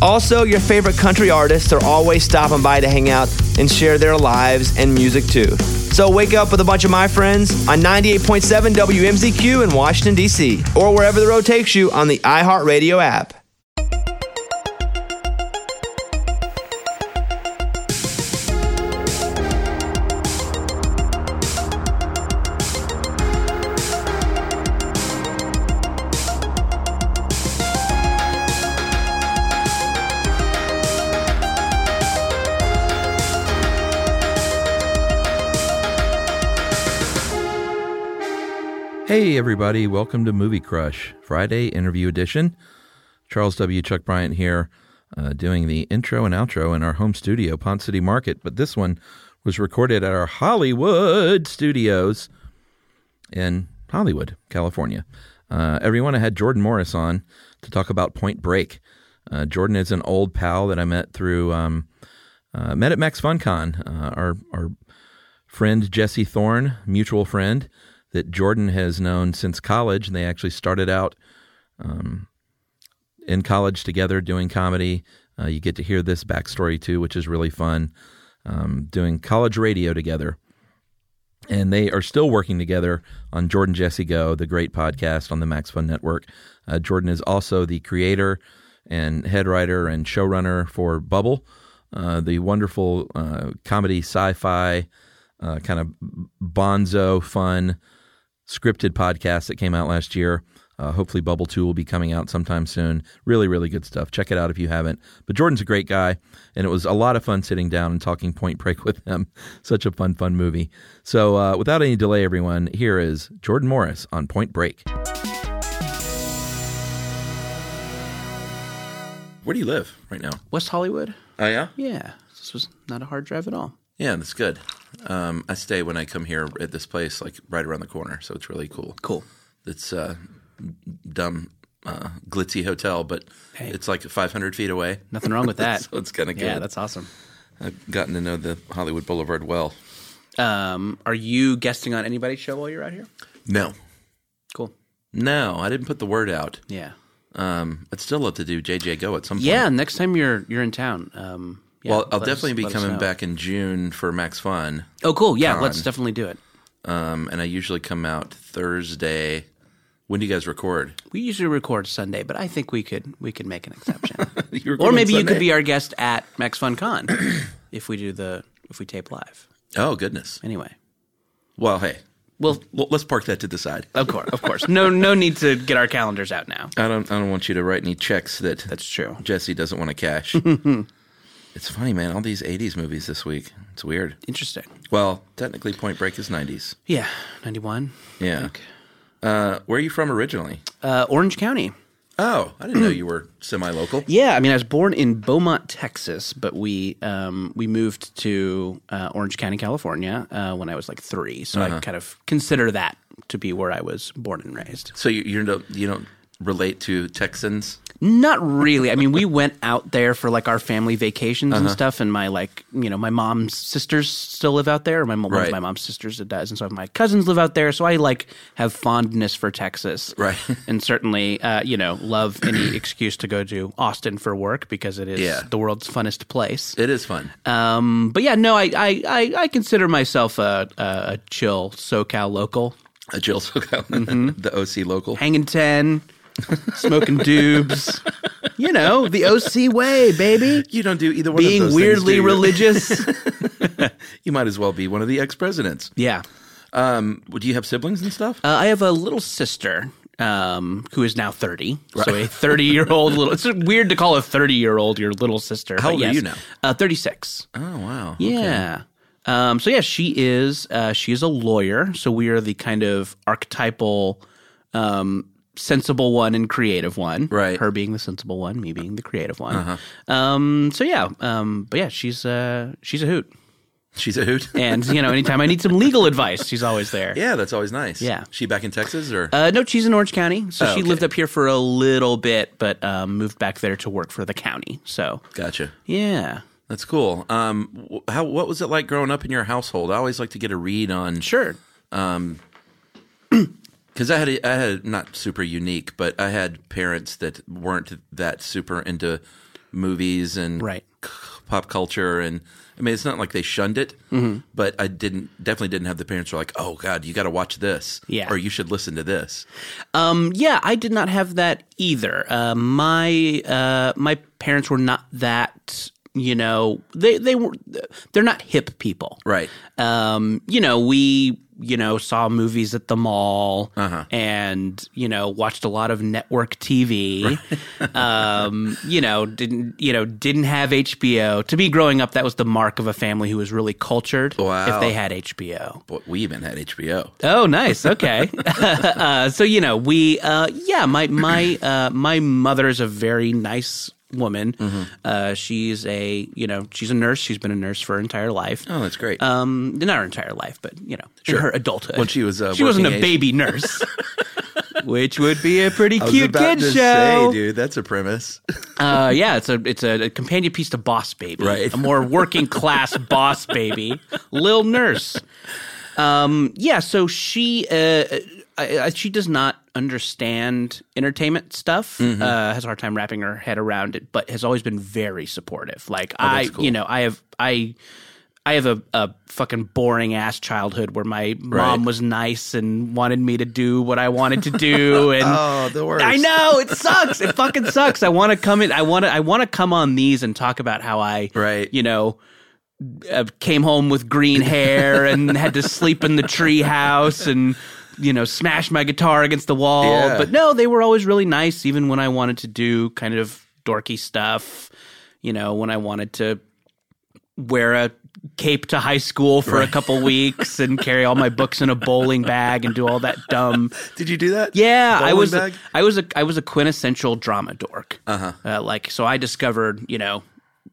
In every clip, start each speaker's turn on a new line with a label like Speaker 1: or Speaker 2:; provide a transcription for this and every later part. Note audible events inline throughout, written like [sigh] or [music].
Speaker 1: Also, your favorite country artists are always stopping by to hang out and share their lives and music too. So wake up with a bunch of my friends on 98.7 WMZQ in Washington, D.C., or wherever the road takes you on the iHeartRadio app.
Speaker 2: Hey, everybody, welcome to Movie Crush, Friday interview edition. Charles W. Chuck Bryant here, uh, doing the intro and outro in our home studio, Pont City Market. But this one was recorded at our Hollywood studios in Hollywood, California. Uh, everyone, I had Jordan Morris on to talk about Point Break. Uh, Jordan is an old pal that I met through, um, uh, met at Max FunCon, uh, our, our friend Jesse Thorne, mutual friend that Jordan has known since college. And they actually started out um, in college together doing comedy. Uh, you get to hear this backstory too, which is really fun. Um, doing college radio together. And they are still working together on Jordan Jesse Go, the great podcast on the Max Fun Network. Uh, Jordan is also the creator and head writer and showrunner for Bubble, uh, the wonderful uh, comedy sci fi uh, kind of bonzo fun scripted podcast that came out last year. Uh, hopefully, Bubble 2 will be coming out sometime soon. Really, really good stuff. Check it out if you haven't. But Jordan's a great guy, and it was a lot of fun sitting down and talking Point Break [laughs] with him. Such a fun, fun movie. So, uh, without any delay, everyone, here is Jordan Morris on Point Break. Where do you live right now?
Speaker 3: West Hollywood?
Speaker 2: Oh, yeah?
Speaker 3: Yeah. This was not a hard drive at all.
Speaker 2: Yeah, that's good. Um, I stay when I come here at this place, like right around the corner. So it's really cool.
Speaker 3: Cool.
Speaker 2: It's a dumb, uh, glitzy hotel, but it's like 500 feet away.
Speaker 3: Nothing [laughs] wrong with that.
Speaker 2: so it's kind of good.
Speaker 3: yeah, that's awesome.
Speaker 2: I've gotten to know the Hollywood Boulevard well.
Speaker 3: Um, are you guesting on anybody's show while you're out here?
Speaker 2: No,
Speaker 3: Cool.
Speaker 2: no, I didn't put the word out.
Speaker 3: Yeah.
Speaker 2: Um, I'd still love to do JJ Go at some point.
Speaker 3: Yeah. Next time you're you're in town. Um, yeah,
Speaker 2: Well, I'll
Speaker 3: let us-
Speaker 2: definitely be
Speaker 3: let us
Speaker 2: coming
Speaker 3: know.
Speaker 2: back in June for Max Fun.
Speaker 3: Oh, cool. Yeah. Let's definitely do it.
Speaker 2: Um, and I usually come out Thursday. When do you guys record?
Speaker 3: We usually record Sunday, but I think we could we could make an [laughs] exception.
Speaker 2: You record
Speaker 3: or
Speaker 2: on
Speaker 3: maybe you
Speaker 2: Sunday?
Speaker 3: could be our guest at Max Fun [clears throat] Con if we do the if we tape live.
Speaker 2: Oh, goodness.
Speaker 3: Anyway.
Speaker 2: Well, hey,
Speaker 3: Well,
Speaker 2: l- let's park that to the side.
Speaker 3: of course, of course. No, no need to get our calendars out now.
Speaker 2: I don't. I don't want you to write any checks that
Speaker 3: That's true.
Speaker 2: Jesse doesn't want to
Speaker 3: [laughs]
Speaker 2: cash. it's funny, man. All these '80s movies this week. It's weird.
Speaker 3: Interesting.
Speaker 2: Well, technically, Point Break is '90s.
Speaker 3: Yeah, ninety one.
Speaker 2: Yeah. Uh, where are you from originally?
Speaker 3: Uh, Orange County.
Speaker 2: Oh, I didn't know you were semi-local.
Speaker 3: Yeah, I mean, I was born in Beaumont, Texas, but we um, we moved to uh, Orange County, California, uh, when I was like three. So I kind of consider that to be where I was born and raised.
Speaker 2: So you you don't you don't relate to Texans?
Speaker 3: Not really. I
Speaker 2: [laughs]
Speaker 3: mean, we went out there for like our family vacations
Speaker 2: Uh-huh.
Speaker 3: and stuff, and my like you know my mom's sisters still live out there. My mom, one
Speaker 2: Right.
Speaker 3: of my mom's sisters that does, and so my cousins live out there. So I like have fondness for Texas,
Speaker 2: Right.
Speaker 3: [laughs] and certainly uh, you know love
Speaker 2: [coughs]
Speaker 3: any excuse to go to Austin for work because it is
Speaker 2: Yeah.
Speaker 3: the world's funnest place.
Speaker 2: It is fun. [laughs]
Speaker 3: Um, but yeah, no, I I, I, I consider myself a, a chill SoCal local,
Speaker 2: Uh, Jill Sokow,
Speaker 3: mm-hmm.
Speaker 2: [laughs] the OC local. [laughs]
Speaker 3: hanging ten, smoking dubs, you know, the OC way, baby.
Speaker 2: you don't do either one of
Speaker 3: Being
Speaker 2: those. [laughs]
Speaker 3: weirdly
Speaker 2: things, do you?
Speaker 3: religious,
Speaker 2: you might as well be one of the ex presidents.
Speaker 3: yeah.
Speaker 2: Um, do you have siblings and stuff?
Speaker 3: Uh, I have a little sister um, who is now 30. So a 30 year old little. It's weird to call a 30 year old your little sister.
Speaker 2: How
Speaker 3: but
Speaker 2: old are
Speaker 3: yes.
Speaker 2: you now?
Speaker 3: Uh, 36.
Speaker 2: oh wow.
Speaker 3: Yeah. Um, so yeah, she is uh, she is a lawyer. So we are the kind of archetypal, um, sensible one and creative one.
Speaker 2: Right. Uh-huh.
Speaker 3: Her being the sensible one, me being the creative one. Um, so yeah. Um, but yeah, she's uh, she's a hoot.
Speaker 2: She's a
Speaker 3: [laughs]
Speaker 2: hoot.
Speaker 3: And you know, anytime I need some legal advice, she's always there.
Speaker 2: yeah, that's always nice.
Speaker 3: Yeah.
Speaker 2: She back in Texas or
Speaker 3: Uh, no, she's in Orange County, so
Speaker 2: Oh,
Speaker 3: she
Speaker 2: okay.
Speaker 3: lived up here for a little bit, but um, moved back there to work for the county. So
Speaker 2: gotcha.
Speaker 3: yeah,
Speaker 2: That's cool. Um, wh- how what was it like growing up in your household? I always like to get a read on
Speaker 3: sure.
Speaker 2: because I had a, I had not super unique, but I had parents that weren't that super into movies and
Speaker 3: Right.
Speaker 2: c- pop culture and I mean it's not like they shunned it,
Speaker 3: Mm-hmm.
Speaker 2: but I didn't definitely didn't have the parents who were like, oh god, you got to watch this,
Speaker 3: Yeah.
Speaker 2: or you should listen to this.
Speaker 3: Um, yeah, I did not have that either. Uh, my uh, my parents were not that. You know, they they were they're not hip people,
Speaker 2: Right.
Speaker 3: um, you know, we, you know, saw movies at the mall
Speaker 2: Uh-huh.
Speaker 3: and, you know, watched a lot of network TV.
Speaker 2: [laughs]
Speaker 3: um, you know, didn't, you know, didn't have HBO. To me, growing up, that was the mark of a family who was really cultured
Speaker 2: Wow.
Speaker 3: if they had HBO.
Speaker 2: But we even had HBO.
Speaker 3: Oh, nice. Okay. [laughs] uh, so you know, we uh, yeah, my my uh, my mother is a very nice woman.
Speaker 2: Mm-hmm.
Speaker 3: Uh, she's a you know she's a nurse. She's been a nurse for her entire life.
Speaker 2: Oh, that's great.
Speaker 3: Um, not her entire life, but you know, in her adulthood.
Speaker 2: When she was, uh,
Speaker 3: she wasn't a
Speaker 2: working age.
Speaker 3: baby
Speaker 2: [laughs]
Speaker 3: nurse, which would be a pretty
Speaker 2: I was
Speaker 3: cute
Speaker 2: about
Speaker 3: kid
Speaker 2: to
Speaker 3: show.
Speaker 2: say, dude, that's a premise.
Speaker 3: Uh, yeah, it's a it's a, a companion piece to Boss Baby,
Speaker 2: Right.
Speaker 3: A more
Speaker 2: [laughs]
Speaker 3: working class Boss Baby, Lil Nurse. Um, yeah, so she uh, I, I, she does not understand entertainment stuff.
Speaker 2: Mm-hmm.
Speaker 3: Uh, has a hard time wrapping her head around it, but has always been very supportive. Like I,
Speaker 2: Oh, cool.
Speaker 3: you know, I have I. I have a, a fucking boring ass childhood where my mom
Speaker 2: Right.
Speaker 3: was nice and wanted me to do what I wanted
Speaker 2: [laughs]
Speaker 3: to do, and
Speaker 2: Oh, the worst.
Speaker 3: I know it sucks. It fucking sucks. I want to come in. I want to. I want to come on these and talk about how I,
Speaker 2: Right.
Speaker 3: You know, uh, came home with green hair and had to sleep in the tree house and you know smash my guitar against the wall.
Speaker 2: Yeah.
Speaker 3: But no, they were always really nice, even when I wanted to do kind of dorky stuff. You know, when I wanted to wear a cape to high school for a couple weeks and carry all my books in a bowling bag and do all that dumb
Speaker 2: Did you do that?
Speaker 3: yeah, I
Speaker 2: Bowling
Speaker 3: was
Speaker 2: bag?
Speaker 3: I was a I was a quintessential drama dork. Uh-huh. like so I discovered, you know,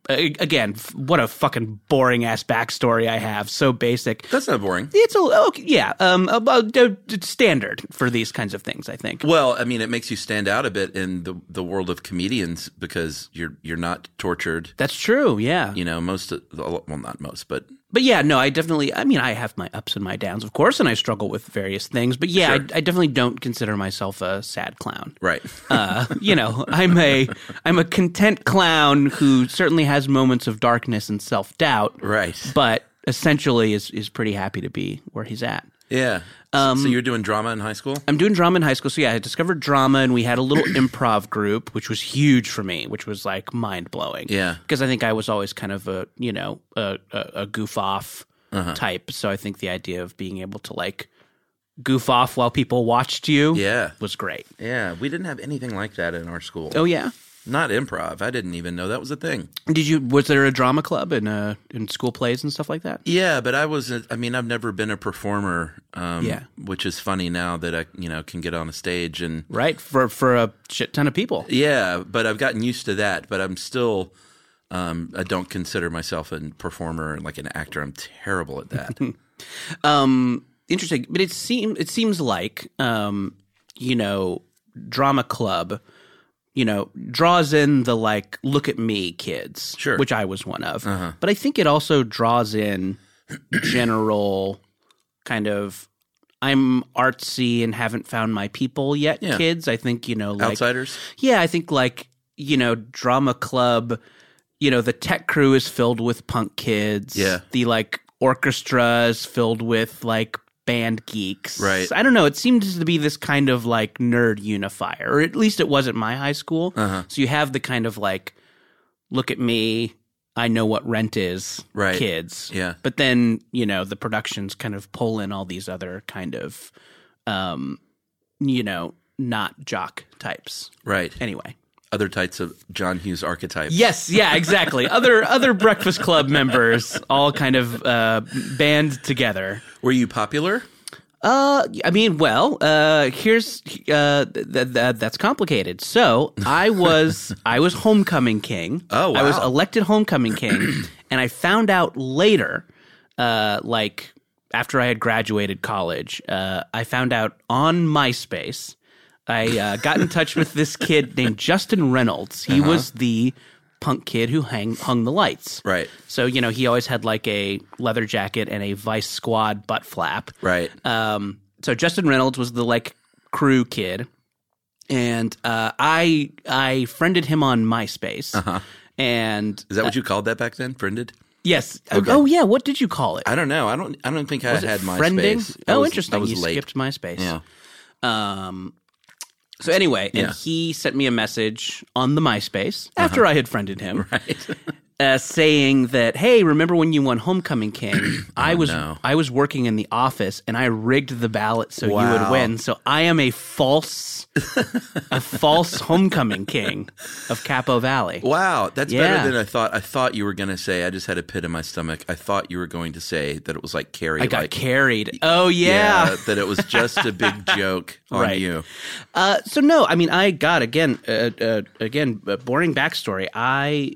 Speaker 3: a- again, f- what a fucking boring ass backstory I have. So basic.
Speaker 2: That's not boring.
Speaker 3: It's a okay, yeah, um about uh, it's standard for these kinds of things, I think.
Speaker 2: Well, I mean, it makes you stand out a bit in the the world of comedians because you're you're not tortured.
Speaker 3: That's true, yeah.
Speaker 2: You know, most of the, well, not most, but
Speaker 3: But yeah, no, I definitely I mean, I have my ups and my downs, of course, and I struggle with various things, but yeah,
Speaker 2: Sure.
Speaker 3: I, I definitely don't consider myself a sad clown.
Speaker 2: [laughs] right.
Speaker 3: uh, you know, I'm a I'm a content clown who certainly has moments of darkness and self doubt,
Speaker 2: Right.
Speaker 3: But essentially, is is pretty happy to be where he's at.
Speaker 2: yeah. So-
Speaker 3: Um,
Speaker 2: so you're doing drama in high school?
Speaker 3: I'm doing drama in high school, so yeah, I discovered drama, and we had a
Speaker 2: [clears throat]
Speaker 3: little improv group, which was huge for me, which was like mind blowing.
Speaker 2: Yeah.
Speaker 3: because I think I was always kind of a you know a a, a goof off
Speaker 2: Uh-huh.
Speaker 3: type, so I think the idea of being able to like goof off while people watched you,
Speaker 2: Yeah.
Speaker 3: was great.
Speaker 2: Yeah. We didn't have anything like that in our school.
Speaker 3: Oh yeah.
Speaker 2: Not improv. I didn't even know that was a thing.
Speaker 3: Did you? Was there a drama club and uh in school plays and stuff like that?
Speaker 2: Yeah, but I was. I mean, I've never been a performer. Um,
Speaker 3: Yeah.
Speaker 2: Which is funny now that I you know can get on a stage and
Speaker 3: Right for for a shit ton of people.
Speaker 2: yeah, but I've gotten used to that. But I'm still. Um, I don't consider myself a performer, like an actor. I'm terrible at
Speaker 3: [laughs]
Speaker 2: that.
Speaker 3: Um, interesting, but it seems it seems like um, you know, drama club, you know, draws in the like look at me kids,
Speaker 2: Sure. Uh-huh.
Speaker 3: which I was one of. But I think it also draws in general kind of I'm artsy and haven't found my people yet,
Speaker 2: Yeah.
Speaker 3: kids. I think you know, like
Speaker 2: Outsiders.
Speaker 3: Yeah, I think like, you know, drama club, you know, the tech crew is filled with punk kids.
Speaker 2: Yeah.
Speaker 3: The like orchestra is filled with like band geeks.
Speaker 2: Right.
Speaker 3: I don't know. It seems to be this kind of like nerd unifier,
Speaker 2: Uh. Uh-huh.
Speaker 3: or at least it was at my high school. So you have the kind of like, look at me. I know what rent is
Speaker 2: Right.
Speaker 3: kids.
Speaker 2: Yeah.
Speaker 3: But then, you know, the productions kind of pull in all these other kind of um you know, not jock types.
Speaker 2: Right.
Speaker 3: Anyway.
Speaker 2: Other types of John Hughes archetypes.
Speaker 3: Yes, yeah, exactly. other other Breakfast Club members all kind of uh band together.
Speaker 2: Were you popular?
Speaker 3: Uh, I mean, well, uh, here's uh, th- th- th- that's complicated. So I was
Speaker 2: [laughs]
Speaker 3: I was homecoming king.
Speaker 2: Oh,
Speaker 3: I was
Speaker 2: wow.
Speaker 3: elected
Speaker 2: [clears throat]
Speaker 3: homecoming king, and I found out later, uh, like after I had graduated college, uh, I found out on MySpace. I uh, got in touch with this
Speaker 2: [laughs]
Speaker 3: kid named Justin Reynolds. He
Speaker 2: Uh-huh.
Speaker 3: was the punk kid who hang, hung the lights.
Speaker 2: Right.
Speaker 3: So you know he always had like a leather jacket and a Vice Squad butt flap.
Speaker 2: Right.
Speaker 3: Um, so Justin Reynolds was the like crew kid, and uh, I I friended him on MySpace, and
Speaker 2: Is that what you called that back then? Friended?
Speaker 3: yes, oh yeah, what did you call it?
Speaker 2: I don't know. I don't. I don't think I
Speaker 3: Was it
Speaker 2: had my
Speaker 3: friending?
Speaker 2: space.
Speaker 3: oh, interesting.
Speaker 2: I was
Speaker 3: you
Speaker 2: late.
Speaker 3: skipped MySpace.
Speaker 2: Yeah.
Speaker 3: Um, so anyway,
Speaker 2: Yeah. Uh-huh.
Speaker 3: and he sent me a message on the MySpace after I had
Speaker 2: [laughs]
Speaker 3: friended him, right? uh, saying that, "Hey, remember when you won Homecoming King?
Speaker 2: [clears throat]
Speaker 3: I was
Speaker 2: Oh, no.
Speaker 3: I was working in the office and I rigged the ballot so you would
Speaker 2: Wow.
Speaker 3: win. So I am a false,
Speaker 2: [laughs]
Speaker 3: a false Homecoming King of Capo Valley.
Speaker 2: Wow, that's
Speaker 3: Yeah.
Speaker 2: better than I thought. I thought you were going to say. I just had a pit in my stomach. I thought you were going to say that it was like Carrie.
Speaker 3: I got
Speaker 2: like,
Speaker 3: carried. Oh yeah."
Speaker 2: that it was just a
Speaker 3: [laughs]
Speaker 2: big joke on
Speaker 3: Right.
Speaker 2: you.
Speaker 3: Uh, so no, I mean, I got again, uh, uh, again, uh, boring backstory. I,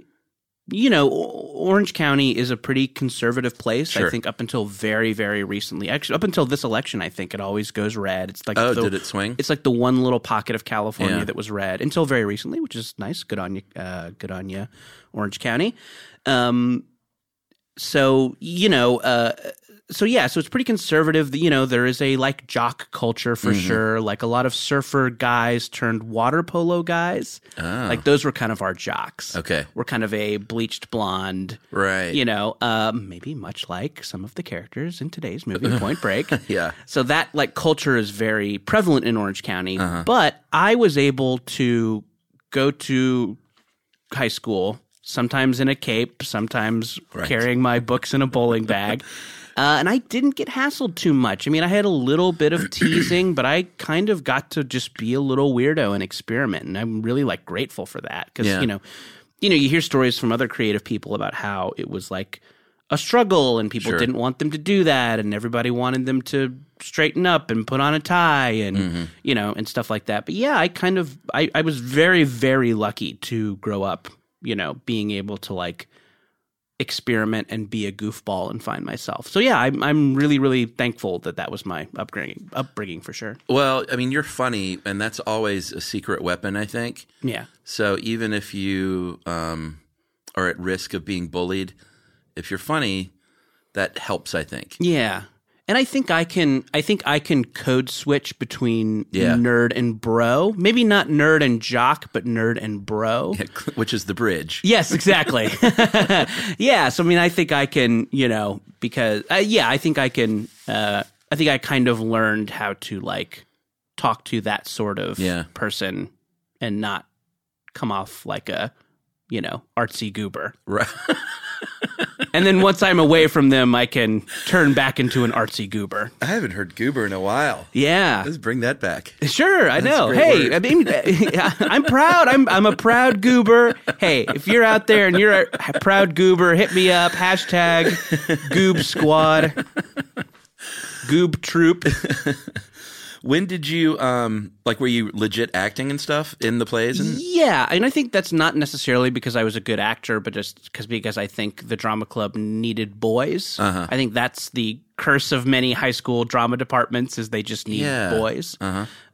Speaker 3: you know, O- Orange County is a pretty conservative place. I
Speaker 2: Sure.
Speaker 3: think up until very, very recently, actually, up until this election, I think it always goes red. It's like
Speaker 2: Oh,
Speaker 3: the-
Speaker 2: did it swing?
Speaker 3: It's like the one little pocket of California
Speaker 2: Yeah.
Speaker 3: that was red until very recently, which is nice. Good on you, uh, good on you, Orange County. Um, so you know, uh, so yeah, so it's pretty conservative. You know, there is a like jock culture for sure. Like a lot of surfer guys turned water polo guys. Like those were kind of our jocks.
Speaker 2: Uh-huh. Okay.
Speaker 3: we're kind of a bleached blonde.
Speaker 2: Right.
Speaker 3: You know, um, maybe much like some of the characters in today's movie Point Break.
Speaker 2: Yeah.
Speaker 3: So that like culture is very prevalent in Orange County. But I was able to go to high school, sometimes in a cape, sometimes carrying my books in a bowling bag. Uh, and I didn't get hassled too much. I mean, I had a little bit of teasing, but I kind of got to just be a little weirdo and experiment, and I'm really like grateful for that because
Speaker 2: Yeah.
Speaker 3: you know, you know, you hear stories from other creative people about how it was like a struggle, and people didn't want them to do that, and everybody wanted them to straighten up and put on a tie, and you know, and stuff like that. But yeah, I kind of, I, I was very, very lucky to grow up, you know, being able to like experiment and be a goofball and find myself. So yeah, I'm I'm really really thankful that that was my upbringing upbringing for sure.
Speaker 2: Well, I mean, you're funny, and that's always a secret weapon. I think.
Speaker 3: Yeah.
Speaker 2: So even if you um, are at risk of being bullied, if you're funny, that helps. I think.
Speaker 3: Yeah. And I think I can I think I can code switch between
Speaker 2: Yeah.
Speaker 3: nerd and bro. Maybe not nerd and jock, but nerd and bro.
Speaker 2: [laughs] Which is the bridge.
Speaker 3: Yes, exactly. [laughs] yeah, so I mean, I think I can, you know, because uh, yeah, I think I can. Uh, I think I kind of learned how to like talk to that sort of
Speaker 2: Yeah.
Speaker 3: person and not come off like a, you know, artsy goober.
Speaker 2: Right.
Speaker 3: And then once I'm away from them, I can turn back into an artsy goober.
Speaker 2: [laughs] I haven't heard Goober in a while.
Speaker 3: Yeah.
Speaker 2: Let's bring that back.
Speaker 3: Sure, I know.
Speaker 2: a great
Speaker 3: Hey,
Speaker 2: word.
Speaker 3: I mean,
Speaker 2: [laughs]
Speaker 3: [laughs] I'm proud. I'm I'm a proud goober. Hey, if you're out there and you're a proud goober, hit me up. Hashtag Goob Squad, Goob Troop.
Speaker 2: When did you um like were you legit acting and stuff in the plays? And
Speaker 3: Yeah, and I think that's not necessarily because I was a good actor, but just because because I think the drama club needed boys.
Speaker 2: Uh-huh.
Speaker 3: I think that's the curse of many high school drama departments is they just need
Speaker 2: Yeah. Uh-huh.
Speaker 3: boys.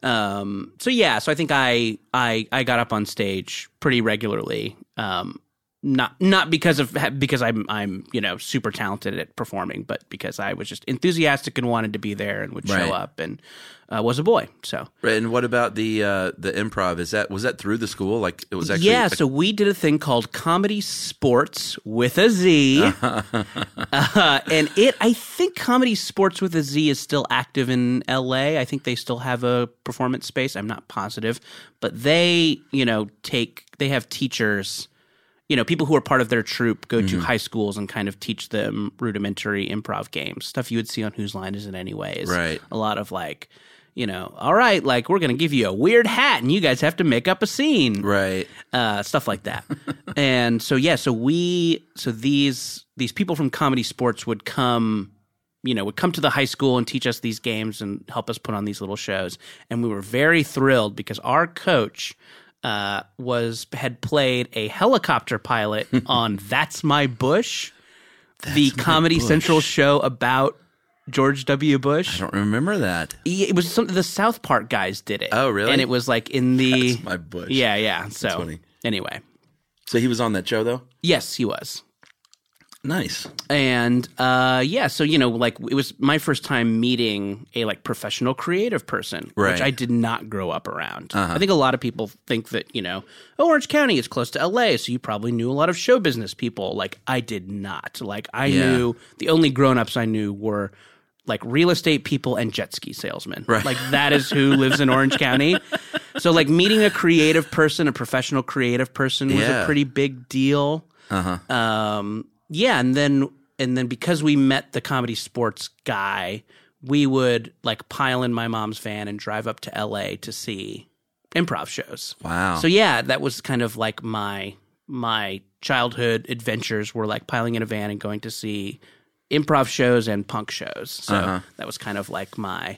Speaker 3: Um, so yeah, so I think I I I got up on stage pretty regularly. Um, not not because of because I'm I'm you know super talented at performing, but because I was just enthusiastic and wanted to be there and would
Speaker 2: Right.
Speaker 3: show up and uh, was a boy. So
Speaker 2: and what about the uh the improv? Is that was that through the school? Like it was actually
Speaker 3: yeah, so we did a thing called Comedy Sports with a Z.
Speaker 2: [laughs]
Speaker 3: Uh, and it, I think Comedy Sports with a Z is still active in LA. I think they still have a performance space. I'm not positive, but they, you know, take, they have teachers you know, people who are part of their troupe go
Speaker 2: Mm-hmm.
Speaker 3: to high schools and kind of teach them rudimentary improv games, stuff you would see on Whose Line Is It Anyways.
Speaker 2: Right.
Speaker 3: A lot of like, you know, all right, like we're going to give you a weird hat and you guys have to make up a scene
Speaker 2: Right.
Speaker 3: uh, stuff like that. and so yeah, so we so these these people from comedy sports would come, you know, would come to the high school and teach us these games and help us put on these little shows. And we were very thrilled because our coach uh, was had played a
Speaker 2: [laughs]
Speaker 3: helicopter pilot on "That's My Bush," the Comedy Central show about George W. Bush.
Speaker 2: I don't remember that.
Speaker 3: Yeah, It was some the South Park guys did it.
Speaker 2: Oh, really?
Speaker 3: And it was like in the
Speaker 2: That's my bush.
Speaker 3: yeah, yeah. So
Speaker 2: funny.
Speaker 3: anyway,
Speaker 2: So he was on that show though.
Speaker 3: yes, he was.
Speaker 2: Nice.
Speaker 3: And uh, yeah, so you know, like it was my first time meeting a like professional creative person,
Speaker 2: Right. Uh-huh.
Speaker 3: which I did not grow up around. I think a lot of people think that you know, oh, Orange County is close to LA, so you probably knew a lot of show business people. Like I did not. Like I
Speaker 2: Yeah.
Speaker 3: knew the only grown ups I knew were like real estate people and jet ski salesmen.
Speaker 2: Right.
Speaker 3: Like that is who lives in Orange County. So like meeting a creative person, a professional creative person, was
Speaker 2: Yeah.
Speaker 3: a pretty big deal um, yeah, and then and then because we met the comedy sports guy, we would like pile in my mom's van and drive up to L.A. to see improv shows.
Speaker 2: Wow.
Speaker 3: So yeah, that was kind of like my my childhood adventures were like piling in a van and going to see improv shows and punk shows. So
Speaker 2: Uh-huh.
Speaker 3: that was kind of like my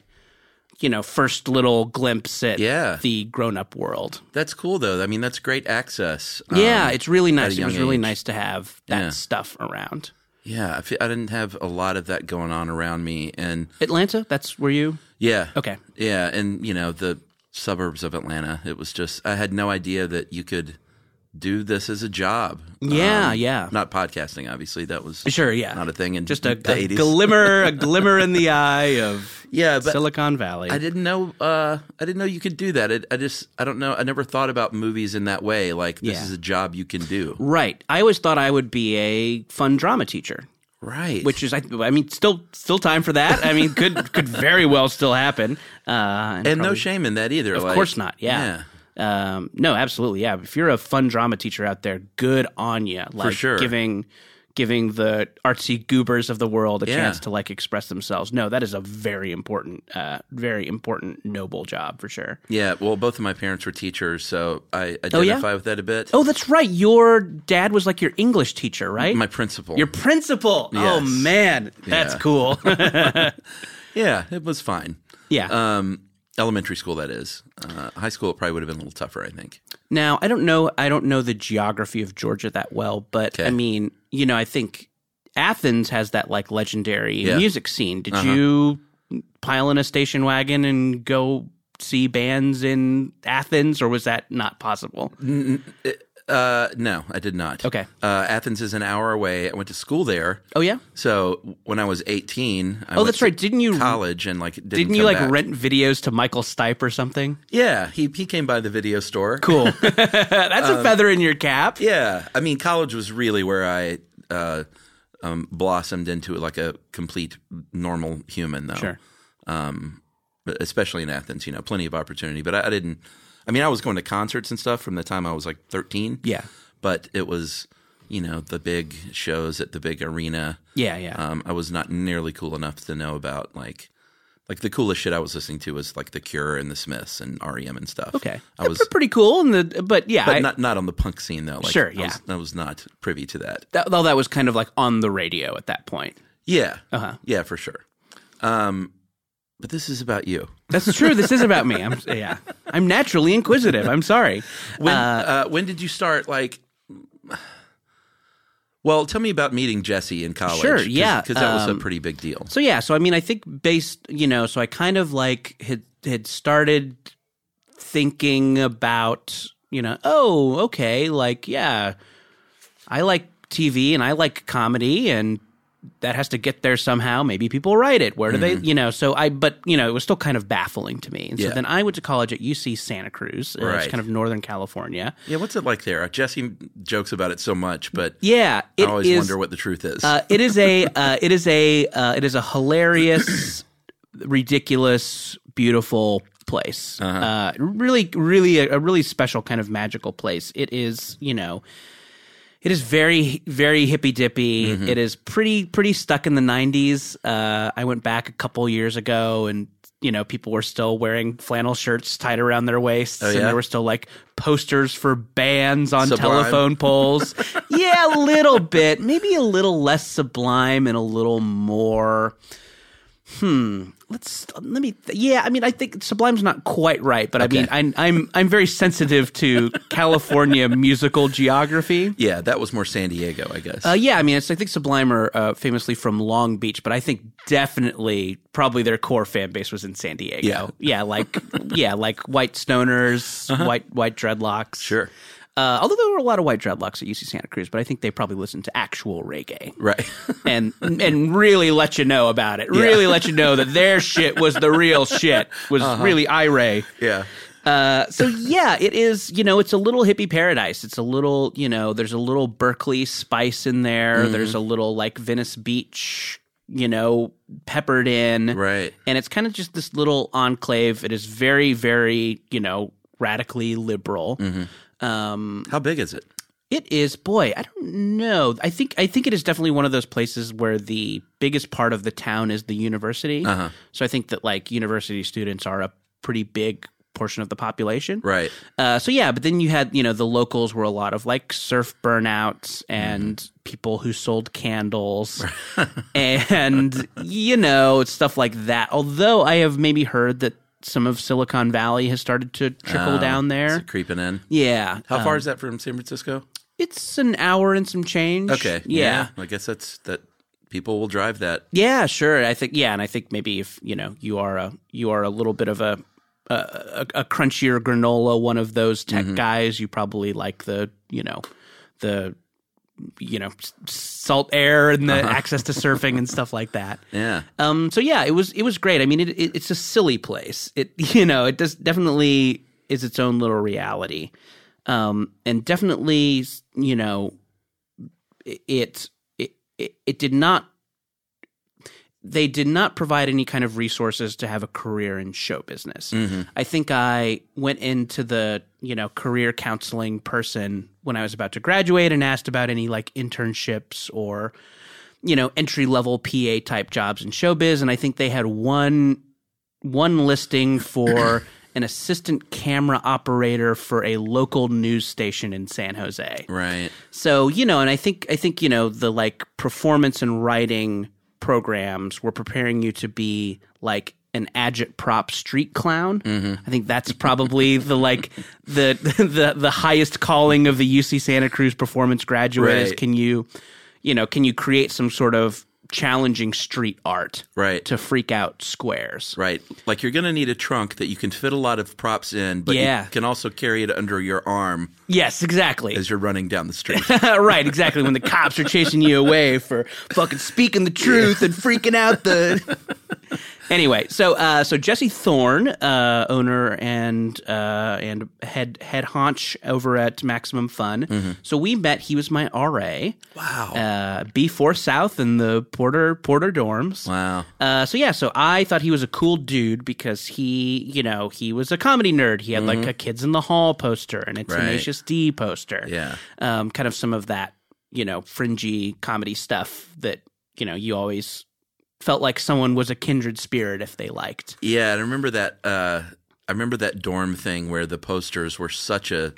Speaker 3: you know first little glimpse at
Speaker 2: Yeah.
Speaker 3: the grown up world.
Speaker 2: That's cool though. I mean, that's great access. Um,
Speaker 3: yeah, it's really
Speaker 2: a
Speaker 3: nice. It
Speaker 2: young
Speaker 3: was really
Speaker 2: age.
Speaker 3: nice to have that
Speaker 2: Yeah.
Speaker 3: stuff around.
Speaker 2: yeah. I, fe- I didn't have a lot of that going on around me, and
Speaker 3: Atlanta, that's where you.
Speaker 2: yeah.
Speaker 3: Okay.
Speaker 2: Yeah, and you know the suburbs of Atlanta. It was just I had no idea that you could do this as a job. Um,
Speaker 3: Yeah, yeah.
Speaker 2: Not podcasting, obviously. That was
Speaker 3: Sure, yeah.
Speaker 2: not a thing in
Speaker 3: Just a,
Speaker 2: the
Speaker 3: a
Speaker 2: 80s.
Speaker 3: glimmer, a glimmer
Speaker 2: [laughs]
Speaker 3: in the eye of
Speaker 2: yeah, but
Speaker 3: Silicon Valley.
Speaker 2: I didn't know. Uh, I didn't know you could do that. It, I just I don't know. I never thought about movies in that way. Like this
Speaker 3: Yeah.
Speaker 2: is a job you can do.
Speaker 3: right. I always thought I would be a fun drama teacher,
Speaker 2: Right.
Speaker 3: which is, I, I mean, still, still time for that. I mean, could could very well still happen. Uh, and
Speaker 2: and no shame in that either.
Speaker 3: Of course not. Yeah. Um, no, absolutely. Yeah. If you're a fun drama teacher out there, good on you. Like
Speaker 2: sure.
Speaker 3: giving giving the artsy goobers of the world a
Speaker 2: Yeah.
Speaker 3: chance to like express themselves. No, that is a very important, uh, very important, noble job for sure.
Speaker 2: Yeah. Well, both of my parents were teachers, so I identify
Speaker 3: yeah?
Speaker 2: with that a bit.
Speaker 3: Oh, that's right. Your dad was like your English teacher, right?
Speaker 2: my principal.
Speaker 3: your principal. Oh
Speaker 2: Yes.
Speaker 3: man, that's
Speaker 2: Yeah.
Speaker 3: cool. [laughs]
Speaker 2: yeah, it was fine.
Speaker 3: yeah.
Speaker 2: [laughs] Um, elementary school, that is. Uh, high school, it probably would have been a little tougher, I think.
Speaker 3: Now, I don't know I don't know the geography of Georgia that well, but
Speaker 2: Okay.
Speaker 3: I mean, you know, I think Athens has that like legendary
Speaker 2: Yeah. Uh-huh.
Speaker 3: music scene. Did you pile in a station wagon and go see bands in Athens or was that not possible?
Speaker 2: Uh, no, I did not.
Speaker 3: Okay.
Speaker 2: Uh, Athens is an hour away. I went to school there.
Speaker 3: Oh yeah?
Speaker 2: So when I was 18, I
Speaker 3: Oh,
Speaker 2: went
Speaker 3: that's
Speaker 2: to
Speaker 3: right. Didn't you
Speaker 2: college and like didn't,
Speaker 3: didn't you
Speaker 2: come
Speaker 3: like
Speaker 2: back.
Speaker 3: rent videos to Michael Stipe or something?
Speaker 2: Yeah, he he came by the video store.
Speaker 3: Cool. [laughs] that's a feather in your cap.
Speaker 2: Um, Yeah, I mean, college was really where I uh, um, blossomed into like a complete normal human, though. Um,
Speaker 3: Sure.
Speaker 2: But especially in Athens, you know, plenty of opportunity. But I, I didn't. I mean, I was going to concerts and stuff from the time I was like 13.
Speaker 3: Yeah.
Speaker 2: but it was you know the big shows at the big arena
Speaker 3: Yeah, yeah.
Speaker 2: um, i was not nearly cool enough to know about like like the coolest shit i was listening to was like the cure and the smiths and rem and stuff
Speaker 3: okay.
Speaker 2: i was
Speaker 3: pretty cool and the but yeah,
Speaker 2: but
Speaker 3: I-
Speaker 2: not not on the punk scene though like,
Speaker 3: Sure,
Speaker 2: I
Speaker 3: yeah.
Speaker 2: was, I was not privy to that
Speaker 3: that, though that was kind of like on the radio at that point.
Speaker 2: yeah
Speaker 3: Uh-huh.
Speaker 2: yeah for sure um but this is about you
Speaker 3: That's true. This is about me. I'm yeah. I'm naturally inquisitive. I'm sorry.
Speaker 2: when uh, when did you start like well tell me about meeting jesse in college
Speaker 3: Sure, yeah,
Speaker 2: because that was a
Speaker 3: um,
Speaker 2: pretty big deal
Speaker 3: So yeah. So I mean, I think based, you know, so I kind of like had had started thinking about, you know, oh, okay, like yeah, I like TV and I like comedy and that has to get there somehow. Maybe people write it. Where do they, you know? So I, but you know, it was still kind of baffling to me. And so
Speaker 2: Mm-hmm. Yeah.
Speaker 3: then I went to college at UC Santa Cruz, uh,
Speaker 2: Right.
Speaker 3: it's kind of northern California.
Speaker 2: Yeah, what's it like there? Uh, Jesse jokes about it so much, but
Speaker 3: Yeah, it
Speaker 2: I
Speaker 3: is.
Speaker 2: always wonder what the truth is.
Speaker 3: Uh, it is a uh, it is a uh, it is a hilarious, ridiculous, beautiful place.
Speaker 2: Uh-huh.
Speaker 3: uh really, really a, a really special kind of magical place. It is, you know, It is very, very hippy dippy.
Speaker 2: Mm-hmm.
Speaker 3: It is pretty, pretty stuck in the '90s. Uh, I went back a couple years ago, and you know, people were still wearing flannel shirts tied around their waists,
Speaker 2: Oh,
Speaker 3: and
Speaker 2: yeah?
Speaker 3: there were still like posters for bands on
Speaker 2: Sublime.
Speaker 3: telephone poles. [laughs] yeah, a little bit, maybe a little less sublime and a little more. Hmm. Let's let me. Th- yeah, I mean, I think Sublime's not quite right, but I mean, I'm I'm I'm very
Speaker 2: [laughs]
Speaker 3: sensitive to California musical geography.
Speaker 2: Yeah, that was more San Diego, I guess.
Speaker 3: Uh, yeah, I mean, it's I think Sublime are uh, famously from Long Beach, but I think definitely probably their core fan base was in San Diego.
Speaker 2: Yeah. Uh-huh.
Speaker 3: like yeah, like white stoners, white white dreadlocks.
Speaker 2: Sure.
Speaker 3: Uh, although there were a lot of white dreadlocks at UC Santa Cruz, but I think they probably listened to actual reggae
Speaker 2: right.
Speaker 3: [laughs]
Speaker 2: [laughs]
Speaker 3: and and really let you know about it. Really let you know that their shit was the real shit. Was really Iray.
Speaker 2: yeah.
Speaker 3: Uh-huh. Uh, so yeah, it is. You know, it's a little hippie paradise. It's a little. You know, there's a little Berkeley spice in there. There's a little like Venice Beach. You know, peppered in.
Speaker 2: Right.
Speaker 3: And it's kind of just this little enclave. It is very, very. You know, radically liberal. Um,
Speaker 2: How big is it?
Speaker 3: it is, boy, I don't know. I think I think it is definitely one of those places where the biggest part of the town is the university.
Speaker 2: Uh-huh.
Speaker 3: So I think that like university students are a pretty big portion of the population.
Speaker 2: Right.
Speaker 3: Uh, so yeah, but then you had you know the locals were a lot of like surf burnouts and
Speaker 2: Mm-hmm.
Speaker 3: people who sold
Speaker 2: [laughs]
Speaker 3: candles and you know stuff like that. Although I have maybe heard that some of Silicon Valley has started to trickle
Speaker 2: Oh,
Speaker 3: down
Speaker 2: Is
Speaker 3: there.
Speaker 2: it creeping in?
Speaker 3: Yeah,
Speaker 2: How
Speaker 3: um,
Speaker 2: far is that from San Francisco?
Speaker 3: it's an hour and some change.
Speaker 2: Okay.
Speaker 3: Yeah.
Speaker 2: I guess that's that people will drive that.
Speaker 3: Yeah, sure. I think yeah, and I think maybe if, you know, you are a you are a little bit of a a, a, a crunchier granola one of those tech guys, you probably like the, you know, the you know, s- salt air and the access to surfing and stuff like that.
Speaker 2: Yeah.
Speaker 3: Um, so yeah, it was it was great. I mean, it, it it's a silly place. It [laughs] you know it does definitely is its own little reality, um, and definitely you know it it it, it did not. They did not provide any kind of resources to have a career in show business. I think I went into the you know career counseling person when I was about to graduate and asked about any like internships or you know entry level PA type jobs in showbiz, and I think they had one one listing for an assistant camera operator for a local news station in San Jose.
Speaker 2: Right.
Speaker 3: So you know, and I think I think you know the like performance and writing programs were preparing you to be like an agitprop street clown.
Speaker 2: Mm-hmm.
Speaker 3: I think that's probably the like the the the highest calling of the UC Santa Cruz performance graduate is
Speaker 2: Right.
Speaker 3: can you you know can you create some sort of challenging street art
Speaker 2: Right.
Speaker 3: to freak out squares.
Speaker 2: Right. Like you're going to need a trunk that you can fit a lot of props in, but
Speaker 3: Yeah.
Speaker 2: you can also carry it under your arm
Speaker 3: Yes, exactly.
Speaker 2: as you're running down the street.
Speaker 3: [laughs] right, exactly. When the cops are chasing you away for fucking speaking the truth and freaking out the. [laughs] anyway, so uh, so Jesse Thorne, uh, owner and uh, and head head haunch over at Maximum Fun. So we met. He was my RA.
Speaker 2: wow.
Speaker 3: Uh, B4 South in the Porter Porter dorms.
Speaker 2: wow.
Speaker 3: Uh, so yeah, so I thought he was a cool dude because he, you know, he was a comedy nerd. He had
Speaker 2: Mm-hmm.
Speaker 3: like a Kids in the Hall poster and a Tenacious D poster.
Speaker 2: Yeah.
Speaker 3: um, kind of some of that, you know, fringy comedy stuff that you know you always felt like someone was a kindred spirit if they liked.
Speaker 2: Yeah, and I remember that. Uh, I remember that dorm thing where the posters were such a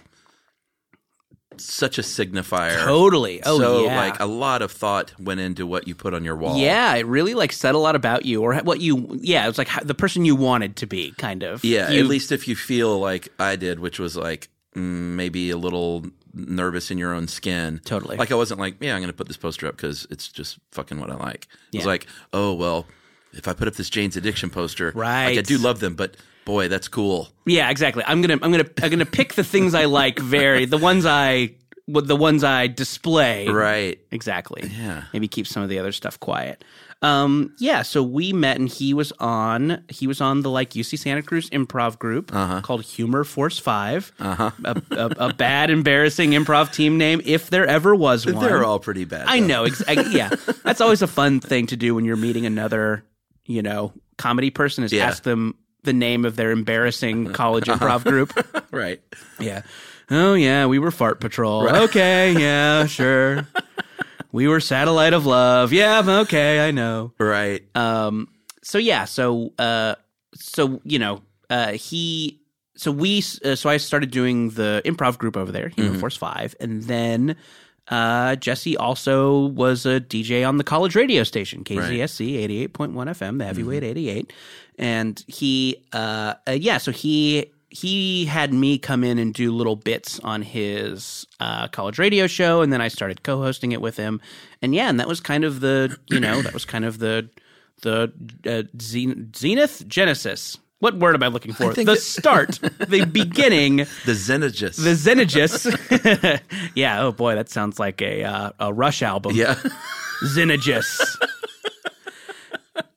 Speaker 2: such a signifier.
Speaker 3: Totally. Oh
Speaker 2: so
Speaker 3: yeah.
Speaker 2: like a lot of thought went into what you put on your wall.
Speaker 3: yeah, it really like said a lot about you or what you. Yeah, it was like how, the person you wanted to be, kind of.
Speaker 2: yeah.
Speaker 3: You-
Speaker 2: At least if you feel like I did, which was like mm, maybe a little nervous in your own skin.
Speaker 3: Totally.
Speaker 2: Like I wasn't like, yeah, I'm going to put this poster up because it's just fucking what I like. It was
Speaker 3: Yeah.
Speaker 2: like, oh well, if I put up this Jane's Addiction poster, Like, I
Speaker 3: Right.
Speaker 2: do love them, but boy, that's cool.
Speaker 3: Yeah, exactly. I'm gonna I'm gonna I'm gonna pick the things I like very the ones I with the ones I display.
Speaker 2: Right.
Speaker 3: Exactly.
Speaker 2: Yeah.
Speaker 3: Maybe keep some of the other stuff quiet. Um yeah, so we met and he was on he was on the like UC Santa Cruz improv group called Humor Force 5. Uh-huh. A, a, a bad embarrassing improv team name if there ever was one.
Speaker 2: They're all pretty bad.
Speaker 3: I
Speaker 2: though.
Speaker 3: know. Ex- I- yeah, that's always a fun thing to do when you're meeting another, you know, comedy person is
Speaker 2: Yeah.
Speaker 3: ask them the name of their embarrassing college improv group.
Speaker 2: right.
Speaker 3: Yeah. Oh yeah, we were Fart Patrol. Okay, yeah, sure. we were Satellite of Love. Yeah, okay, I know.
Speaker 2: Right.
Speaker 3: Uh, So yeah, so uh so you know, uh he so we uh, so I started doing the improv group over there, Human Force 5, and then uh Jesse also was a DJ on the college radio station, KZSC 88.1 FM, the heavyweight 88. And he uh, uh yeah, so he he had me come in and do little bits on his uh, college radio show, and then I started co-hosting it with him. And yeah, and that was kind of the you know that was kind of the the uh, zen- zenith genesis. What word am I looking for? The start,
Speaker 2: [laughs]
Speaker 3: the beginning,
Speaker 2: the Xenogist.
Speaker 3: the Xenogis. [laughs] yeah. Oh boy, that sounds like a uh, a Rush album. [laughs]
Speaker 2: yeah. [laughs]
Speaker 3: Xenogis.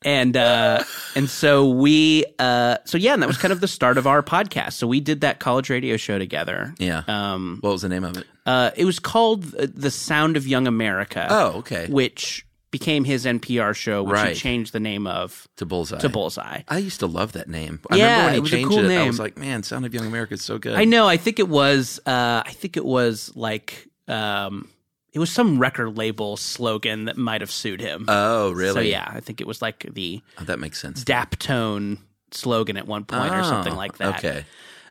Speaker 3: and uh and so we uh so yeah, and that was kind of the start of our podcast. So we did that college radio show together.
Speaker 2: Yeah.
Speaker 3: Um
Speaker 2: what was the name of it?
Speaker 3: uh it was called uh, The Sound of Young America.
Speaker 2: Oh, okay.
Speaker 3: Which became his NPR show, which he
Speaker 2: Right.
Speaker 3: changed the name of
Speaker 2: To Bullseye.
Speaker 3: to Bullseye.
Speaker 2: I used to love that name. I
Speaker 3: Yeah,
Speaker 2: remember when
Speaker 3: it
Speaker 2: he
Speaker 3: was a
Speaker 2: changed
Speaker 3: cool
Speaker 2: it. I
Speaker 3: name.
Speaker 2: was like, man, Sound of Young America is so good.
Speaker 3: I know, I think it was uh I think it was like um it was some record label slogan that might have sued him.
Speaker 2: Oh, really?
Speaker 3: So yeah, I think it was like the
Speaker 2: Oh, that makes sense.
Speaker 3: Daptone slogan at one point or something
Speaker 2: Oh,
Speaker 3: like that.
Speaker 2: Okay.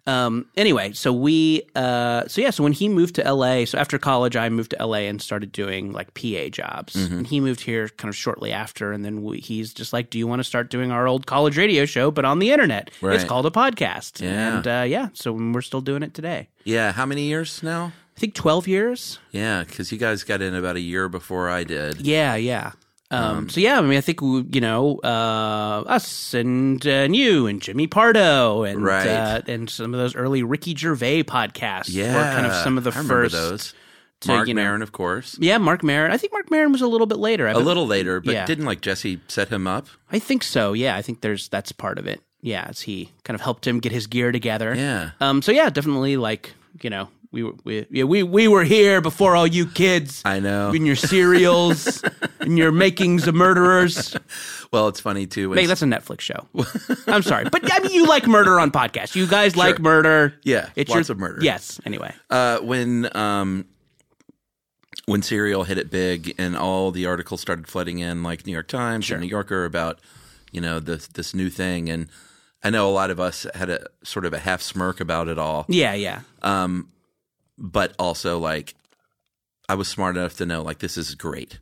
Speaker 3: Um, anyway, so we, uh, so yeah, so when he moved to LA, so after college, I moved to LA and started doing like PA jobs.
Speaker 2: Mm-hmm.
Speaker 3: And he moved here kind of shortly after. And then we, he's just like, Do you want to start doing our old college radio show, but on the internet? It's
Speaker 2: Right.
Speaker 3: called a podcast.
Speaker 2: Yeah.
Speaker 3: And uh, yeah, so we're still doing it today.
Speaker 2: Yeah. How many years now?
Speaker 3: I think 12 years.
Speaker 2: Yeah, because you guys got in about a year before I did.
Speaker 3: Yeah, yeah. Um, so yeah, I mean, I think we- you know uh, us and, uh, and you and Jimmy Pardo and
Speaker 2: Right.
Speaker 3: uh, and some of those early Ricky Gervais podcasts
Speaker 2: Yeah.
Speaker 3: were kind of some of the
Speaker 2: I remember
Speaker 3: first.
Speaker 2: those.
Speaker 3: to,
Speaker 2: Mark
Speaker 3: you know-
Speaker 2: Maron, of course.
Speaker 3: Yeah, Mark Maron. I think Mark Maron was a little bit later. I
Speaker 2: A
Speaker 3: bet-
Speaker 2: little later, but
Speaker 3: Yeah.
Speaker 2: didn't like Jesse set him up?
Speaker 3: I think so. Yeah, I think there's that's part of it. Yeah, as he kind of helped him get his gear together.
Speaker 2: Yeah.
Speaker 3: Um. So yeah, definitely like you know we were we yeah, we we were here before all you kids.
Speaker 2: I know.
Speaker 3: In
Speaker 2: [laughs]
Speaker 3: your cereals, in your makings of murderers.
Speaker 2: Well, it's funny too. when
Speaker 3: Hey, that's a Netflix show. I'm sorry, but I mean, you like murder on podcast. You guys like murder.
Speaker 2: Yeah, lots of murder.
Speaker 3: Yes. Anyway,
Speaker 2: uh, when um, when Serial hit it big, and all the articles started flooding in, like New York Times and New Yorker, about you know this this new thing, and I know a lot of us had a sort of a half smirk about it all,
Speaker 3: yeah, yeah,
Speaker 2: but also like I was smart enough to know like this is great.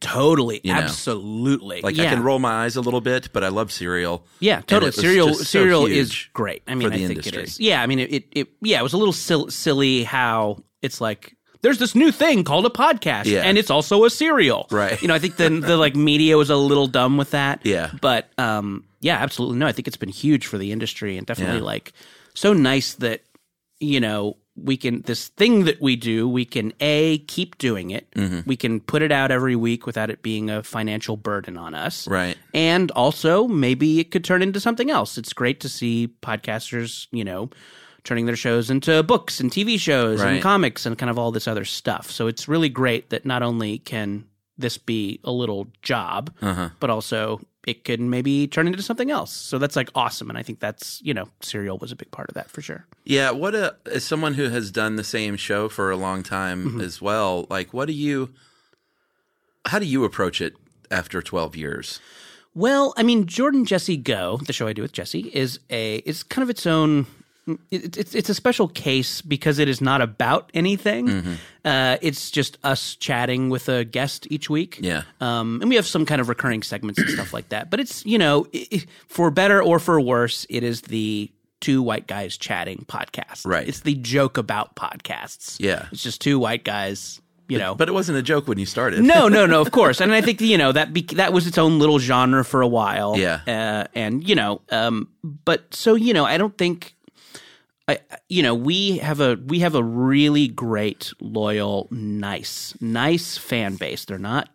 Speaker 3: totally,
Speaker 2: know.
Speaker 3: absolutely.
Speaker 2: Like
Speaker 3: yeah.
Speaker 2: I can roll my eyes a little bit, but I love Serial.
Speaker 3: Yeah,
Speaker 2: And
Speaker 3: totally.
Speaker 2: it was
Speaker 3: Serial
Speaker 2: just so
Speaker 3: serial
Speaker 2: huge
Speaker 3: is great. I mean,
Speaker 2: for the
Speaker 3: I think
Speaker 2: industry.
Speaker 3: it is. Yeah, I mean, it, it, it yeah, it was a little silly, silly how it's like there's this new thing called a podcast,
Speaker 2: Yeah.
Speaker 3: and it's also a serial,
Speaker 2: Right.
Speaker 3: You know, I think the the like media was a little dumb with that.
Speaker 2: Yeah.
Speaker 3: but um, yeah, absolutely. No, I think it's been huge for the industry, and definitely
Speaker 2: Yeah.
Speaker 3: like so nice that you know we can this thing that we do we can a keep doing it
Speaker 2: Mm-hmm.
Speaker 3: we can put it out every week without it being a financial burden on us
Speaker 2: Right.
Speaker 3: and also maybe it could turn into something else it's great to see podcasters you know turning their shows into books and tv shows and
Speaker 2: Right.
Speaker 3: comics and kind of all this other stuff so it's really great that not only can this be a little job but also it could maybe turn into something else so that's like awesome and i think that's you know serial was a big part of that for sure
Speaker 2: Yeah, what a as someone who has done the same show for a long time
Speaker 3: Mm-hmm.
Speaker 2: as well, like what do you how do you approach it after 12 years?
Speaker 3: Well, I mean, Jordan Jesse Go, the show I do with Jesse, is a is kind of its own. It, it's it's a special case because it is not about anything.
Speaker 2: Mm-hmm.
Speaker 3: Uh, it's just us chatting with a guest each week.
Speaker 2: Yeah.
Speaker 3: um, and we have some kind of recurring segments and stuff like that. But it's you know, i i- for better or for worse, it is the two white guys chatting podcast.
Speaker 2: Right.
Speaker 3: It's the joke about podcasts.
Speaker 2: Yeah.
Speaker 3: it's just two white guys. You know,
Speaker 2: But it wasn't a joke when you started.
Speaker 3: no, no, no. Of course, and I think you know that bec that was its own little genre for a while.
Speaker 2: Yeah.
Speaker 3: uh, and you know, um, but so you know, I don't think, I you know, we have a we have a really great, loyal, nice, nice fan base. They're not,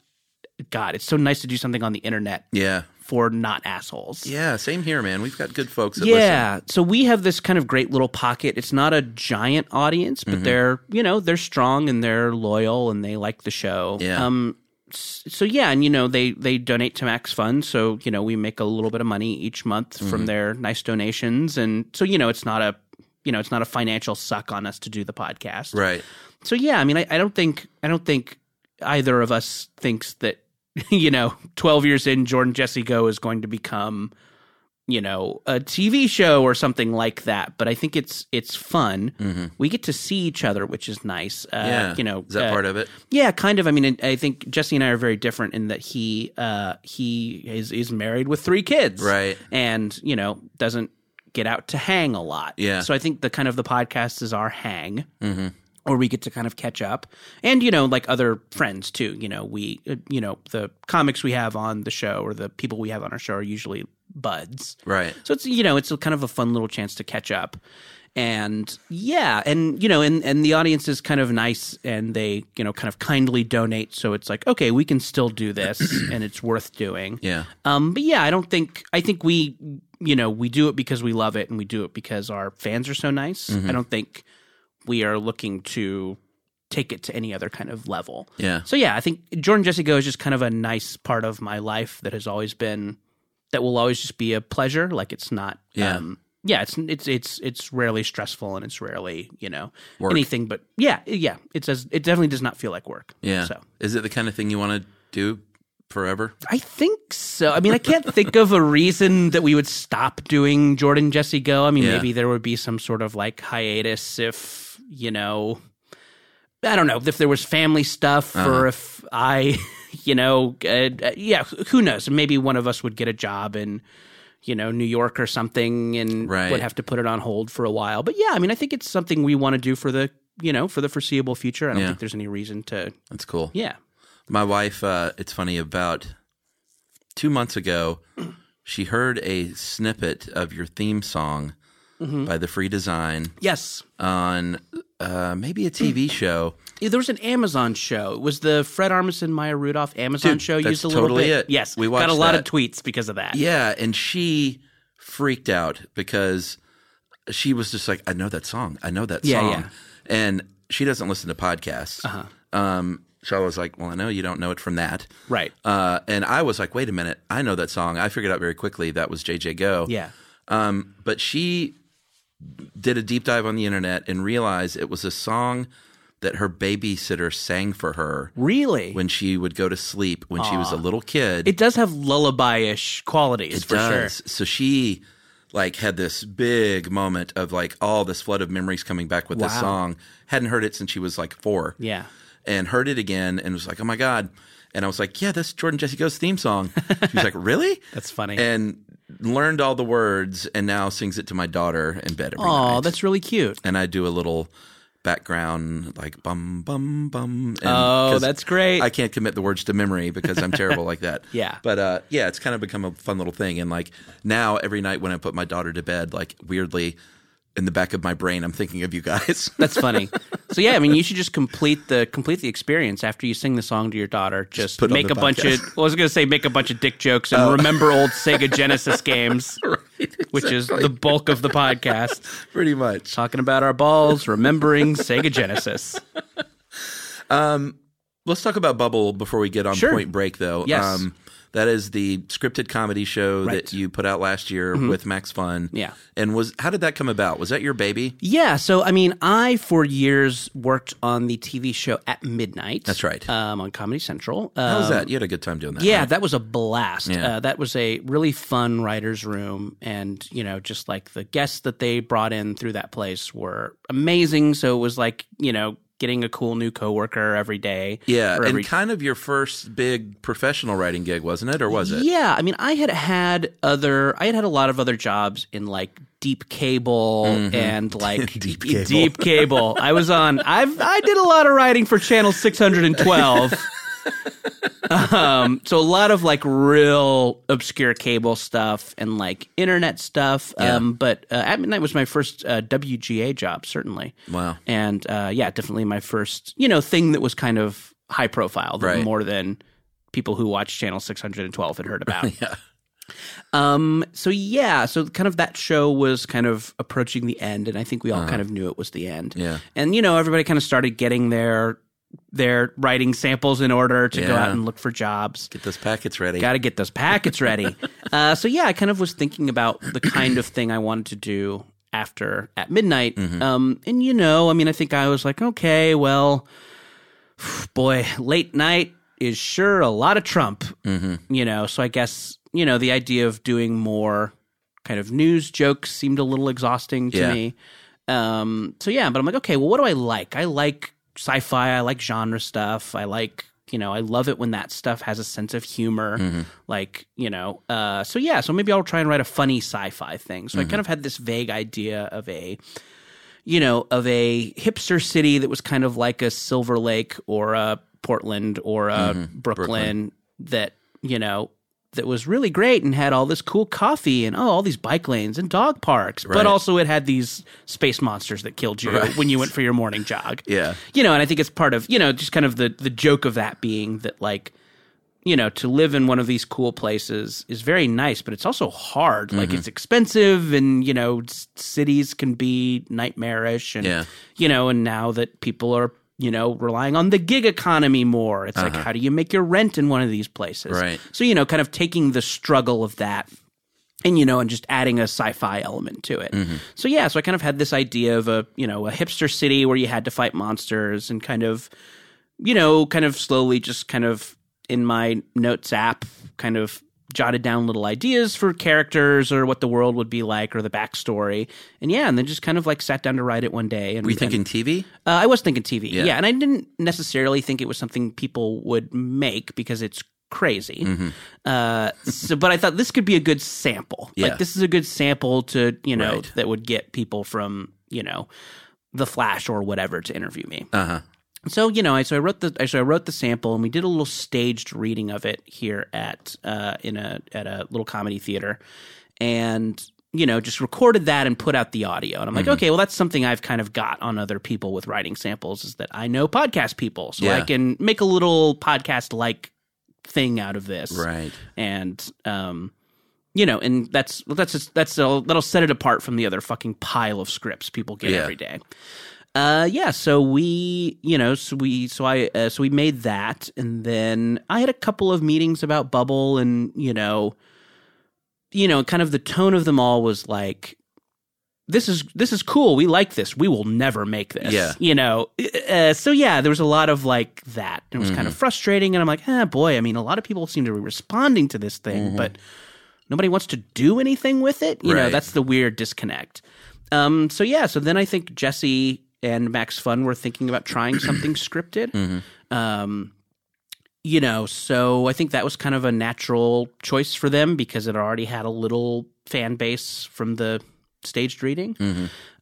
Speaker 3: God, it's so nice to do something on the internet
Speaker 2: Yeah.
Speaker 3: for not assholes.
Speaker 2: Yeah, same here, man. We've got good folks that
Speaker 3: Yeah. So we have this kind of great little pocket. It's not a giant
Speaker 2: Mm-hmm.
Speaker 3: audience, but they're, you know, they're strong and they're loyal and they like the show.
Speaker 2: Yeah.
Speaker 3: Um, so yeah, and you know they they donate to Max Fund, so you know we make a little bit of money each month
Speaker 2: Mm-hmm.
Speaker 3: from their nice donations, and so you know it's not a you know it's not a financial suck on us to do the podcast,
Speaker 2: Right.
Speaker 3: So yeah, I mean I, I don't think I don't think either of us thinks that [laughs] you know twelve years in Jordan Jesse Go is going to become you know a TV show or something like that, but I think it's it's fun. We get to see each other, which is nice. Uh,
Speaker 2: Mm-hmm. Yeah.
Speaker 3: you know
Speaker 2: is that
Speaker 3: uh,
Speaker 2: part of it?
Speaker 3: yeah, kind of. I mean, I think Jesse and I are very different in that he uh, he is is married with three kids,
Speaker 2: Right.
Speaker 3: And you know doesn't get out to hang a lot.
Speaker 2: Yeah.
Speaker 3: So I think the kind of the podcast is our hang. Mm-hmm. Or we get to kind of catch up, and you know, like other friends too. You know, we, uh, you know, the comics we have on the show or the people we have on our show are usually buds,
Speaker 2: Right.
Speaker 3: so it's you know it's a kind of a fun little chance to catch up, and yeah, and you know and and the audience is kind of nice and they you know kind of kindly donate, so it's like okay we can still do this and it's worth doing.
Speaker 2: Yeah.
Speaker 3: Um, but yeah, I don't think I think we you know we do it because we love it and we do it because our fans are so nice.
Speaker 2: Mm-hmm.
Speaker 3: I don't think we are looking to take it to any other kind of level.
Speaker 2: Yeah.
Speaker 3: So yeah, I think Jordan Jesse Go is just kind of a nice part of my life that has always been that will always just be a pleasure. Like it's not
Speaker 2: Yeah.
Speaker 3: um yeah, it's it's it's it's rarely stressful and it's rarely, you know,
Speaker 2: Work.
Speaker 3: anything but yeah, yeah. It says it definitely does not feel like work.
Speaker 2: Yeah.
Speaker 3: So
Speaker 2: Is it the kind of thing you want to do forever?
Speaker 3: I think so. I mean, I can't think of a reason that we would stop doing Jordan Jesse Go. I mean,
Speaker 2: Yeah.
Speaker 3: maybe there would be some sort of like hiatus if, you know, I don't know, if there was family stuff
Speaker 2: Uh-huh.
Speaker 3: or if I, [laughs] you know, uh, yeah, who knows? Maybe one of us would get a job in, you know, New York or something and
Speaker 2: Right.
Speaker 3: would have to put it on hold for a while. But yeah, I mean, I think it's something we want to do for the, you know, for the foreseeable future. I don't
Speaker 2: Yeah.
Speaker 3: think there's any reason to,
Speaker 2: That's cool.
Speaker 3: yeah.
Speaker 2: My wife, uh, it's funny, about two months ago, [clears throat] she heard a snippet of your theme song
Speaker 3: Mm-hmm.
Speaker 2: by The Free Design
Speaker 3: Yes.
Speaker 2: on uh, maybe a
Speaker 3: [clears throat]
Speaker 2: TV show.
Speaker 3: Yeah, there was an Amazon show. It was the Fred Armisen Maya Rudolph Amazon
Speaker 2: Dude,
Speaker 3: show
Speaker 2: that's
Speaker 3: used a little
Speaker 2: totally
Speaker 3: bit.
Speaker 2: it.
Speaker 3: Yes,
Speaker 2: We
Speaker 3: got a
Speaker 2: watched
Speaker 3: lot
Speaker 2: that.
Speaker 3: of tweets because of that.
Speaker 2: Yeah, and she freaked out because she was just like, "I know that song. I know that
Speaker 3: Yeah,
Speaker 2: song."
Speaker 3: yeah.
Speaker 2: And she doesn't listen to podcasts. Uh-huh. Um, so I was like, "Well, I know you don't know it from that,
Speaker 3: Right.
Speaker 2: Uh, and I was like, "Wait a minute, I know that song." I figured out very quickly that was JJ Go.
Speaker 3: Yeah.
Speaker 2: Um, but she did a deep dive on the internet and realized it was a song that her babysitter sang for her
Speaker 3: Really?
Speaker 2: when she would go to sleep when she was a little kid.
Speaker 3: it does have lullaby-ish qualities for sure.
Speaker 2: So she like had this big moment of like all this flood of memories coming back with this
Speaker 3: Wow.
Speaker 2: song. Hadn't heard it since she was like four.
Speaker 3: Yeah.
Speaker 2: And heard it again and was like, oh my God. And I was like, yeah, that's Jordan Jesse Go's theme song. She was like,
Speaker 3: [laughs]
Speaker 2: really?
Speaker 3: That's funny.
Speaker 2: And learned all the words and now sings it to my daughter in bed every
Speaker 3: Oh,
Speaker 2: night.
Speaker 3: that's really cute.
Speaker 2: and I do a little background like bum bum bum. And
Speaker 3: Oh,
Speaker 2: 'cause
Speaker 3: that's great.
Speaker 2: I can't commit the words to memory because I'm terrible like that.
Speaker 3: [laughs] Yeah.
Speaker 2: But uh, yeah, it's kind of become a fun little thing. And like now, every night when I put my daughter to bed, like weirdly in the back of my brain, I'm thinking of you guys. [laughs]
Speaker 3: that's funny. So yeah, I mean, you should just complete the complete the experience after you sing the song to your daughter. Just,
Speaker 2: put it on
Speaker 3: make
Speaker 2: the
Speaker 3: a bunch of.
Speaker 2: podcast. Oh.
Speaker 3: Well, I was gonna say make a bunch of dick jokes and remember old
Speaker 2: [laughs]
Speaker 3: Sega Genesis games, which is the bulk of the podcast.
Speaker 2: Pretty much.
Speaker 3: Talking about our balls, remembering Sega Genesis.
Speaker 2: Let's talk about Bubble before we get on
Speaker 3: Sure.
Speaker 2: Point Break, though. Um,
Speaker 3: Yes.
Speaker 2: that is the scripted comedy show
Speaker 3: Right. Mm-hmm.
Speaker 2: that you put out last year with Max Fun.
Speaker 3: Yeah.
Speaker 2: And was how did that come about? Was that your baby?
Speaker 3: Yeah, so I mean, I for years worked on the TV show at midnight.
Speaker 2: That's right.
Speaker 3: Um, on Comedy Central.
Speaker 2: How was
Speaker 3: Um,
Speaker 2: that? You had a good time doing that.
Speaker 3: Yeah,
Speaker 2: right?
Speaker 3: that was a blast.
Speaker 2: Yeah.
Speaker 3: Uh, that was a really fun writers' room, and you know, just like the guests that they brought in through that place were amazing. So it was like you know, getting a cool new coworker every day.
Speaker 2: Yeah,
Speaker 3: or
Speaker 2: and
Speaker 3: every
Speaker 2: kind of your first big professional writing gig, wasn't it, or was it?
Speaker 3: Yeah, I mean, I had had other, I had had a lot of other jobs in like deep cable
Speaker 2: Mm-hmm.
Speaker 3: and
Speaker 2: [laughs]
Speaker 3: like deep cable. cable. I was on. I've I did a lot of writing for Channel Six Hundred
Speaker 2: [laughs]
Speaker 3: and Twelve. um, so a lot of like real obscure cable stuff and like internet stuff. Um, but uh, at midnight was my first uh, WGA job, certainly.
Speaker 2: Wow.
Speaker 3: And uh, yeah, definitely my first, you know, thing that was kind of high profile, that
Speaker 2: Right.
Speaker 3: more than people who watch Channel 612 had
Speaker 2: [laughs]
Speaker 3: heard about. yeah. Um. So yeah. So kind of that show was kind of approaching the end, and I think we all kind of knew it was the end.
Speaker 2: Uh-huh. Yeah.
Speaker 3: And you know, everybody kind of started getting their they're writing samples in order to go
Speaker 2: Yeah.
Speaker 3: out and look for jobs.
Speaker 2: Get those packets ready.
Speaker 3: Got to get those
Speaker 2: [laughs]
Speaker 3: packets ready. uh, so yeah, I kind of was thinking about the kind of thing I wanted to do after at midnight.
Speaker 2: Mm-hmm.
Speaker 3: Um, and you know, I mean, I think I was like, okay, well, boy, late night is sure a lot of Trump. You know, so I guess you know the idea of doing more kind of news jokes seemed a little exhausting to
Speaker 2: Yeah.
Speaker 3: me. Um, so yeah, but I'm like, okay, well, what do I like? I like sci-fi. I like genre stuff. I like, you know, I love it when that stuff has a sense of humor. Like, you know, uh, so yeah, so maybe I'll try and write a funny sci-fi thing. So I kind of had this vague idea of a, you know, of a hipster city that was kind of like a Silver Lake or a Portland or a
Speaker 2: Mm-hmm.
Speaker 3: Brooklyn, that, you know, that was really great and had all this cool coffee and oh all these bike lanes and dog parks but
Speaker 2: Right.
Speaker 3: also it had these space monsters that killed you when you went for your morning jog
Speaker 2: [laughs] Yeah.
Speaker 3: you know and i think it's part of you know just kind of the the joke of that being that like you know to live in one of these cool places is very nice but it's also hard like
Speaker 2: Mm-hmm.
Speaker 3: it's expensive and you know s- cities can be nightmarish and
Speaker 2: Yeah.
Speaker 3: you know and now that people are you know relying on the gig economy more it's like how do you make your rent in one of these places
Speaker 2: Uh-huh. Right.
Speaker 3: so you know kind of taking the struggle of that and you know and just adding a sci-fi element to it
Speaker 2: Mm-hmm.
Speaker 3: so yeah so i kind of had this idea of a you know a hipster city where you had to fight monsters and kind of you know kind of slowly just kind of in my notes app kind of jotted down little ideas for characters or what the world would be like or the backstory and yeah and then just kind of like sat down to write it one day and
Speaker 2: Were you thinking TV?
Speaker 3: uh, I was thinking TV. Yeah.
Speaker 2: Yeah.
Speaker 3: And I didn't necessarily think it was something people would make because it's crazy.
Speaker 2: Mm-hmm.
Speaker 3: Uh, so, but I thought this could be a good sample.
Speaker 2: Yeah.
Speaker 3: Like, this is a good sample to, you know,
Speaker 2: Right.
Speaker 3: that would get people from, you know, The Flash or whatever to interview me.
Speaker 2: Uh huh.
Speaker 3: So you know, I so I wrote the I- so I wrote the sample, and we did a little staged reading of it here at uh, in a at a little comedy theater, and you know, just recorded that and put out the audio. And I'm
Speaker 2: Hmm.
Speaker 3: like, okay, well, that's something I've kind of got on other people with writing samples is that I know podcast people, so I
Speaker 2: Yeah.
Speaker 3: can make a little podcast like thing out of this,
Speaker 2: Right.
Speaker 3: and um, you know, and that's well, that's just, that's that'll, that'll set it apart from the other fucking pile of scripts people get
Speaker 2: Yeah.
Speaker 3: every day. Uh, yeah. So we, you know, so we, so I, uh, so we made that, and then I had a couple of meetings about Bubble, and you know, you know, kind of the tone of them all was like. This is this is cool. We like this. We will never make this.
Speaker 2: Yeah.
Speaker 3: You know. Uh, so yeah, there was a lot of like that. It was kind of frustrating, and I'm like, ah, boy. I mean, a lot of people seem to be responding to this thing, but nobody wants to do anything with it. You know,
Speaker 2: Right.
Speaker 3: that's the weird disconnect. Um, so yeah, so then I think Jesse and Max Fun were thinking about trying something scripted. Um, you know, so I think that was kind of a natural choice for them because it already had a little fan base from the staged reading.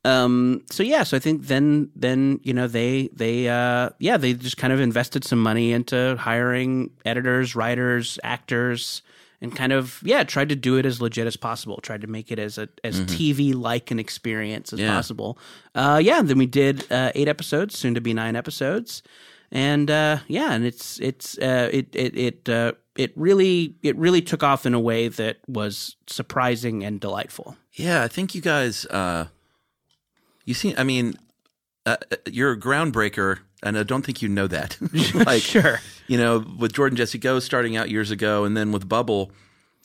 Speaker 3: Um, so yeah, so I think then then you know they they uh, yeah they just kind of invested some money into hiring editors, writers, actors, and kind of yeah tried to do it as legit as possible. Tried to make it as a as TV like an experience as
Speaker 2: Yeah.
Speaker 3: possible. Uh, yeah, then we did uh, eight episodes, soon to be nine episodes, and uh, yeah, and it's it's uh, it it it uh, it really it really took off in a way that was surprising and delightful.
Speaker 2: Yeah, I think you guys. Uh, you seem. I mean, uh, uh, you're a groundbreaker, and I don't think you know
Speaker 3: [laughs]
Speaker 2: that. [laughs] like,
Speaker 3: sure.
Speaker 2: you know, with Jordan Jesse Go starting out years ago, and then with Bubble,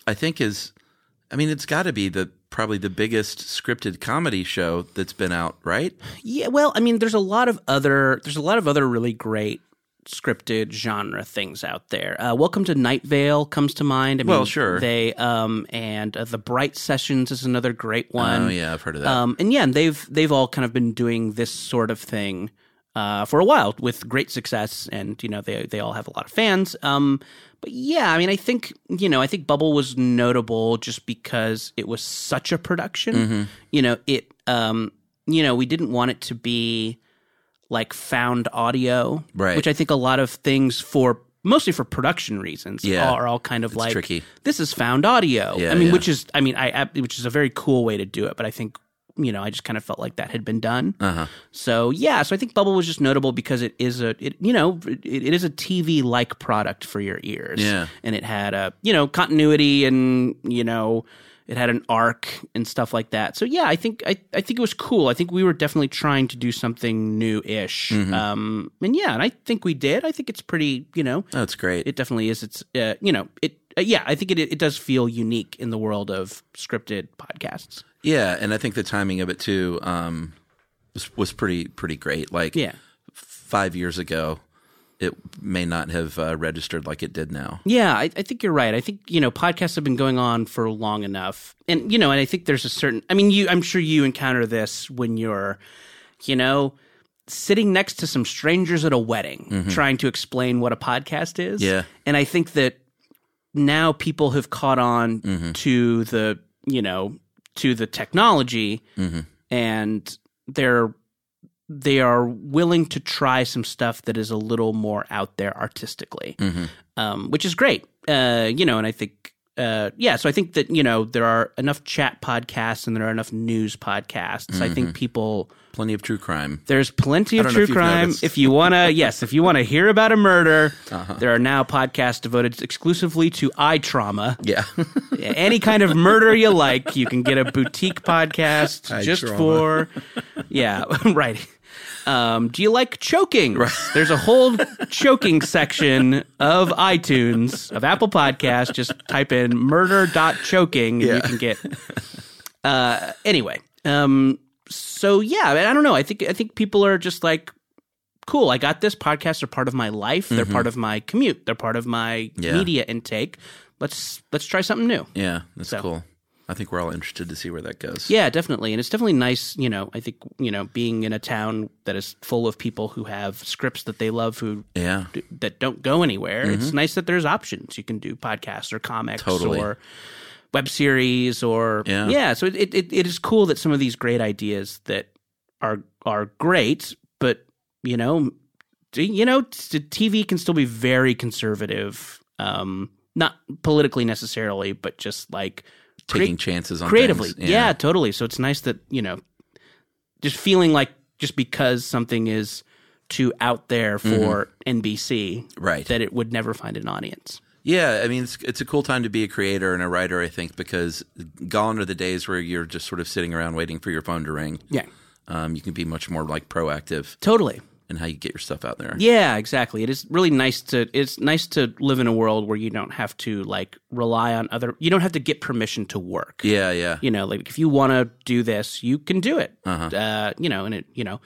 Speaker 2: I think is. I mean, it's got to be the probably the biggest scripted comedy show that's been out, right?
Speaker 3: Yeah, well, I mean, there's a lot of other there's a lot of other really great scripted genre things out there. Uh, Welcome to Night Vale comes to mind. I mean,
Speaker 2: Well, sure.
Speaker 3: They um and uh, the Bright Sessions is another great one.
Speaker 2: oh yeah, I've heard of that.
Speaker 3: Um, and yeah, and they've they've all kind of been doing this sort of thing uh, for a while with great success, and you know they they all have a lot of fans. Um, but yeah, I mean, I think you know I think Bubble was notable just because it was such a production.
Speaker 2: Mm-hmm.
Speaker 3: You know, it um, you know we didn't want it to be like found audio,
Speaker 2: Right.
Speaker 3: Which I think a lot of things for mostly for production reasons
Speaker 2: Yeah.
Speaker 3: are all kind of like
Speaker 2: tricky.
Speaker 3: this is found audio.
Speaker 2: Yeah,
Speaker 3: I mean,
Speaker 2: yeah.
Speaker 3: which is I mean, I ab- which is a very cool way to do it, but I think you know, I just kind of felt like that had been done.
Speaker 2: Uh huh.
Speaker 3: So yeah, so I think Bubble was just notable because it is a it, you know it, it is a TV like product for your ears.
Speaker 2: Yeah.
Speaker 3: and it had a you know continuity and you know it had an arc and stuff like that. So yeah, I think I, I think it was cool. I think we were definitely trying to do something new ish.
Speaker 2: Mm-hmm.
Speaker 3: Um, and yeah, and I think we did. I think it's pretty. You know,
Speaker 2: That's Oh, great.
Speaker 3: it definitely is. It's uh, you know it. Uh, yeah, I think it it does feel unique in the world of scripted podcasts.
Speaker 2: Yeah, and I think the timing of it too um, was was pretty pretty great. Like
Speaker 3: Yeah.
Speaker 2: five years ago, it may not have uh, registered like it did now.
Speaker 3: Yeah, I, I think you're right. I think you know podcasts have been going on for long enough, and you know, and I think there's a certain. I mean, you. I'm sure you encounter this when you're, you know, sitting next to some strangers at a wedding, trying to explain what a podcast is.
Speaker 2: Yeah.
Speaker 3: and I think that now people have caught on to the you know to the technology, and they're they are willing to try some stuff that is a little more out there artistically um, which is great. Uh, you know, and I think, uh, yeah, so I think that, you know, there are enough chat podcasts and there are enough news podcasts. I think people,
Speaker 2: Plenty of true crime.
Speaker 3: there's plenty of
Speaker 2: Mm-hmm. don't know
Speaker 3: true
Speaker 2: if you've
Speaker 3: crime.
Speaker 2: noticed. Uh-huh.
Speaker 3: If you want to, [laughs] yes, if you want to hear about a murder, there are now podcasts devoted exclusively to eye trauma.
Speaker 2: Yeah,
Speaker 3: Any kind of murder you like, you can get a boutique podcast just for, yeah, [laughs] right. Um, do you like choking? There's a whole choking section of iTunes, of Apple Podcasts. Just type in murder.choking and you can get. Uh, anyway, um, so yeah, I mean, I don't know. I think I think people are just like, cool. I got this. Podcasts are part of my life. They're part of my commute. They're part of my
Speaker 2: Yeah.
Speaker 3: media intake. Let's let's try something new.
Speaker 2: [laughs] yeah, that's
Speaker 3: So.
Speaker 2: cool. I think we're all interested to see where that goes.
Speaker 3: Yeah, definitely. And it's definitely nice, you know, I think, you know, being in a town that is full of people who have scripts that they love who
Speaker 2: yeah,
Speaker 3: d- that don't go anywhere. It's nice that there's options. You can do podcasts or comics
Speaker 2: Mm-hmm. Totally.
Speaker 3: or web series or
Speaker 2: Yeah.
Speaker 3: so it, it it- it is cool that some of these great ideas that are are great, but you know, do- you know, t- TV can still be very conservative. Um not politically necessarily, but just like
Speaker 2: taking chances on
Speaker 3: creatively.
Speaker 2: things.
Speaker 3: Yeah. totally. So it's nice that, you know, just feeling like just because something is too out there for NBC,
Speaker 2: Mm-hmm. Right.
Speaker 3: that it would never find an audience.
Speaker 2: Yeah, I mean it's it's a cool time to be a creator and a writer, I think, because gone are the days where you're just sort of sitting around waiting for your phone to ring.
Speaker 3: Yeah.
Speaker 2: Um, you can be much more like proactive
Speaker 3: Totally.
Speaker 2: in how you get your stuff out there.
Speaker 3: Yeah, exactly. It is really nice to it's nice to live in a world where you don't have to like rely on other you don't have to get permission to work.
Speaker 2: Yeah, yeah.
Speaker 3: you know like if you want to do this you can do it
Speaker 2: Uh-huh.
Speaker 3: uh you know and it you know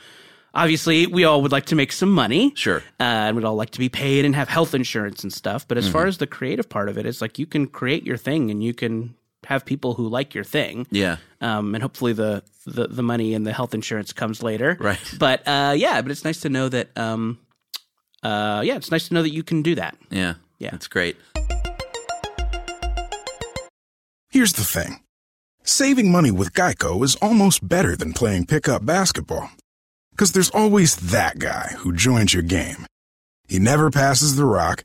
Speaker 3: obviously we all would like to make some money
Speaker 2: Sure.
Speaker 3: uh, and we'd all like to be paid and have health insurance and stuff but as
Speaker 2: Mm-hmm.
Speaker 3: far as the creative part of it it's like you can create your thing and you can have people who like your thing
Speaker 2: Yeah.
Speaker 3: um, and hopefully the, the the money and the health insurance comes later
Speaker 2: Right.
Speaker 3: but uh, yeah but it's nice to know that um, uh, yeah it's nice to know that you can do that
Speaker 2: Yeah.
Speaker 3: Yeah.
Speaker 2: That's great.
Speaker 4: Here's the thing saving money with Geico is almost better than playing pickup basketball. Because there's always that guy who joins your game. He never passes the rock,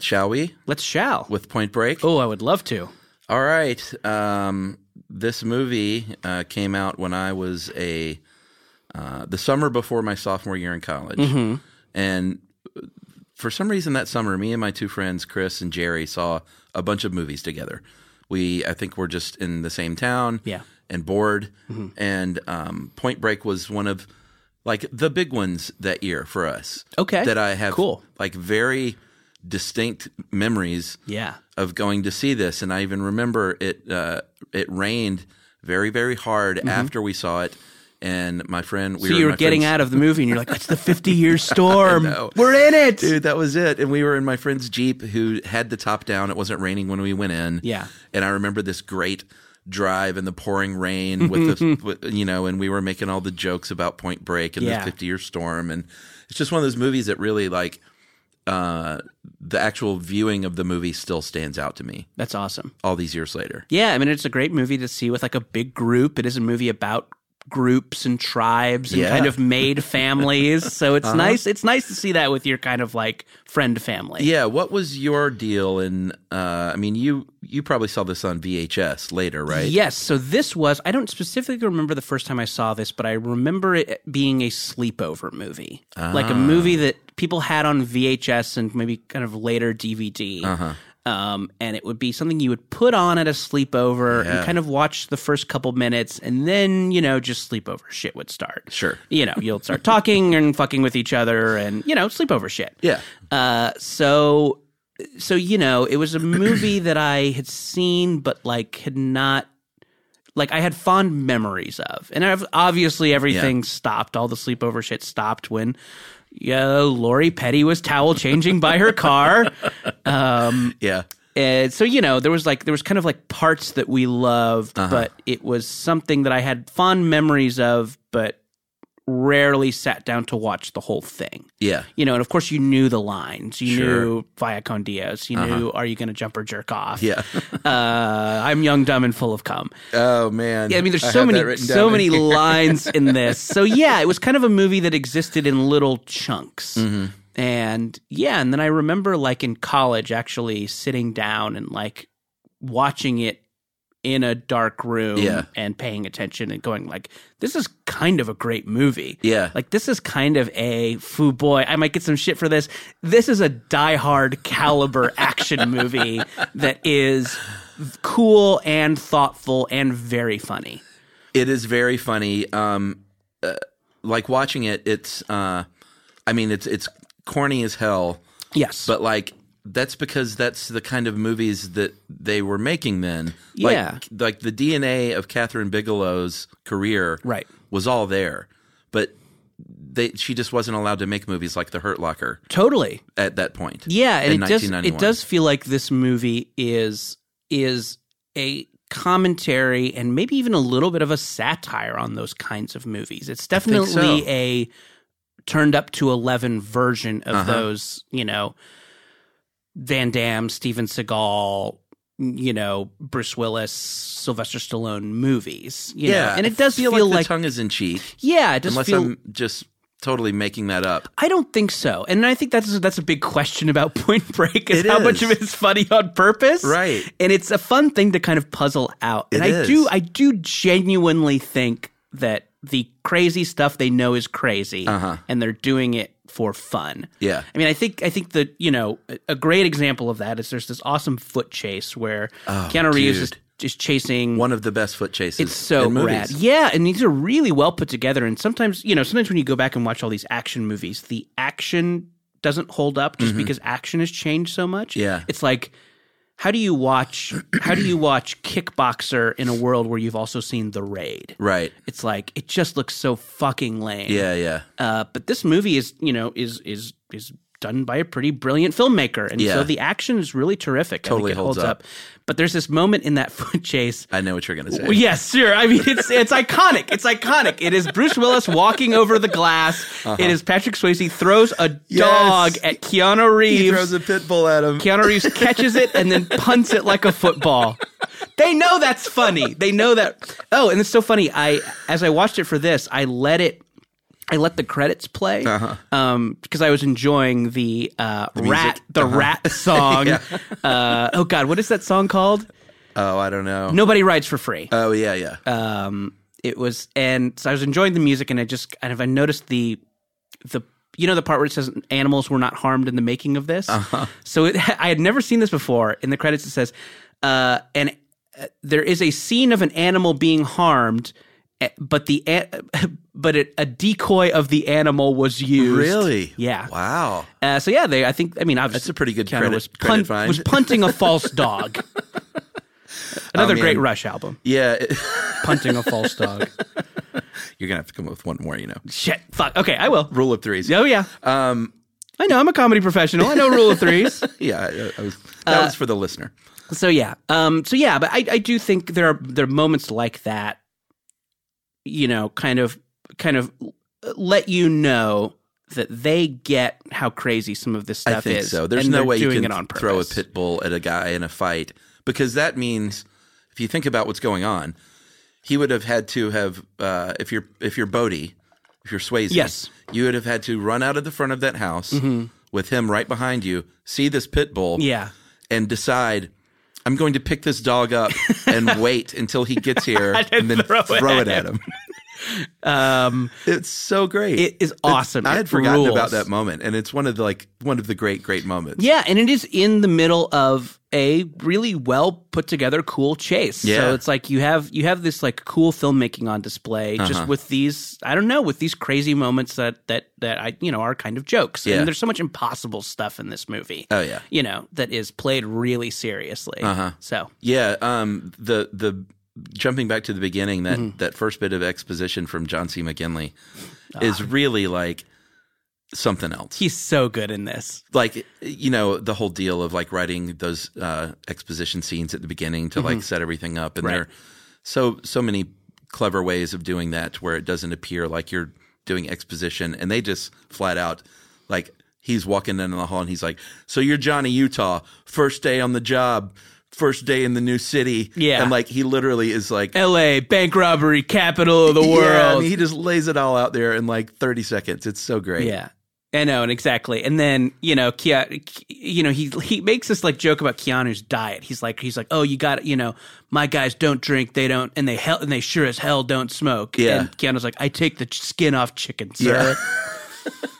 Speaker 2: Shall we?
Speaker 3: let's shall
Speaker 2: With Point Break.
Speaker 3: oh i would love to
Speaker 2: All right. Um, this movie uh, came out when I was a uh, the summer before my sophomore year in college,
Speaker 3: Mm-hmm.
Speaker 2: and for some reason that summer, me and my two friends Chris and Jerry saw a bunch of movies together. We, I think, were just in the same town,
Speaker 3: Yeah. Mm-hmm.
Speaker 2: and bored. And um, Point Break was one of like the big ones that year for us.
Speaker 3: Okay.
Speaker 2: that I have
Speaker 3: Cool.
Speaker 2: like very distinct memories
Speaker 3: yeah
Speaker 2: of going to see this, and I even remember it. Uh, it rained very, very hard after we saw it, And my friend, we
Speaker 3: Mm-hmm. so
Speaker 2: were in
Speaker 3: you were
Speaker 2: my
Speaker 3: getting
Speaker 2: friend's-
Speaker 3: out of the movie, and you're like, "That's the 50
Speaker 2: [laughs]
Speaker 3: year storm.
Speaker 2: know.
Speaker 3: We're in it."
Speaker 2: Dude, that was it. And we were in my friend's Jeep who had the top down. It wasn't raining when we went in.
Speaker 3: Yeah.
Speaker 2: And I remember this great drive in the pouring
Speaker 3: [laughs]
Speaker 2: rain with the, with, you know, and we were making all the jokes about Point Break and
Speaker 3: Yeah.
Speaker 2: the 50 year storm. And it's just one of those movies that really, like, uh, the actual viewing of the movie still stands out to me
Speaker 3: That's awesome.
Speaker 2: all these years later.
Speaker 3: Yeah, I mean, it's a great movie to see with like a big group. It is a movie about groups and tribes and
Speaker 2: Yeah.
Speaker 3: kind of made families. so it's nice. It's nice to see that with your kind of like friend family.
Speaker 2: Yeah, what was your deal? And uh, I mean, you you probably saw this on VHS later, right?
Speaker 3: Yes. So this was, I don't specifically remember the first time I saw this, but I remember it being a sleepover movie.
Speaker 2: Ah.
Speaker 3: Like a movie that people had on VHS and maybe kind of later DVD.
Speaker 2: Uh-huh.
Speaker 3: Um, and it would be something you would put on at a sleepover and kind of watch the first couple minutes, and then, you know, just sleepover shit would start.
Speaker 2: Sure.
Speaker 3: You know, you'll start talking [laughs] and fucking with each other and, you know, sleepover shit.
Speaker 2: Yeah.
Speaker 3: Uh, so so you know it was a movie that i had seen but like had not like i had fond memories of and I've, obviously everything stopped all the sleepover shit stopped when yeah lori petty was towel changing by
Speaker 2: [laughs]
Speaker 3: her car
Speaker 2: Yeah.
Speaker 3: and so you know there was like there was kind of like parts that we loved
Speaker 2: Uh-huh.
Speaker 3: but it was something that i had fond memories of but rarely sat down to watch the whole thing
Speaker 2: Yeah.
Speaker 3: you know, and of course you knew the lines. You
Speaker 2: Sure. Uh-huh.
Speaker 3: knew Viacon Diaz. You knew Are You Gonna Jump or Jerk Off?
Speaker 2: Yeah.
Speaker 3: Uh, I'm young, dumb, and full of cum.
Speaker 2: [laughs] Oh man.
Speaker 3: Yeah, I mean there's
Speaker 2: had
Speaker 3: so
Speaker 2: that
Speaker 3: many
Speaker 2: written
Speaker 3: so
Speaker 2: down in [laughs]
Speaker 3: many
Speaker 2: here.
Speaker 3: lines in this. So yeah, it was kind of a movie that existed in little chunks.
Speaker 2: Mm. Mm-hmm.
Speaker 3: And yeah, and then I remember like in college actually sitting down and like watching it in a dark room
Speaker 2: Yeah.
Speaker 3: and paying attention and going like this is kind of a great movie.
Speaker 2: Yeah.
Speaker 3: Like this is kind of a foo boy. I might get some shit for this. This is a
Speaker 2: [laughs]
Speaker 3: diehard caliber action movie that is cool and thoughtful and very funny.
Speaker 2: It is very funny. Um, uh, like watching it, it's. Uh, I mean, it's it's corny as hell,
Speaker 3: Yes.
Speaker 2: but like that's because that's the kind of movies that they were making then. Like,
Speaker 3: Yeah.
Speaker 2: like the DNA of Catherine Bigelow's career,
Speaker 3: Right.
Speaker 2: was all there, but they she just wasn't allowed to make movies like The Hurt Locker
Speaker 3: totally.
Speaker 2: at that point.
Speaker 3: Yeah, and
Speaker 2: in
Speaker 3: it does it
Speaker 2: 1991.
Speaker 3: does feel like this movie is is a commentary and maybe even a little bit of a satire on those kinds of movies. It's
Speaker 2: think
Speaker 3: definitely
Speaker 2: so.
Speaker 3: a turned up to 11 version of
Speaker 2: Uh-huh.
Speaker 3: those, you know, Van Damme, Steven Seagal, you know, Bruce Willis, Sylvester Stallone movies, you know.
Speaker 2: Yeah,
Speaker 3: And
Speaker 2: I
Speaker 3: it does
Speaker 2: feel,
Speaker 3: feel,
Speaker 2: like,
Speaker 3: like,
Speaker 2: the tongue is in cheek,
Speaker 3: yeah, it does
Speaker 2: unless
Speaker 3: feel
Speaker 2: I'm just totally making that up.
Speaker 3: I don't think so, and I think that's that's a big question about [laughs] Point Break is
Speaker 2: It
Speaker 3: how
Speaker 2: is.
Speaker 3: much of it is funny on purpose,
Speaker 2: Right.
Speaker 3: And it's a fun thing to kind of puzzle out. And
Speaker 2: It
Speaker 3: I
Speaker 2: is.
Speaker 3: do I do genuinely think that the crazy stuff they know is crazy, and they're doing it for fun.
Speaker 2: Uh-huh. Yeah.
Speaker 3: I mean, I think I think that you know a- a great example of that is there's this awesome foot chase where Keanu Reeves is
Speaker 2: Oh, dude.
Speaker 3: just chasing
Speaker 2: One of the best foot chases.
Speaker 3: it's so
Speaker 2: in movies.
Speaker 3: rad. Yeah, and these are really well put together. And sometimes, you know, sometimes when you go back and watch all these action movies, the action doesn't hold up just because action has changed so much.
Speaker 2: Mm-hmm. Yeah.
Speaker 3: It's like how do you watch [clears throat] how do you watch Kickboxer in a world where you've also seen The Raid?
Speaker 2: Right.
Speaker 3: It's like it just looks so fucking lame.
Speaker 2: Yeah, yeah.
Speaker 3: Uh, but this movie is, you know, is is is done by a pretty brilliant filmmaker, and
Speaker 2: Yeah.
Speaker 3: so the action is really terrific.
Speaker 2: Totally
Speaker 3: I think it
Speaker 2: holds up.
Speaker 3: But there's this moment in that [laughs] foot chase
Speaker 2: I know what you're going to say.
Speaker 3: well, yes, sure. I mean, it's it's iconic. It's iconic. It is Bruce Willis walking over the glass.
Speaker 2: Uh-huh.
Speaker 3: It is Patrick Swayze throws a dog at Keanu Reeves.
Speaker 2: He throws a pit bull at him.
Speaker 3: Keanu Reeves catches it and then punts it like a football. They know that's funny. They know that. Oh, and it's so funny. I as I watched it for this, I let it. I let the credits play
Speaker 2: Uh-huh.
Speaker 3: um, because I was enjoying the, uh, rat, the
Speaker 2: Uh-huh. [laughs]
Speaker 3: rat song. uh, oh God, what is that song called?
Speaker 2: Oh, I don't know.
Speaker 3: Nobody rides for free
Speaker 2: Oh, yeah, yeah.
Speaker 3: it was and so i was enjoying the music and i just kind of i noticed the the you know the part where it says animals were not harmed in the making of this
Speaker 2: Uh-huh.
Speaker 3: so it, [laughs] i had never seen this before in the credits it says uh and uh, there is a scene of an animal being harmed eh, [laughs] but the a- but it, a decoy of the animal was used
Speaker 2: really?
Speaker 3: yeah
Speaker 2: Wow.
Speaker 3: uh, so yeah they i think i mean obviously
Speaker 2: That's a pretty good
Speaker 3: Keanu
Speaker 2: credit,
Speaker 3: was,
Speaker 2: credit
Speaker 3: pun-
Speaker 2: find.
Speaker 3: was punting a false
Speaker 2: [laughs]
Speaker 3: dog another
Speaker 2: man.
Speaker 3: great rush album
Speaker 2: yeah. it-
Speaker 3: punting a false dog
Speaker 2: [laughs] You're gonna have to come up with one more. You know,
Speaker 3: Shit. Fuck. Okay, I will.
Speaker 2: rule of threes.
Speaker 3: Oh yeah.
Speaker 2: Um. [laughs]
Speaker 3: I know. I'm a comedy professional. I know rule of threes.
Speaker 2: Yeah. I, I was,
Speaker 3: Uh,
Speaker 2: that was for the listener.
Speaker 3: [laughs] So yeah. Um. So yeah. But I, I do think there are there are moments like that. You know, kind of kind of let you know that they get how crazy some of this stuff
Speaker 2: I think
Speaker 3: is.
Speaker 2: so. There's
Speaker 3: and
Speaker 2: no
Speaker 3: they're
Speaker 2: way you
Speaker 3: doing
Speaker 2: can
Speaker 3: it on purpose.
Speaker 2: throw a pit bull at a guy in a fight because that means if you think about what's going on, he would have had to have uh, if you're if you're Bodie, if you're Swayze,
Speaker 3: Yes. Mm-hmm.
Speaker 2: you would have had to run out of the front of that house with him right behind you, see this pit bull,
Speaker 3: Yeah.
Speaker 2: and decide. I'm going to pick this dog up [laughs] and wait until he [laughs] gets here and then throw, it at him. [laughs]
Speaker 3: Um.
Speaker 2: It's so great.
Speaker 3: It is
Speaker 2: It's-
Speaker 3: awesome.
Speaker 2: I
Speaker 3: It
Speaker 2: had forgotten
Speaker 3: rules.
Speaker 2: about that moment, and it's one of the like one of the great, great moments.
Speaker 3: Yeah, and it is in the middle of a really well put together cool chase.
Speaker 2: Yeah.
Speaker 3: So it's like you have you have this like cool filmmaking on display
Speaker 2: Uh-huh.
Speaker 3: just with these I don't know, with these crazy moments that that that I you know are kind of jokes.
Speaker 2: Yeah.
Speaker 3: And there's so much impossible stuff in this movie.
Speaker 2: Oh yeah.
Speaker 3: You know, that is played really seriously.
Speaker 2: Uh-huh.
Speaker 3: So
Speaker 2: Yeah, um, the the jumping back to the beginning that that first bit of exposition from John C. McGinley is really like something else.
Speaker 3: he's so good in this.
Speaker 2: like you know the whole deal of like writing those uh, exposition scenes at the beginning to
Speaker 3: Mm-hmm.
Speaker 2: like set everything up, and there are so so many clever ways of doing that where it doesn't appear like you're doing exposition, and they just flat out like he's walking in the hall and he's like, "So you're Johnny Utah, first day on the job." First day in the new city,
Speaker 3: Yeah.
Speaker 2: and like he literally is like
Speaker 3: LA, bank robbery, capital of the world.
Speaker 2: [laughs] yeah, and he just lays it all out there in like thirty seconds. It's so great.
Speaker 3: Yeah. I know, and exactly. And then, you know, Keanu, you know, he he makes this like joke about Keanu's diet. He's like he's like, "Oh, you got, you know, my guys don't drink, they don't and they hell and they sure as hell don't smoke."
Speaker 2: Yeah.
Speaker 3: And Keanu's like, "I take the ch- skin off chicken, sir."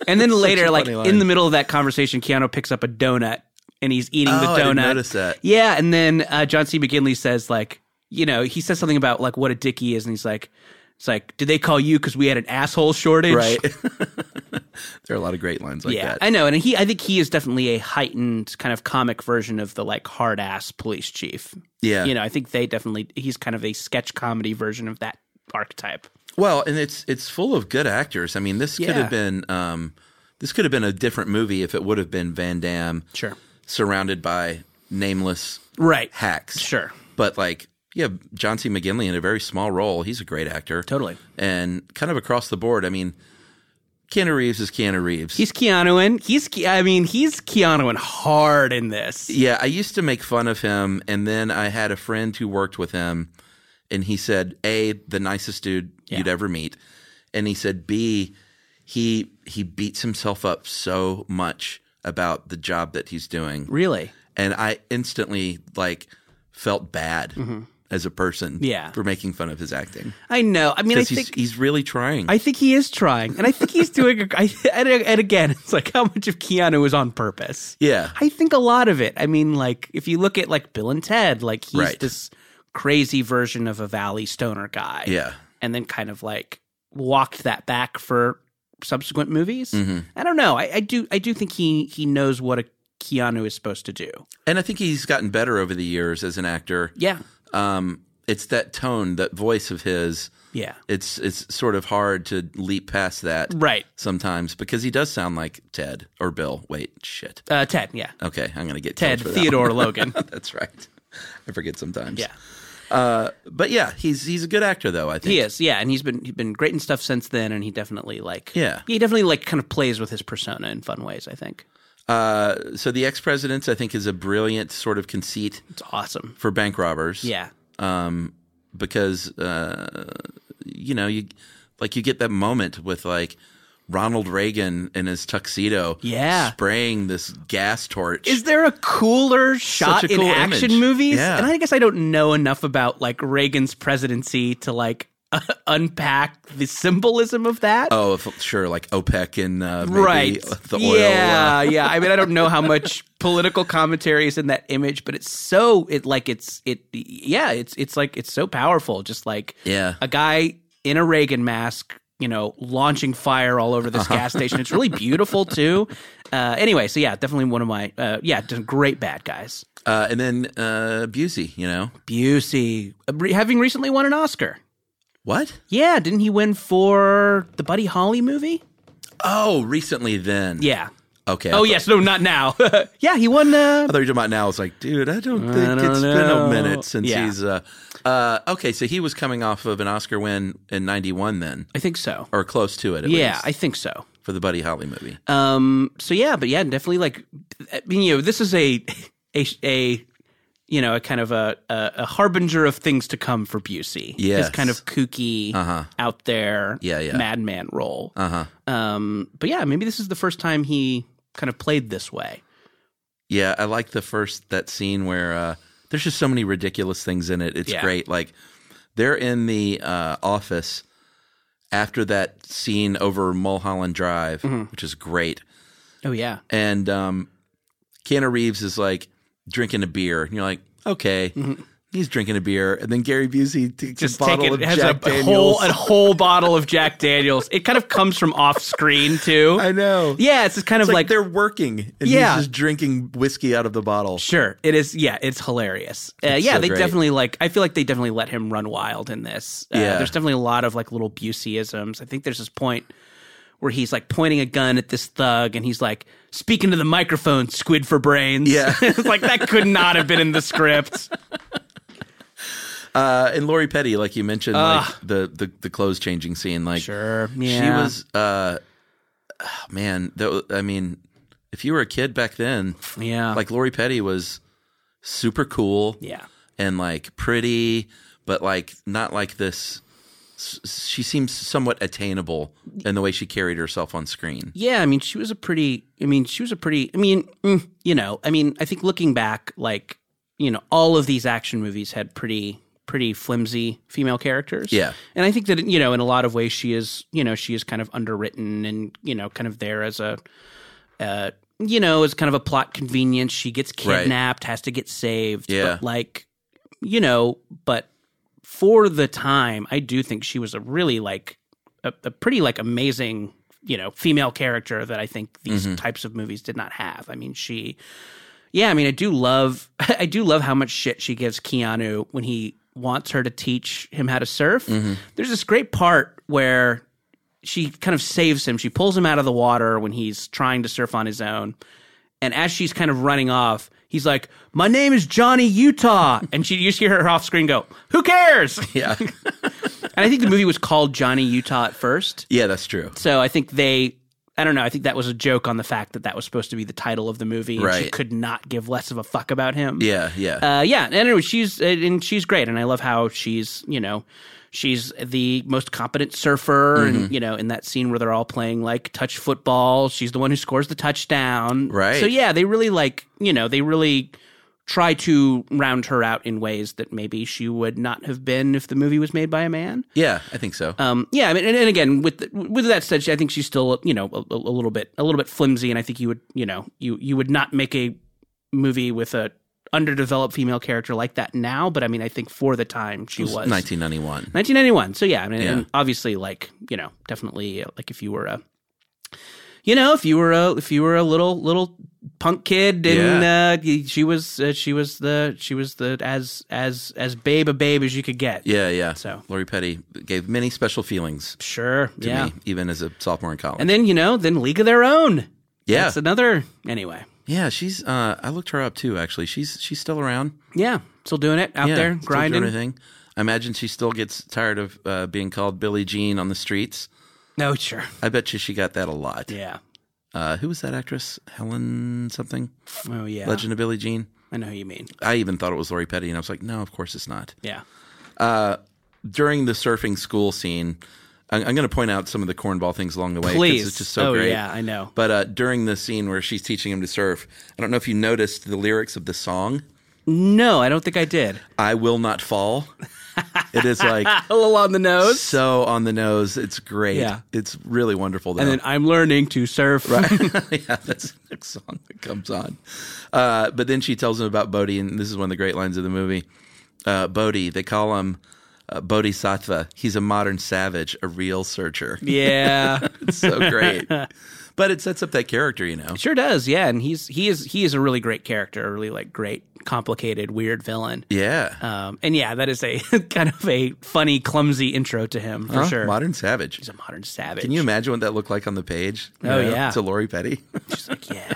Speaker 3: and
Speaker 2: [laughs]
Speaker 3: then later
Speaker 2: a
Speaker 3: like
Speaker 2: funny
Speaker 3: in
Speaker 2: line.
Speaker 3: the middle of that conversation, Keanu picks up a donut and he's eating
Speaker 2: Oh, I
Speaker 3: the
Speaker 2: didn't
Speaker 3: donut.
Speaker 2: notice that.
Speaker 3: Yeah, and then uh, John C. McGinley says like, you know, he says something about like what a dick he is and he's like it's like, did they call you because we had an asshole shortage?
Speaker 2: right. [laughs] there are a lot of great lines like
Speaker 3: yeah,
Speaker 2: that.
Speaker 3: I know, and he, I think he is definitely a heightened kind of comic version of the like hard ass police chief.
Speaker 2: Yeah.
Speaker 3: You know, I think they definitely he's kind of a sketch comedy version of that archetype.
Speaker 2: Well, and it's it's full of good actors. I mean, this could
Speaker 3: Yeah.
Speaker 2: have been um, this could have been a different movie if it would have been Van Damme
Speaker 3: Sure.
Speaker 2: surrounded by nameless
Speaker 3: Right.
Speaker 2: hacks.
Speaker 3: Sure.
Speaker 2: But like yeah, John C. McGinley in a very small role. He's a great actor.
Speaker 3: Totally.
Speaker 2: And kind of across the board, I mean, Keanu Reeves is Keanu Reeves.
Speaker 3: He's Keanu in. He's Ke- I mean, he's Keanu in hard in this.
Speaker 2: Yeah, I used to make fun of him, and then I had a friend who worked with him, and he said, "A, the nicest dude you'd ever meet," and he said, "B, he he beats himself up so much about the job that he's doing."
Speaker 3: Really.
Speaker 2: and I instantly like felt bad as a person,
Speaker 3: Mm-hmm. Yeah.
Speaker 2: for making fun of his acting
Speaker 3: I know. I mean, I
Speaker 2: because he's
Speaker 3: think
Speaker 2: he's really trying.
Speaker 3: I think he is trying, and I think he's doing. A, I, and, and again, it's like how much of Keanu is on purpose.
Speaker 2: yeah,
Speaker 3: I think a lot of it. I mean, like if you look at like Bill and Ted, like he's
Speaker 2: Right.
Speaker 3: this crazy version of a Valley Stoner guy,
Speaker 2: yeah,
Speaker 3: and then kind of like walked that back for subsequent movies.
Speaker 2: Mm-hmm.
Speaker 3: I don't know. I, I do. I do think he he knows what a Keanu is supposed to do.
Speaker 2: and I think he's gotten better over the years as an actor.
Speaker 3: Yeah.
Speaker 2: Um, it's that tone, that voice of his.
Speaker 3: Yeah.
Speaker 2: it's it's sort of hard to leap past that
Speaker 3: Right.
Speaker 2: sometimes because he does sound like Ted or Bill. Wait, shit.
Speaker 3: Uh, Ted. Yeah.
Speaker 2: Okay, I'm gonna get
Speaker 3: Ted
Speaker 2: killed for that
Speaker 3: Theodore
Speaker 2: one. [laughs]
Speaker 3: Logan.
Speaker 2: That's right. I forget sometimes.
Speaker 3: Yeah.
Speaker 2: but yeah, he's he's a good actor though. I think
Speaker 3: He is. Yeah, and he's been he's been great and stuff since then, and he definitely like
Speaker 2: Yeah.
Speaker 3: he definitely like kind of plays with his persona in fun ways. I think
Speaker 2: Uh, so the ex presidents, I think, is a brilliant sort of conceit
Speaker 3: it's awesome.
Speaker 2: for bank robbers.
Speaker 3: Yeah.
Speaker 2: because uh, you know you like you get that moment with like. Ronald Reagan in his tuxedo,
Speaker 3: Yeah.
Speaker 2: spraying this gas torch.
Speaker 3: Is there a cooler shot
Speaker 2: a
Speaker 3: in
Speaker 2: cool
Speaker 3: action
Speaker 2: image.
Speaker 3: movies?
Speaker 2: Yeah.
Speaker 3: And I guess I don't know enough about like Reagan's presidency to like [laughs] unpack the symbolism of that.
Speaker 2: Oh, if, sure, like OPEC and uh, maybe
Speaker 3: right.
Speaker 2: the oil.
Speaker 3: yeah,
Speaker 2: uh,
Speaker 3: yeah. I mean, I don't
Speaker 2: [laughs]
Speaker 3: know how much political commentary is in that image, but it's so it like it's it yeah, it's it's like it's so powerful just like
Speaker 2: yeah.
Speaker 3: a guy in a Reagan mask, you know, launching fire all over this
Speaker 2: Uh-huh.
Speaker 3: gas station. It's really beautiful too.
Speaker 2: [laughs]
Speaker 3: Uh, anyway, so yeah, definitely one of my uh, yeah, just great bad guys.
Speaker 2: Uh, and then uh, Busey, you know,
Speaker 3: Busey, re- having recently won an Oscar.
Speaker 2: What?
Speaker 3: Yeah, didn't he win for the Buddy Holly movie?
Speaker 2: Oh, recently then.
Speaker 3: Yeah.
Speaker 2: Okay.
Speaker 3: Oh yes, no, not now. [laughs] yeah, he won. Uh,
Speaker 2: I thought you were talking about now. I was like, dude, I don't think
Speaker 3: don't
Speaker 2: it's
Speaker 3: know.
Speaker 2: been a minute since
Speaker 3: Yeah.
Speaker 2: he's. Uh, uh, okay, so he was coming off of an Oscar win in '91, then,
Speaker 3: I think so.
Speaker 2: or close to it. At
Speaker 3: Yeah,
Speaker 2: least,
Speaker 3: I think so.
Speaker 2: for the Buddy Holly movie.
Speaker 3: Um. So yeah, but yeah, definitely like, I mean, you know, this is a a a you know a kind of a a, a harbinger of things to come for Busey.
Speaker 2: Yes.
Speaker 3: His kind of kooky, out there,
Speaker 2: Yeah, yeah.
Speaker 3: madman role. Uh huh. Um. But yeah, maybe this is the first time he kind of played this way.
Speaker 2: Yeah, I like the first that scene where uh, there's just so many ridiculous things in it. It's
Speaker 3: Yeah.
Speaker 2: great. Like they're in the uh, office after that scene over Mulholland Drive,
Speaker 3: Mm-hmm.
Speaker 2: which is great.
Speaker 3: Oh yeah.
Speaker 2: And um, Keanu Reeves is like drinking a beer, and you're like, okay. He's drinking a beer, and then Gary Busey takes
Speaker 3: Mm-hmm. Just
Speaker 2: a
Speaker 3: take
Speaker 2: bottle
Speaker 3: it.
Speaker 2: of
Speaker 3: it has
Speaker 2: Jack
Speaker 3: a, a
Speaker 2: Daniels.
Speaker 3: whole a whole bottle of Jack Daniels. It kind of comes from off screen too.
Speaker 2: [laughs] I know.
Speaker 3: Yeah, it's just kind
Speaker 2: It's
Speaker 3: of
Speaker 2: like,
Speaker 3: like
Speaker 2: they're working, and
Speaker 3: Yeah.
Speaker 2: he's just drinking whiskey out of the bottle.
Speaker 3: Sure, it is. Yeah, it's hilarious. Uh, yeah,
Speaker 2: so
Speaker 3: they
Speaker 2: great.
Speaker 3: definitely like. I feel like they definitely let him run wild in this. Uh,
Speaker 2: Yeah.
Speaker 3: there's definitely a lot of like little Buseyisms. I think there's this point where he's like pointing a gun at this thug, and he's like speaking to the microphone, "Squid for brains."
Speaker 2: Yeah.
Speaker 3: [laughs] it's like that could not have been in
Speaker 2: [laughs]
Speaker 3: the script.
Speaker 2: Uh, and Lori Petty, like you mentioned, like the, the the clothes changing scene, like
Speaker 3: Sure,
Speaker 2: she
Speaker 3: yeah.
Speaker 2: was, uh, [sighs] ah, man. That wa- I mean, if you were a kid back then,
Speaker 3: Yeah,
Speaker 2: like Lori Petty was super cool,
Speaker 3: yeah,
Speaker 2: and like pretty, but like not like this. s- She seems somewhat attainable in the way she carried herself on
Speaker 3: [laughs]
Speaker 2: screen.
Speaker 3: yeah. I mean, she was a pretty. I mean, she was a pretty. I mean, mm, you know. I mean, I think looking back, like you know, all of these action movies had pretty pretty flimsy female characters.
Speaker 2: Yeah.
Speaker 3: And I think that you know, in a lot of ways, she is you know she is kind of underwritten and you know kind of there as a, uh, you know, as kind of a plot convenience. She gets
Speaker 2: Right.
Speaker 3: kidnapped, has to get saved.
Speaker 2: Yeah.
Speaker 3: But like, you know, but for the time, I do think she was a really like a, a pretty like amazing you know female character that I think these types of movies did not have. I mean, she yeah, I mean, I do love, [laughs] I do love how much shit she gives Keanu when he wants her to teach him how to surf. There's this great part where she kind of saves him. She pulls him out of the water when he's trying to surf on his own, and as she's kind of running off, he's like, "My name is Johnny [laughs] Utah," and she you just hear her off screen go, "Who cares?"
Speaker 2: Yeah,
Speaker 3: [laughs] And I think the movie was called Johnny Utah at first.
Speaker 2: yeah, that's true.
Speaker 3: So I think they, I don't know, I think that was a joke on the fact that that was supposed to be the title of the movie. and She
Speaker 2: Right.
Speaker 3: could not give less of a fuck about him.
Speaker 2: Yeah, yeah,
Speaker 3: Uh, yeah. And anyway, she's, and she's great. And I love how she's, you know, she's the most competent surfer. And, you know, in that scene where they're all playing like touch football, she's the one who scores the touchdown.
Speaker 2: Right.
Speaker 3: So yeah, they really like, you know, they really try to round her out in ways that maybe she would not have been if the movie was made by a man.
Speaker 2: yeah. I think so.
Speaker 3: Um, yeah, I mean, and, and again, with with that said, she- I think she's still, you know, a, a little bit, a little bit flimsy, and I think you would, you know, you you would not make a movie with a underdeveloped female character like that now. But I mean, I think for the time she was,
Speaker 2: 1991.
Speaker 3: 1991. So yeah, I mean,
Speaker 2: Yeah.
Speaker 3: and obviously, like you know, definitely, uh, like if you were a, you know, if you were a, if you were a little little punk kid, and uh, y- she was, uh, she was the, she was the as as as babe a babe as you could get.
Speaker 2: Yeah, yeah.
Speaker 3: So.
Speaker 2: Lori Petty gave many special feelings
Speaker 3: Sure.
Speaker 2: to
Speaker 3: yeah.
Speaker 2: me, even as a sophomore in college.
Speaker 3: And then, you know, then League of Their Own.
Speaker 2: yeah,
Speaker 3: That's another anyway.
Speaker 2: yeah, she's. Uh, I looked her up too. Actually, she's she's still around
Speaker 3: Yeah. Still doing it out
Speaker 2: yeah,
Speaker 3: there,
Speaker 2: still doing her
Speaker 3: grinding.
Speaker 2: thing. I imagine she still gets tired of uh, being called Billie Jean on the streets.
Speaker 3: No, sure.
Speaker 2: I bet you she got that a lot.
Speaker 3: Yeah.
Speaker 2: Uh, who was that actress? Helen something?
Speaker 3: Oh yeah.
Speaker 2: Legend of Billie Jean.
Speaker 3: I know who you mean.
Speaker 2: I even thought it was Lori Petty, and I was like, no, of course it's not.
Speaker 3: Yeah.
Speaker 2: During the surfing school scene, I'm, I'm going to point out some of the cornball things along the way. 'cause
Speaker 3: Please.
Speaker 2: it's just so
Speaker 3: oh
Speaker 2: great.
Speaker 3: yeah, I know.
Speaker 2: But uh, during the scene where she's teaching him to surf, I don't know if you noticed the lyrics of the song.
Speaker 3: No, I don't think I did.
Speaker 2: I will not fall. It is
Speaker 3: [laughs]
Speaker 2: like
Speaker 3: A little on the nose.
Speaker 2: so on the nose. It's great.
Speaker 3: Yeah.
Speaker 2: It's really wonderful. Though.
Speaker 3: And then I'm learning to surf.
Speaker 2: [laughs] yeah, that's the next song that comes on. Uh, but then she tells him about Bodhi, and this is one of the great lines of the movie. Uh, Bodhi, they call him uh, Bodhisattva. He's a modern savage, a real searcher.
Speaker 3: [laughs] yeah. [laughs]
Speaker 2: It's so great. but but it sets up that character, you know.
Speaker 3: Sure does, yeah. And he's he is he is a really great character, a really like great, complicated, weird villain.
Speaker 2: Yeah.
Speaker 3: Um, and yeah, that is a [laughs] kind of a funny, clumsy intro to him for
Speaker 2: Huh?
Speaker 3: Uh, sure.
Speaker 2: Modern Savage.
Speaker 3: He's a modern savage.
Speaker 2: Can you imagine what that looked like on the page? You
Speaker 3: Oh, yeah.
Speaker 2: To Lori Petty.
Speaker 3: Yeah,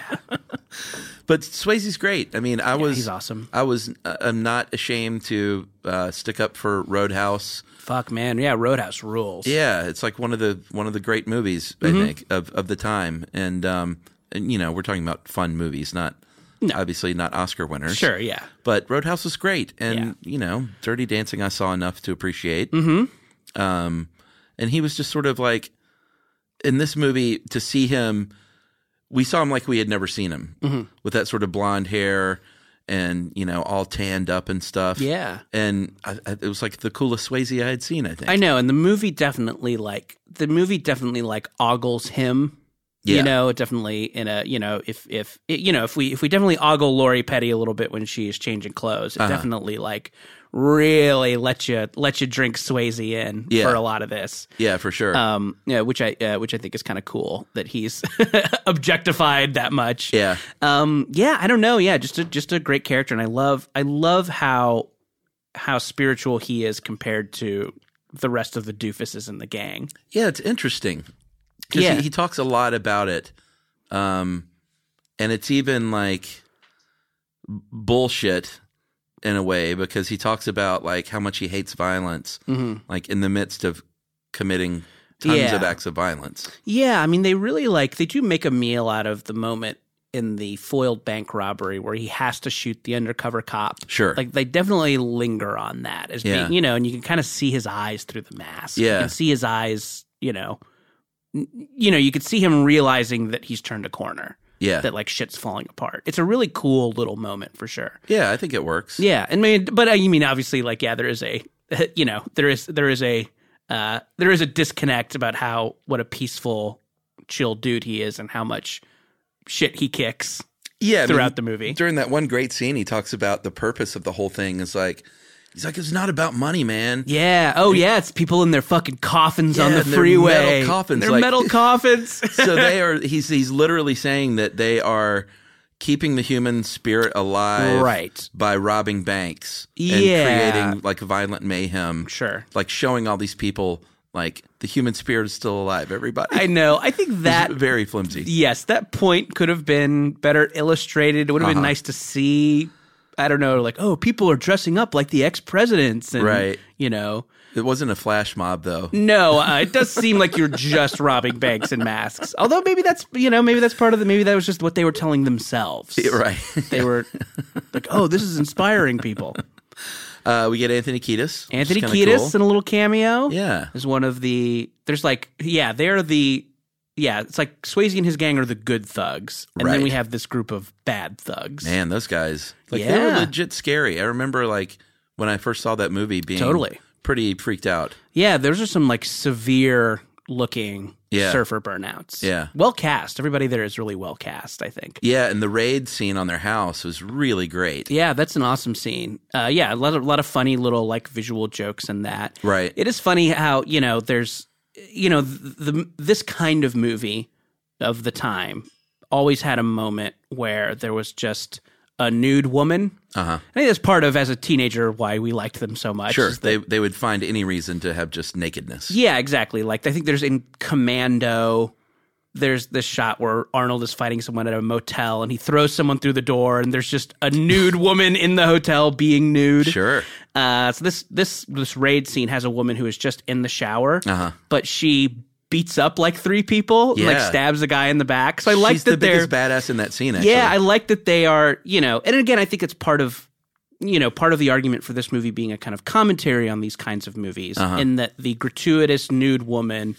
Speaker 2: But Swayze's great. I mean, I was
Speaker 3: he's awesome.
Speaker 2: I was uh, I'm not ashamed to uh, stick up for Roadhouse.
Speaker 3: fuck man. Yeah, Roadhouse rules.
Speaker 2: Yeah, it's like one of the one of the great movies
Speaker 3: Mm-hmm.
Speaker 2: I think of of the time. And um and you know, we're talking about fun movies, not obviously not Oscar winners.
Speaker 3: Sure, yeah.
Speaker 2: But Roadhouse was great and
Speaker 3: Yeah.
Speaker 2: you know, Dirty Dancing I saw enough to appreciate. Mhm.
Speaker 3: Mm-hmm.
Speaker 2: Um and he was just sort of like in this movie to see him we saw him like we had never seen him
Speaker 3: Mm-hmm.
Speaker 2: with that sort of blonde hair and you know all tanned up and stuff
Speaker 3: Yeah.
Speaker 2: and I, I, it was like the coolest Swayze I had seen I think
Speaker 3: I know, and the movie definitely like the movie definitely like ogles him.
Speaker 2: Yeah.
Speaker 3: You know, definitely in a you know if if you know if we if we definitely ogle Lori Petty a little bit when she is changing clothes,
Speaker 2: Uh-huh.
Speaker 3: it definitely like really let you let you drink Swayze in
Speaker 2: Yeah.
Speaker 3: for a lot of this.
Speaker 2: yeah for sure
Speaker 3: Um, yeah, which I uh, which I think is kind of cool that he's [laughs] objectified that much.
Speaker 2: yeah
Speaker 3: Um, yeah, I don't know. Yeah, just a, just a great character, and I love I love how how spiritual he is compared to the rest of the doofuses in the gang.
Speaker 2: yeah it's interesting 'Cause
Speaker 3: Yeah.
Speaker 2: he, he talks a lot about it um and it's even like b- bullshit in a way because he talks about like how much he hates violence like in the midst of committing Mm-hmm. tons
Speaker 3: Yeah.
Speaker 2: of acts of violence
Speaker 3: Yeah, I mean they really like they do make a meal out of the moment in the foiled bank robbery where he has to shoot the undercover cop.
Speaker 2: Sure.
Speaker 3: Like they definitely linger on that as
Speaker 2: Yeah.
Speaker 3: being, you know, and you can kind of see his eyes through the mask. You
Speaker 2: Yeah.
Speaker 3: can see his eyes, you know. n- You know, you could see him realizing that he's turned a corner.
Speaker 2: yeah
Speaker 3: that like shit's falling apart. It's a really cool little moment for sure.
Speaker 2: yeah I think it works
Speaker 3: Yeah, and I mean, but uh, you mean obviously like yeah, there is a [laughs] you know there is there is a uh, there is a disconnect about how what a peaceful, chill dude he is and how much shit he kicks
Speaker 2: yeah I mean,
Speaker 3: throughout the movie.
Speaker 2: during that one great scene he talks about the purpose of the whole thing is like he's like it's not about money man
Speaker 3: Yeah. Oh yeah, it's people in their fucking coffins on
Speaker 2: Yeah,
Speaker 3: the
Speaker 2: and their
Speaker 3: freeway.
Speaker 2: metal coffins,
Speaker 3: Their
Speaker 2: like- [laughs]
Speaker 3: metal coffins.
Speaker 2: so they are he's he's literally saying that they are keeping the human spirit alive
Speaker 3: Right.
Speaker 2: by robbing banks
Speaker 3: Yeah.
Speaker 2: and creating like violent mayhem
Speaker 3: sure.
Speaker 2: like showing all these people like the human spirit is still alive everybody [laughs]
Speaker 3: I know. I think that
Speaker 2: very flimsy
Speaker 3: yes, that point could have been better illustrated. It would have
Speaker 2: Uh-huh.
Speaker 3: been nice to see. I don't know, like oh, people are dressing up like the ex presidents, and
Speaker 2: Right.
Speaker 3: you know,
Speaker 2: it wasn't a flash mob though
Speaker 3: no, uh, it does seem like you're just [laughs] robbing banks and masks. Although maybe that's you know maybe that's part of the maybe that was just what they were telling themselves.
Speaker 2: [laughs] [laughs] right
Speaker 3: They were like, oh, this is inspiring
Speaker 2: [laughs]
Speaker 3: people.
Speaker 2: uh, we get anthony kiedis which is
Speaker 3: Anthony
Speaker 2: kinda
Speaker 3: Kiedis
Speaker 2: cool.
Speaker 3: in a little cameo.
Speaker 2: yeah
Speaker 3: is one of the there's like yeah they're the yeah it's like Swayze and his gang are the good thugs and then
Speaker 2: Right.
Speaker 3: we have this group of bad thugs
Speaker 2: Man, those guys, like they were
Speaker 3: Yeah.
Speaker 2: legit scary. I remember like when I first saw that movie being
Speaker 3: Totally.
Speaker 2: pretty freaked out.
Speaker 3: yeah those are some like severe looking
Speaker 2: Yeah.
Speaker 3: surfer burnouts
Speaker 2: Yeah.
Speaker 3: well cast everybody there is really well cast I think
Speaker 2: Yeah, and the raid scene on their house was really great.
Speaker 3: Yeah, that's an awesome scene. Uh, yeah, a lot of lot of funny little like visual jokes in that.
Speaker 2: Right.
Speaker 3: It is funny how you know there's you know the, the this kind of movie of the time always had a moment where there was just a nude woman.
Speaker 2: Uh-huh.
Speaker 3: I think that's part of as a teenager why we liked them so much.
Speaker 2: Sure, they they would find any reason to have just nakedness.
Speaker 3: Yeah, exactly. Like I think there's in Commando. There's this shot where Arnold is fighting someone at a motel, and he throws someone through the door, and there's just a
Speaker 2: [laughs]
Speaker 3: nude woman in the hotel being nude.
Speaker 2: Sure,
Speaker 3: Uh, so this this this raid scene has a woman who is just in the shower, but she beats up like three people,
Speaker 2: Uh-huh. Yeah.
Speaker 3: like stabs a guy in the back. So I like
Speaker 2: She's
Speaker 3: that
Speaker 2: the
Speaker 3: they're
Speaker 2: biggest badass in that scene. Actually.
Speaker 3: yeah, I like that they are you know. And again, I think it's part of you know part of the argument for this movie being a kind of commentary on these kinds of movies, in that the gratuitous nude woman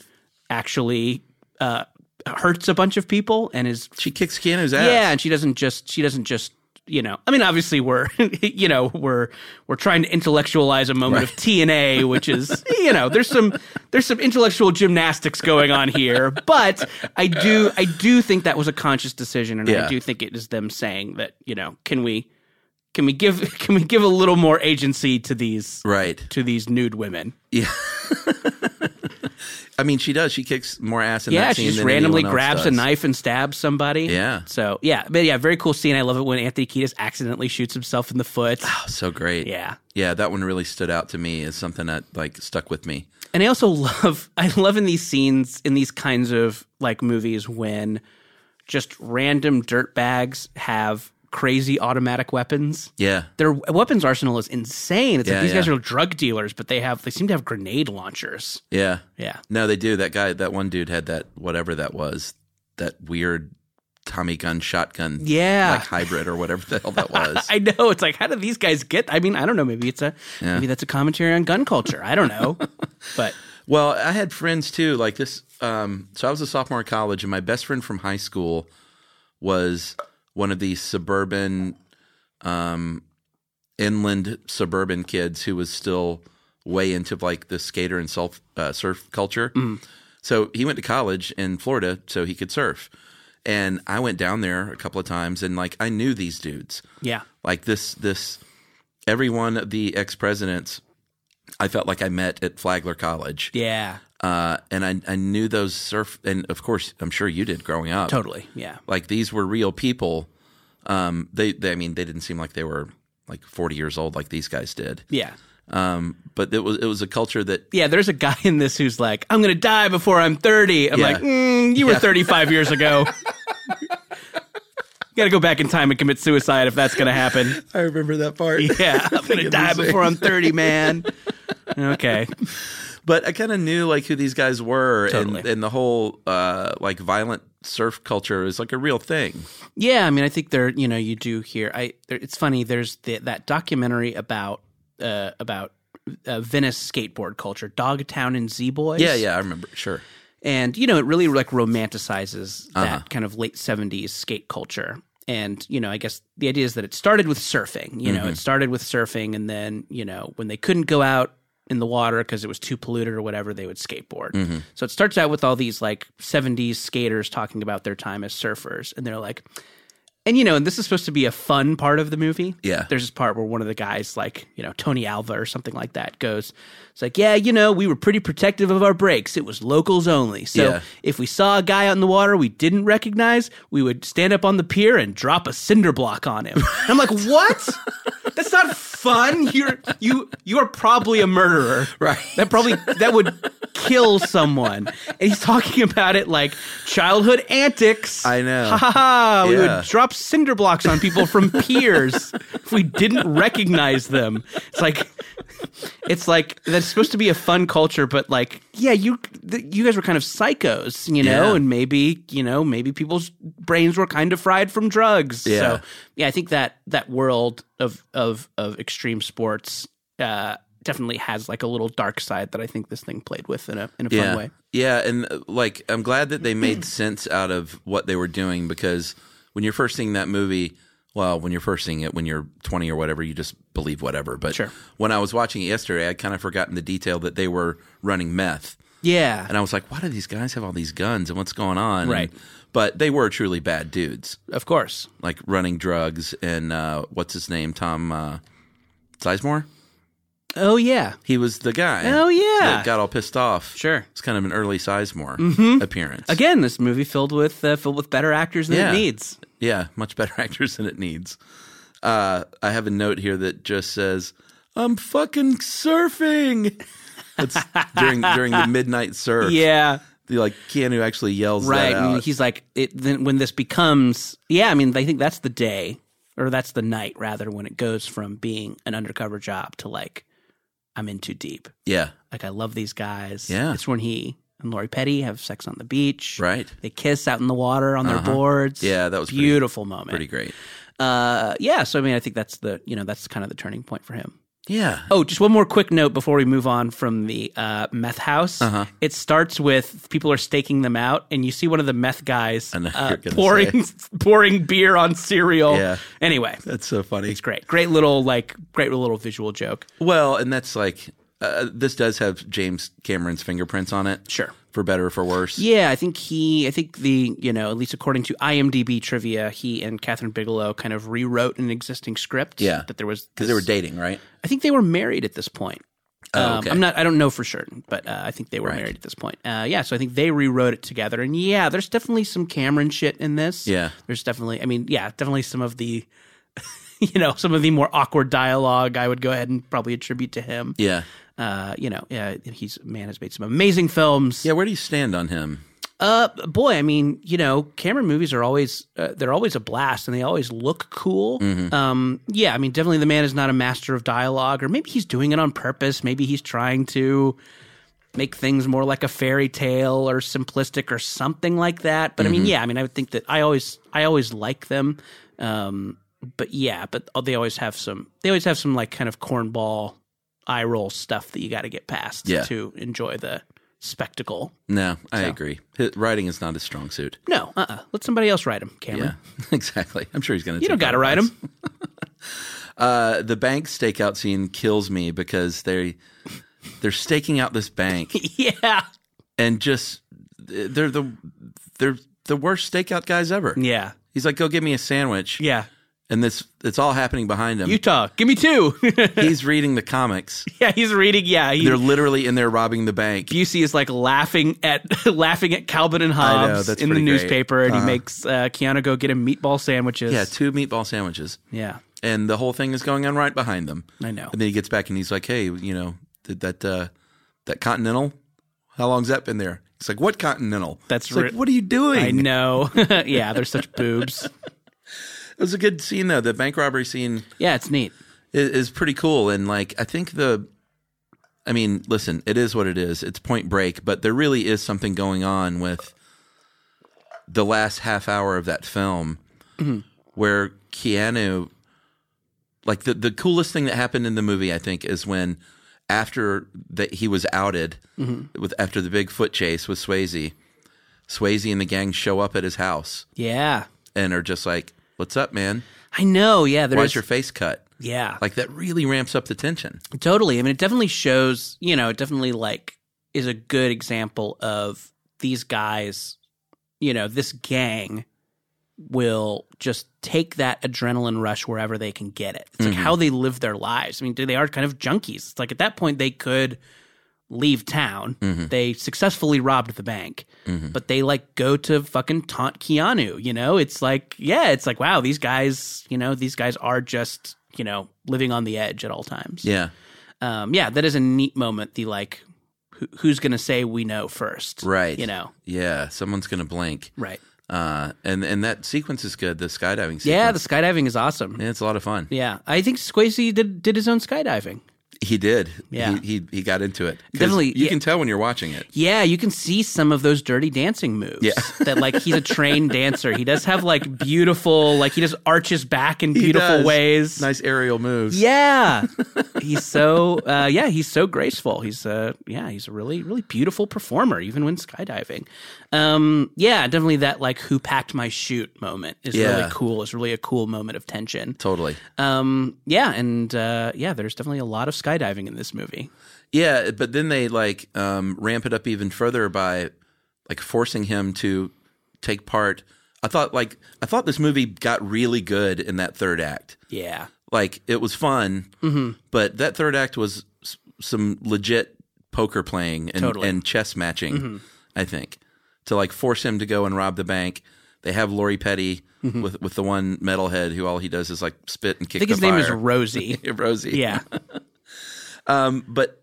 Speaker 3: actually uh, hurts a bunch of people and is
Speaker 2: she kicks Keanu's ass.
Speaker 3: yeah, and she doesn't just she doesn't just you know. I mean, obviously we're [laughs] you know we're we're trying to intellectualize a moment of TNA, which is you know there's some there's some intellectual gymnastics going on here, but I do I do think that was a conscious decision, and
Speaker 2: Yeah.
Speaker 3: I do think it is them saying that you know can we can we give [laughs] can we give a little more agency to these
Speaker 2: right.
Speaker 3: to these nude women?
Speaker 2: Yeah, I mean, she does. She kicks more ass in
Speaker 3: yeah,
Speaker 2: that
Speaker 3: she
Speaker 2: scene
Speaker 3: just
Speaker 2: than
Speaker 3: randomly
Speaker 2: anyone else
Speaker 3: grabs a
Speaker 2: does.
Speaker 3: knife and stabs somebody.
Speaker 2: Yeah.
Speaker 3: So yeah, but yeah, very cool scene. I love it when Anthony Kiedis accidentally shoots himself in the foot.
Speaker 2: Oh, so great.
Speaker 3: Yeah.
Speaker 2: Yeah, that one really stood out to me as something that like stuck with me.
Speaker 3: And I also [laughs] love I love in these scenes in these kinds of like movies when just random dirtbags have crazy automatic weapons.
Speaker 2: Yeah.
Speaker 3: Their weapons arsenal is insane. It's
Speaker 2: Yeah,
Speaker 3: like these guys
Speaker 2: yeah.
Speaker 3: are drug dealers, but they have they seem to have grenade launchers.
Speaker 2: Yeah.
Speaker 3: Yeah.
Speaker 2: No, they do. That guy, that one dude had that whatever that was, that weird Tommy gun shotgun,
Speaker 3: Yeah.
Speaker 2: like hybrid or whatever the hell
Speaker 3: [laughs]
Speaker 2: that was.
Speaker 3: I know. It's like how do these guys get I mean, I don't know, maybe it's a maybe that's a commentary on gun culture. I
Speaker 2: [laughs]
Speaker 3: don't know. but
Speaker 2: Well, I had friends too, like this. Um, so I was a sophomore in college, and my best friend from high school was one of these suburban, um, inland suburban kids who was still way into like the skater and surf, uh, surf culture. So he went to college in Florida so he could surf. And I went down there a couple of times, and like I knew these dudes
Speaker 3: yeah.
Speaker 2: like this this every one of the ex presidents I felt like I met at Flagler College.
Speaker 3: Yeah.
Speaker 2: Uh, and I, I knew those surf and of course I'm sure you did growing up.
Speaker 3: Totally. Yeah.
Speaker 2: Like these were real people. Um they, they I mean they didn't seem like they were like 40 years old like these guys did.
Speaker 3: Yeah.
Speaker 2: Um but it was it was a culture that
Speaker 3: yeah, there's a guy in this who's like, I'm gonna die before I'm 30. I'm
Speaker 2: Yeah.
Speaker 3: like, mm, you were 35
Speaker 2: [laughs]
Speaker 3: years ago. Got to go back in time and commit suicide if that's gonna happen.
Speaker 2: I remember that part.
Speaker 3: Yeah,
Speaker 2: [laughs]
Speaker 3: I'm gonna die before I'm 30, man. Okay,
Speaker 2: but I kind of knew like who these guys were and
Speaker 3: Totally.
Speaker 2: and the whole uh like violent surf culture is like a real thing.
Speaker 3: yeah. I mean, I think there, you know, you do hear. I there, it's funny. There's the, that documentary about uh, about uh, Venice skateboard culture, Dogtown and Z Boys.
Speaker 2: Yeah, yeah, I remember. Sure.
Speaker 3: and you know it really like romanticizes that kind of late 70s skate culture and you know i guess the idea is that it started with surfing you know it started with surfing and then you know when they couldn't go out in the water because it was too polluted or whatever they would skateboard so it starts out with all these like 70s skaters talking about their time as surfers and they're like and you know, and this is supposed to be a fun part of the movie.
Speaker 2: Yeah.
Speaker 3: There's this part where one of the guys, like, you know, Tony Alva or something like that, goes, It's like, yeah, you know, we were pretty protective of our breaks. It was locals only. So
Speaker 2: Yeah.
Speaker 3: if we saw a guy out in the water we didn't recognize, we would stand up on the pier and drop a cinder block on him. And I'm like, What? That's not fun. You're you you are probably a murderer.
Speaker 2: Right.
Speaker 3: That probably that would kill someone. And he's talking about it like childhood antics.
Speaker 2: I know.
Speaker 3: Ha ha ha. We
Speaker 2: Yeah.
Speaker 3: would drop cinder blocks on
Speaker 2: [laughs]
Speaker 3: people from piers if we didn't recognize them. It's like it's like that's supposed to be a fun culture, but like, yeah, you th- you guys were kind of psychos, you know,
Speaker 2: Yeah.
Speaker 3: and maybe you know maybe people's brains were kind of fried from drugs.
Speaker 2: Yeah.
Speaker 3: So yeah, I think that that world of of of extreme sports uh, definitely has like a little dark side that I think this thing played with in a in a fun
Speaker 2: yeah.
Speaker 3: way.
Speaker 2: Yeah, and uh, like I'm glad that they
Speaker 3: [clears throat]
Speaker 2: made sense out of what they were doing because when you're first seeing that movie, well, when you're first seeing it when you're 20 or whatever, you just believe whatever. But
Speaker 3: Sure.
Speaker 2: when I was watching it yesterday, I'd kind of forgotten the detail that they were running meth.
Speaker 3: Yeah.
Speaker 2: And I was like, why do these guys have all these guns and what's going on?
Speaker 3: Right.
Speaker 2: but they were truly bad dudes,
Speaker 3: Of course.
Speaker 2: like running drugs and uh, what's his name? Tom uh, Sizemore?
Speaker 3: Oh yeah.
Speaker 2: He was the guy.
Speaker 3: Oh, yeah.
Speaker 2: That got all pissed off.
Speaker 3: Sure. Mm-hmm.
Speaker 2: It's kind of an early Sizemore appearance.
Speaker 3: Again, this movie filled with uh, filled with better actors than
Speaker 2: Yeah.
Speaker 3: it needs.
Speaker 2: Yeah, much better [laughs] actors than it needs. Uh, I have a note here that just says, "I'm fucking surfing." That's during during the midnight surf.
Speaker 3: Yeah.
Speaker 2: the, like Keanu actually yells
Speaker 3: right
Speaker 2: that
Speaker 3: and
Speaker 2: out.
Speaker 3: he's like it then when this becomes yeah i mean i think that's the day or that's the night rather when it goes from being an undercover job to like i'm in too deep
Speaker 2: yeah,
Speaker 3: like i love these guys
Speaker 2: Yeah.
Speaker 3: it's when he and Lori Petty have sex on the beach.
Speaker 2: Right. Uh-huh.
Speaker 3: They kiss out in the water on their boards.
Speaker 2: Yeah, that was pretty-
Speaker 3: beautiful moment.
Speaker 2: pretty great.
Speaker 3: Uh, yeah. So I mean, I think that's the you know that's kind of the turning point for him.
Speaker 2: Yeah,
Speaker 3: Oh, just one more quick note before we move on from the uh, meth house. It starts with people are staking them out, and you see one of the meth guys
Speaker 2: know
Speaker 3: uh,
Speaker 2: you're gonna
Speaker 3: pouring [laughs] pouring beer on cereal.
Speaker 2: Yeah.
Speaker 3: Anyway,
Speaker 2: that's so funny.
Speaker 3: it's great, great little like great little visual joke.
Speaker 2: Well, and that's like uh, this does have James Cameron's fingerprints on it.
Speaker 3: Sure.
Speaker 2: for better or for worse.
Speaker 3: Yeah, I think he, I think the, you know, at least according to IMDb trivia, he and Catherine Bigelow kind of rewrote an existing script.
Speaker 2: Yeah.
Speaker 3: that there was
Speaker 2: because they were
Speaker 3: this-
Speaker 2: dating, right?
Speaker 3: I think they were married at this point.
Speaker 2: Oh,
Speaker 3: Um,
Speaker 2: okay.
Speaker 3: I'm not. I don't know for certain, but uh, I think they were
Speaker 2: Right.
Speaker 3: married at this point. Uh, yeah, so I think they rewrote it together, and yeah, there's definitely some Cameron shit in this.
Speaker 2: Yeah.
Speaker 3: there's definitely. I mean, yeah, definitely some of the, [laughs] you know, some of the more awkward dialogue. I would go ahead and probably attribute to him.
Speaker 2: Yeah.
Speaker 3: Uh, you know, yeah, he's man has made some amazing films.
Speaker 2: Yeah. Where do you stand on him?
Speaker 3: Uh, boy, I mean, you know, Cameron movies are always uh, they're always a blast, and they always look cool. Um, yeah, I mean, definitely the man is not a master of dialogue, or maybe he's doing it on purpose. Maybe he's trying to make things more like a fairy tale or simplistic or something like that. But I mean, yeah, I mean, I would think that I always I always like them. Um, but yeah, but oh, they always have some they always have some like kind of cornball eye roll stuff that you got to get past
Speaker 2: Yeah.
Speaker 3: to enjoy the spectacle.
Speaker 2: No, I agree. His, writing is not his strong suit.
Speaker 3: No, uh, uh let somebody else write him, Cameron.
Speaker 2: Yeah, [laughs] exactly. I'm sure he's going to.
Speaker 3: You don't got to write him.
Speaker 2: Uh, the bank stakeout scene kills me because they they're staking out this bank
Speaker 3: [laughs] [laughs] yeah,
Speaker 2: and just they're the they're the worst stakeout guys ever.
Speaker 3: yeah,
Speaker 2: He's like, "Go get me a sandwich."
Speaker 3: yeah.
Speaker 2: and this it's all happening behind him.
Speaker 3: Utah, give me two. [laughs]
Speaker 2: he's reading the comics.
Speaker 3: yeah, he's reading. Yeah, he,
Speaker 2: They're literally in there robbing the bank.
Speaker 3: Busey is like laughing at [laughs] laughing at Calvin and Hobbes
Speaker 2: that's
Speaker 3: in the
Speaker 2: pretty great. Uh-huh.
Speaker 3: newspaper, and he makes uh, Keanu go get him meatball sandwiches.
Speaker 2: Yeah, two meatball sandwiches,
Speaker 3: yeah,
Speaker 2: and the whole thing is going on right behind them.
Speaker 3: I know.
Speaker 2: And then he gets back and he's like, "Hey, you know that that uh, that Continental? How long's that been there?" He's like, "What Continental?"
Speaker 3: That's
Speaker 2: It's like,
Speaker 3: ri-
Speaker 2: "What are you doing?"
Speaker 3: I know. [laughs] yeah,
Speaker 2: [laughs]
Speaker 3: they're such boobs.
Speaker 2: It was a good scene though. The bank robbery scene
Speaker 3: Yeah, it's neat.
Speaker 2: is, is pretty cool, and like I think the, I mean, listen, it is what it is. It's Point Break, but there really is something going on with the last half hour of that film, where Keanu, like the the coolest thing that happened in the movie, I think, is when after that he was outed with after the big foot chase with Swayze, Swayze and the gang show up at his house
Speaker 3: Yeah,
Speaker 2: and are just like, "What's up, man?"
Speaker 3: I know. Yeah,
Speaker 2: Why's
Speaker 3: there's
Speaker 2: your face cut?
Speaker 3: yeah,
Speaker 2: Like that really ramps up the tension.
Speaker 3: Totally. I mean, it definitely shows, you know, it definitely like is a good example of these guys, you know, this gang will just take that adrenaline rush wherever they can get it. It's like how they live their lives. I mean, they are kind of junkies. It's like at that point they could leave town. They successfully robbed the bank, but they like go to fucking taunt Keanu. You know, it's like yeah, it's like wow, these guys, you know, these guys are just you know living on the edge at all times.
Speaker 2: Yeah.
Speaker 3: Um, yeah, that is a neat moment. The like, who, who's gonna say we know first?
Speaker 2: Right.
Speaker 3: You know.
Speaker 2: Yeah. Someone's gonna blink.
Speaker 3: Right.
Speaker 2: Uh, and and that sequence is good. The skydiving sequence.
Speaker 3: Yeah, the skydiving is awesome. Yeah.
Speaker 2: Yeah, it's a lot of fun.
Speaker 3: I think Swayze did did his own skydiving.
Speaker 2: He did.
Speaker 3: Yeah.
Speaker 2: He he, he got into it. 'Cause
Speaker 3: Definitely,
Speaker 2: You
Speaker 3: yeah.
Speaker 2: can tell when you're watching it.
Speaker 3: Yeah, you can see some of those dirty dancing moves.
Speaker 2: Yeah.
Speaker 3: [laughs] that like he's a trained dancer. He does have like beautiful, like he just arches back in
Speaker 2: He
Speaker 3: beautiful
Speaker 2: does.
Speaker 3: ways.
Speaker 2: Nice aerial moves.
Speaker 3: Yeah, he's so uh, yeah he's so graceful. He's uh yeah he's a really really beautiful performer even when skydiving. Um, yeah, definitely that like who packed my chute moment is
Speaker 2: Yeah.
Speaker 3: really cool. It's really a cool moment of tension.
Speaker 2: Totally.
Speaker 3: Um, yeah, and uh, yeah, there's definitely a lot of skydiving in this movie.
Speaker 2: Yeah, but then they like um, ramp it up even further by like forcing him to take part. I thought like I thought this movie got really good in that third act.
Speaker 3: Yeah,
Speaker 2: like it was fun,
Speaker 3: Mm-hmm.
Speaker 2: but that third act was s- some legit poker playing and,
Speaker 3: Totally. Mm-hmm.
Speaker 2: and chess matching. I think to like force him to go and rob the bank. They have Lori Petty with with the one metalhead who all he does is like spit and
Speaker 3: Mm-hmm.
Speaker 2: kick.
Speaker 3: I think his
Speaker 2: the
Speaker 3: name is
Speaker 2: fire. [laughs]
Speaker 3: Rosie.
Speaker 2: Rosie.
Speaker 3: yeah,
Speaker 2: um, but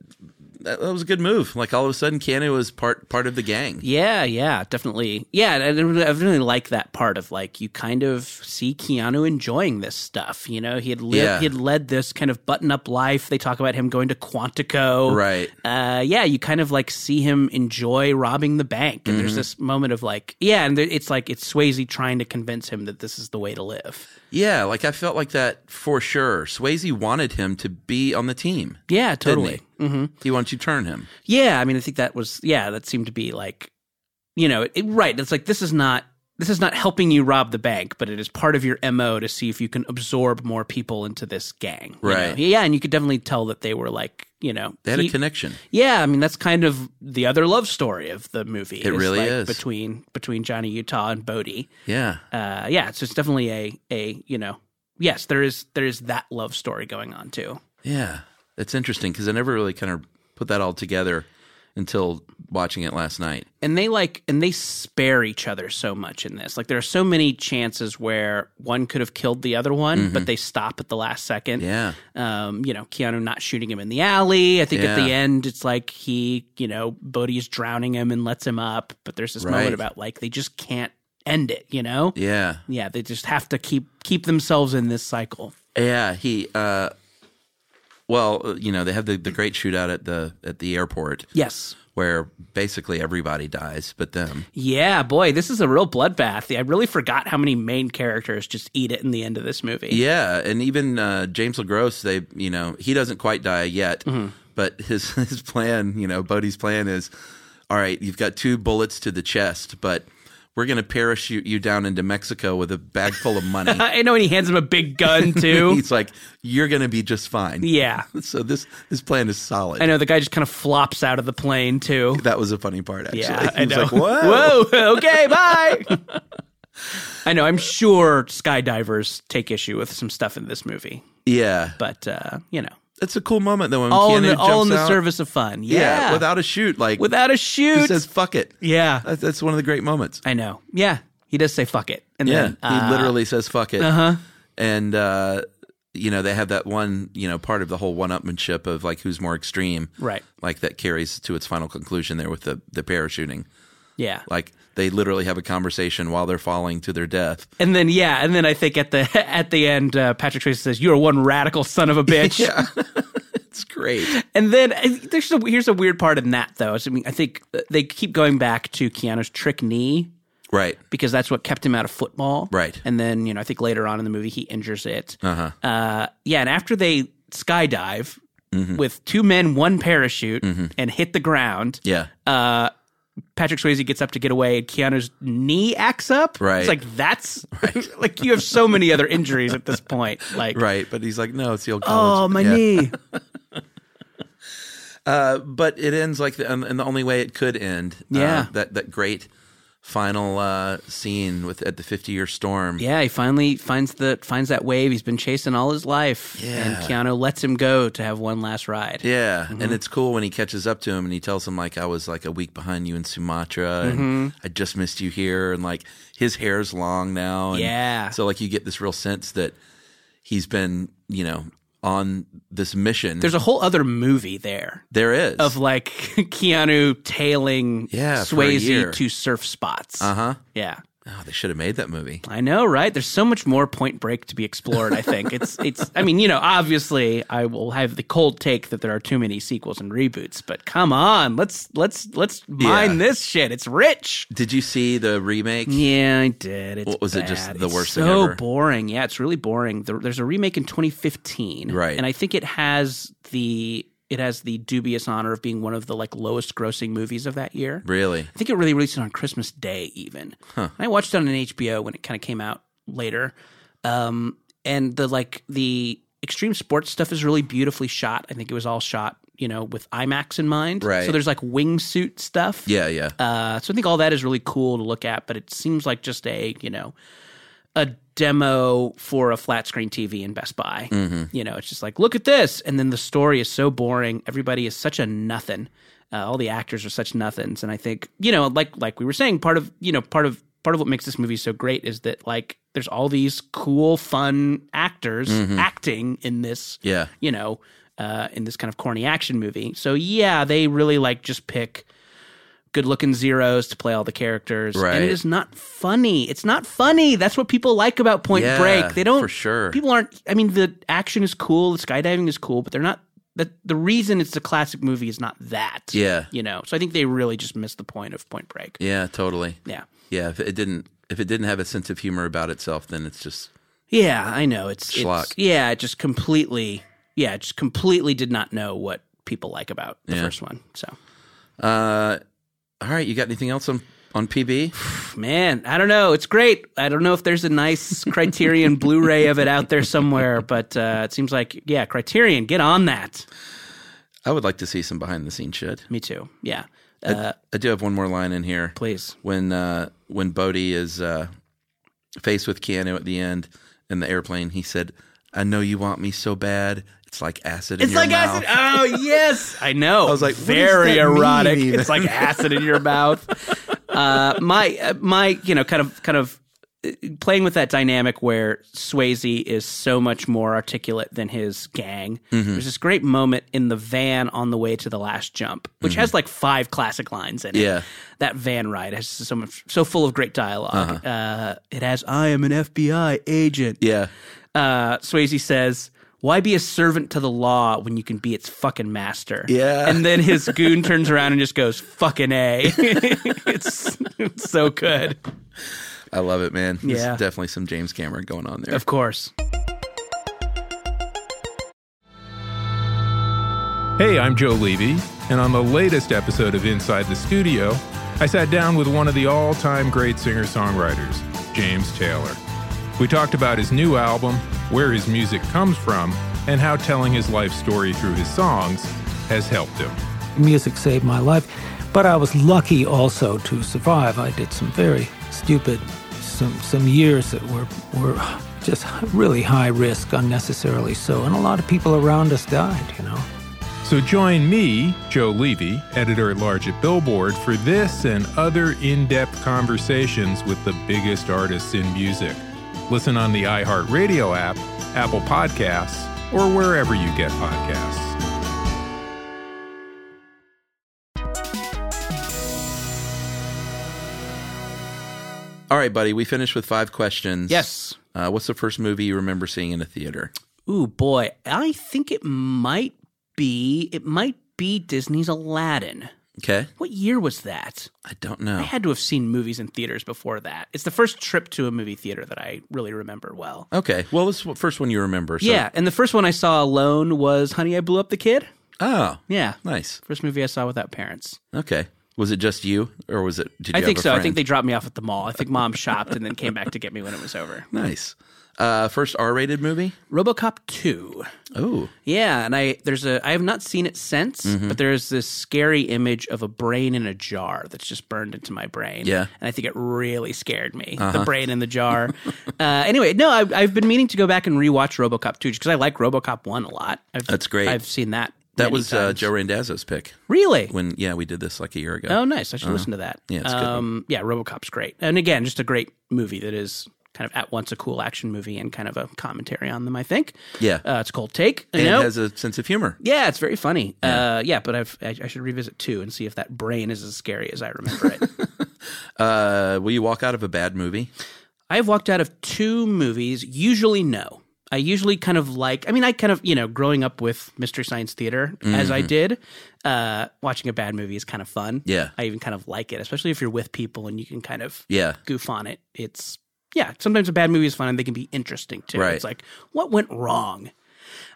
Speaker 2: that, that was a good move. Like all of a sudden, Keanu was part part of the gang.
Speaker 3: Yeah, yeah, definitely. Yeah, and I really, I really like that part of like you kind of see Keanu enjoying this stuff. You know, he had lived,
Speaker 2: Yeah.
Speaker 3: he had led this kind of button up life. They talk about him going to Quantico,
Speaker 2: Right.
Speaker 3: Uh, yeah, you kind of like see him enjoy robbing the bank, and
Speaker 2: Mm-hmm.
Speaker 3: there's this moment of like, yeah, and there, it's like it's Swayze trying to convince him that this is the way to live.
Speaker 2: Yeah, like I felt like that for sure. Swayze wanted him to be on the team.
Speaker 3: Yeah,
Speaker 2: didn't
Speaker 3: totally. Mm-hmm.
Speaker 2: he? He wanted to turn him.
Speaker 3: Yeah, I mean, I think that was yeah, that seemed to be like, you know, it, right. It's like this is not this is not helping you rob the bank, but it is part of your mo to see if you can absorb more people into this gang, you
Speaker 2: Right.
Speaker 3: know? Yeah, and you could definitely tell that they were like, you know,
Speaker 2: They had
Speaker 3: he-
Speaker 2: a connection.
Speaker 3: yeah, I mean that's kind of the other love story of the movie.
Speaker 2: It really
Speaker 3: like,
Speaker 2: is.
Speaker 3: between between Johnny Utah and Bodie.
Speaker 2: Yeah.
Speaker 3: Uh, yeah, so it's definitely a a you know, yes, there is there is that love story going on too.
Speaker 2: Yeah, that's interesting because I never really kind of put that all together until watching it last night.
Speaker 3: and they like and they spare each other so much in this like there are so many chances where one could have killed the other one but they stop at the last second
Speaker 2: Mm-hmm. Yeah.
Speaker 3: um you know keanu not shooting him in the alley i think at the
Speaker 2: Yeah.
Speaker 3: end it's like he you know bodhi's drowning him and lets him up but there's this
Speaker 2: Right.
Speaker 3: moment about like they just can't end it you know
Speaker 2: Yeah.
Speaker 3: yeah they just have to keep keep themselves in this cycle
Speaker 2: Yeah, he. Uh, well, uh, you know, they have the, the great shootout at the at the airport
Speaker 3: yes
Speaker 2: where basically everybody dies but them.
Speaker 3: yeah boy this is a real bloodbath i really forgot how many main characters just eat it in the end of this movie
Speaker 2: Yeah, and even uh, James LaGrosse, they you know he doesn't quite die yet, but his [laughs] his plan, you know, Bodie's plan is, all right, you've got two bullets to the chest, but we're gonna parachute you down into Mexico with a bag full of money.
Speaker 3: Uh, I know, and he hands him a
Speaker 2: [laughs]
Speaker 3: big gun too.
Speaker 2: He's like, you're gonna be just fine.
Speaker 3: yeah,
Speaker 2: So this his plan is solid.
Speaker 3: I know. The guy just kind of flops out of the plane too.
Speaker 2: That was a funny part actually.
Speaker 3: Yeah, I
Speaker 2: He's
Speaker 3: know.
Speaker 2: like, what? [laughs]
Speaker 3: Whoa, okay, bye. I know. I'm sure skydivers take issue with some stuff in this movie,
Speaker 2: Yeah.
Speaker 3: but uh, you know,
Speaker 2: That's a cool moment though. When
Speaker 3: all in
Speaker 2: Keanu
Speaker 3: the all in
Speaker 2: jumps
Speaker 3: the
Speaker 2: out.
Speaker 3: service of fun. Yeah,
Speaker 2: Yeah, without a shoot, like
Speaker 3: without a shoot.
Speaker 2: he says, uh, "Fuck it."
Speaker 3: yeah,
Speaker 2: That's, that's one of the great moments.
Speaker 3: I know. Yeah, he does say fuck it, and
Speaker 2: Yeah,
Speaker 3: then uh,
Speaker 2: he literally says, "Fuck it," uh-huh. and uh, you know they have that one, you know, part of the whole one-upmanship of like who's more extreme,
Speaker 3: Right.
Speaker 2: Like that carries to its final conclusion there with the the parachuting.
Speaker 3: yeah.
Speaker 2: Like they literally have a conversation while they're falling to their death.
Speaker 3: And then yeah, and then I think at the [laughs] at the end, uh, Patrick Tracy says, "You're one radical son of
Speaker 2: [laughs]
Speaker 3: a bitch."
Speaker 2: It's great.
Speaker 3: And then uh, there's a, here's a weird part in that though. is, I mean, I think uh, they keep going back to Keanu's trick knee
Speaker 2: right.
Speaker 3: because that's what kept him out of football,
Speaker 2: Right.
Speaker 3: And then you know I think later on in the movie he injures it. Uh-huh. Yeah, and after they skydive
Speaker 2: Mm-hmm.
Speaker 3: with two men, one parachute, and hit the ground,
Speaker 2: Yeah.
Speaker 3: Patrick Swayze gets up to get away, and Keanu's knee acts up.
Speaker 2: Right.
Speaker 3: It's like that's [laughs] like you have so many other injuries at this point. Like
Speaker 2: right. But he's like, "No, it's the old college."
Speaker 3: oh my
Speaker 2: Yeah. [laughs]
Speaker 3: knee.
Speaker 2: but it ends like the, um, and the only way it could end. uh,
Speaker 3: Yeah.
Speaker 2: that that great final uh, scene with at the fifty year storm.
Speaker 3: Yeah, he finally finds the finds that wave he's been chasing all his life. And
Speaker 2: Yeah.
Speaker 3: Keanu lets him go to have one last ride.
Speaker 2: Yeah,
Speaker 3: Mm-hmm.
Speaker 2: and it's cool when he catches up to him and he tells him like I was like a week behind you in Sumatra and
Speaker 3: Mm-hmm.
Speaker 2: I just missed you here and like his hair's long now. And
Speaker 3: Yeah.
Speaker 2: so like you get this real sense that he's been you know on this mission.
Speaker 3: There's a whole other movie there
Speaker 2: there is
Speaker 3: of like [laughs] Keanu tailing
Speaker 2: Yeah, for a
Speaker 3: Swayze
Speaker 2: year.
Speaker 3: to surf spots.
Speaker 2: uh huh.
Speaker 3: Yeah.
Speaker 2: Oh, they should have made that movie.
Speaker 3: I know, right? There's so much more point break to be explored, I
Speaker 2: [laughs]
Speaker 3: think. It's it's I mean, you know, obviously I will have the cold take that there are too many sequels and reboots, but come on, let's let's let's mine
Speaker 2: Yeah.
Speaker 3: this shit. It's rich.
Speaker 2: Did you see the remake?
Speaker 3: Yeah, I did. It's
Speaker 2: What was it, just
Speaker 3: bad.
Speaker 2: the
Speaker 3: It's
Speaker 2: worst
Speaker 3: So
Speaker 2: thing ever?
Speaker 3: boring. Yeah, it's really boring. There, there's a remake in 2015,
Speaker 2: Right.
Speaker 3: And I think it has the it has the dubious honor of being one of the like lowest grossing movies of that year.
Speaker 2: Really?
Speaker 3: I think it really released it on Christmas Day, even. I watched it on an HBO when it kind of came out later. Um, and the like the extreme sports stuff is really beautifully shot. I think it was all shot, you know, with IMAX in mind.
Speaker 2: Right.
Speaker 3: So there's like wingsuit stuff.
Speaker 2: Yeah, yeah.
Speaker 3: Uh, so I think all that is really cool to look at, but it seems like just a you know a demo for a flat screen TV in Best Buy. You know, it's just like look at this, and then the story is so boring. Everybody is such a nothing. Uh, all the actors are such nothings, and I think you know, like like we were saying, part of you know part of part of what makes this movie so great is that like there's all these cool, fun actors acting in this
Speaker 2: yeah.
Speaker 3: you know, uh, in this kind of corny action movie. So yeah, they really like just pick good looking zeros to play all the characters. And
Speaker 2: Right.
Speaker 3: it is not funny. It's not funny. That's what people like about Point
Speaker 2: Yeah,
Speaker 3: Break. They don't
Speaker 2: for sure.
Speaker 3: people aren't I mean the action is cool, the skydiving is cool, but they're not the, the reason it's a classic movie is not that.
Speaker 2: Yeah.
Speaker 3: You know. So I think they really just missed the point of Point Break.
Speaker 2: Yeah, totally.
Speaker 3: Yeah.
Speaker 2: Yeah, if it didn't if it didn't have a sense of humor about itself, then it's just
Speaker 3: Yeah, I know. It's, it's
Speaker 2: Schlock.
Speaker 3: yeah, it just completely yeah, it just completely did not know what people like about the
Speaker 2: Yeah.
Speaker 3: first one. So
Speaker 2: uh all right, you got anything else on on PB?
Speaker 3: Man, I don't know. It's great. I don't know if there's a nice Criterion Blu-ray of it out there somewhere, but uh, it seems like yeah, Criterion, get on that.
Speaker 2: I would like to see some behind the scenes shit.
Speaker 3: Me too. Yeah, uh,
Speaker 2: I do have one more line in here.
Speaker 3: please.
Speaker 2: When uh when Bodhi is uh faced with Keanu at the end in the airplane, he said, I know you want me so bad. It's like acid.
Speaker 3: It's
Speaker 2: in your
Speaker 3: like
Speaker 2: mouth.
Speaker 3: acid.
Speaker 2: [laughs]
Speaker 3: Oh yes, I know. I
Speaker 2: was like, what does
Speaker 3: very
Speaker 2: that mean
Speaker 3: erotic.
Speaker 2: even?
Speaker 3: It's like acid in your
Speaker 2: [laughs]
Speaker 3: mouth. Uh, my uh, my, you know, kind of kind of uh, playing with that dynamic where Swayze is so much more articulate than his gang.
Speaker 2: Mm-hmm.
Speaker 3: There's this great moment in the van on the way to the last jump, which has like five classic lines in it.
Speaker 2: Mm-hmm. Yeah.
Speaker 3: that van ride has so much, so full of great dialog
Speaker 2: Uh-huh.
Speaker 3: uh it has, "I am an FBI agent."
Speaker 2: Yeah.
Speaker 3: uh, Swayze says, "Why be a servant to the law when you can be its fucking master?"
Speaker 2: Yeah.
Speaker 3: and then his
Speaker 2: [laughs]
Speaker 3: goon turns around and just goes, "Fucking a!" [laughs] it's, it's so good.
Speaker 2: I love it, man. There's
Speaker 3: Yeah.
Speaker 2: definitely some James Cameron going on there.
Speaker 3: Of course.
Speaker 5: Hey, I'm Joe Levy, and on the latest episode of Inside the Studio, I sat down with one of the all time great singer songwriters, James Taylor. We talked about his new album, where his music comes from, and how telling his life story through his songs has helped him.
Speaker 6: Music saved my life, but I was lucky also to survive. I did some very stupid, some some years that were were just really high risk, unnecessarily so, and a lot of people around us died. You know.
Speaker 5: So join me, Joe Levy, editor at large at Billboard, for this and other in depth conversations with the biggest artists in music. Listen on the iHeartRadio app, Apple Podcasts, or wherever you get podcasts.
Speaker 2: All right, buddy. We finished with five questions.
Speaker 3: Yes.
Speaker 2: Uh, what's the first movie you remember seeing in a theater?
Speaker 3: Ooh boy, I think it might be it might be Disney's Aladdin.
Speaker 2: Okay.
Speaker 3: What year was that?
Speaker 2: I don't know.
Speaker 3: I had to have seen movies in theaters before that. It's the first trip to a movie theater that I really remember well.
Speaker 2: Okay. Well, this is the first one you remember. So.
Speaker 3: Yeah, and the first one I saw alone was Honey, I Blew Up the Kid.
Speaker 2: Oh,
Speaker 3: Yeah.
Speaker 2: nice.
Speaker 3: First movie I saw without parents.
Speaker 2: Okay. Was it just you, or was it? Did you
Speaker 3: I
Speaker 2: have
Speaker 3: think
Speaker 2: a
Speaker 3: so. I
Speaker 2: friend?
Speaker 3: think they dropped me off at the mall. I think mom shopped and then came back to get me when it was over.
Speaker 2: Nice. Uh, first R-rated movie.
Speaker 3: RoboCop 2.
Speaker 2: Oh,
Speaker 3: Yeah, and I there's a I have not seen it since,
Speaker 2: Mm-hmm.
Speaker 3: but there's this scary image of a brain in a jar that's just burned into my brain.
Speaker 2: Yeah. Uh-huh.
Speaker 3: and I think it really scared me. The brain in
Speaker 2: [laughs]
Speaker 3: the jar. uh, anyway, no, I, I've been meaning to go back and rewatch RoboCop 2 because I like RoboCop 1 a lot. I've,
Speaker 2: That's great.
Speaker 3: I've seen that.
Speaker 2: that
Speaker 3: many
Speaker 2: was uh,
Speaker 3: times.
Speaker 2: Joe Randazzo's pick.
Speaker 3: Really?
Speaker 2: When yeah, we did this like a year ago.
Speaker 3: Oh, nice. I should listen to that.
Speaker 2: uh-huh. Yeah, it's a good one.
Speaker 3: um, yeah, RoboCop's great, and again, just a great movie that is kind of at once a cool action movie and kind of a commentary on them. I think.
Speaker 2: Yeah.
Speaker 3: uh, it's a cold take. You
Speaker 2: and
Speaker 3: know?
Speaker 2: it has a sense of humor.
Speaker 3: yeah, it's very funny. Yeah, uh, yeah but I've, I, I should revisit two and see if that brain is as scary as I remember it.
Speaker 2: [laughs] Uh, will you walk out of a bad movie?
Speaker 3: I have walked out of two movies. Usually, no. I usually kind of like. I mean, I kind of you know, growing up with Mystery Science Theater as
Speaker 2: Mm-hmm.
Speaker 3: I did, uh, watching a bad movie is kind of fun.
Speaker 2: Yeah.
Speaker 3: I even kind of like it, especially if you're with people and you can kind of
Speaker 2: Yeah.
Speaker 3: goof on it. It's yeah. Sometimes a bad movie is fun and they can be interesting too.
Speaker 2: Right.
Speaker 3: It's like what went wrong.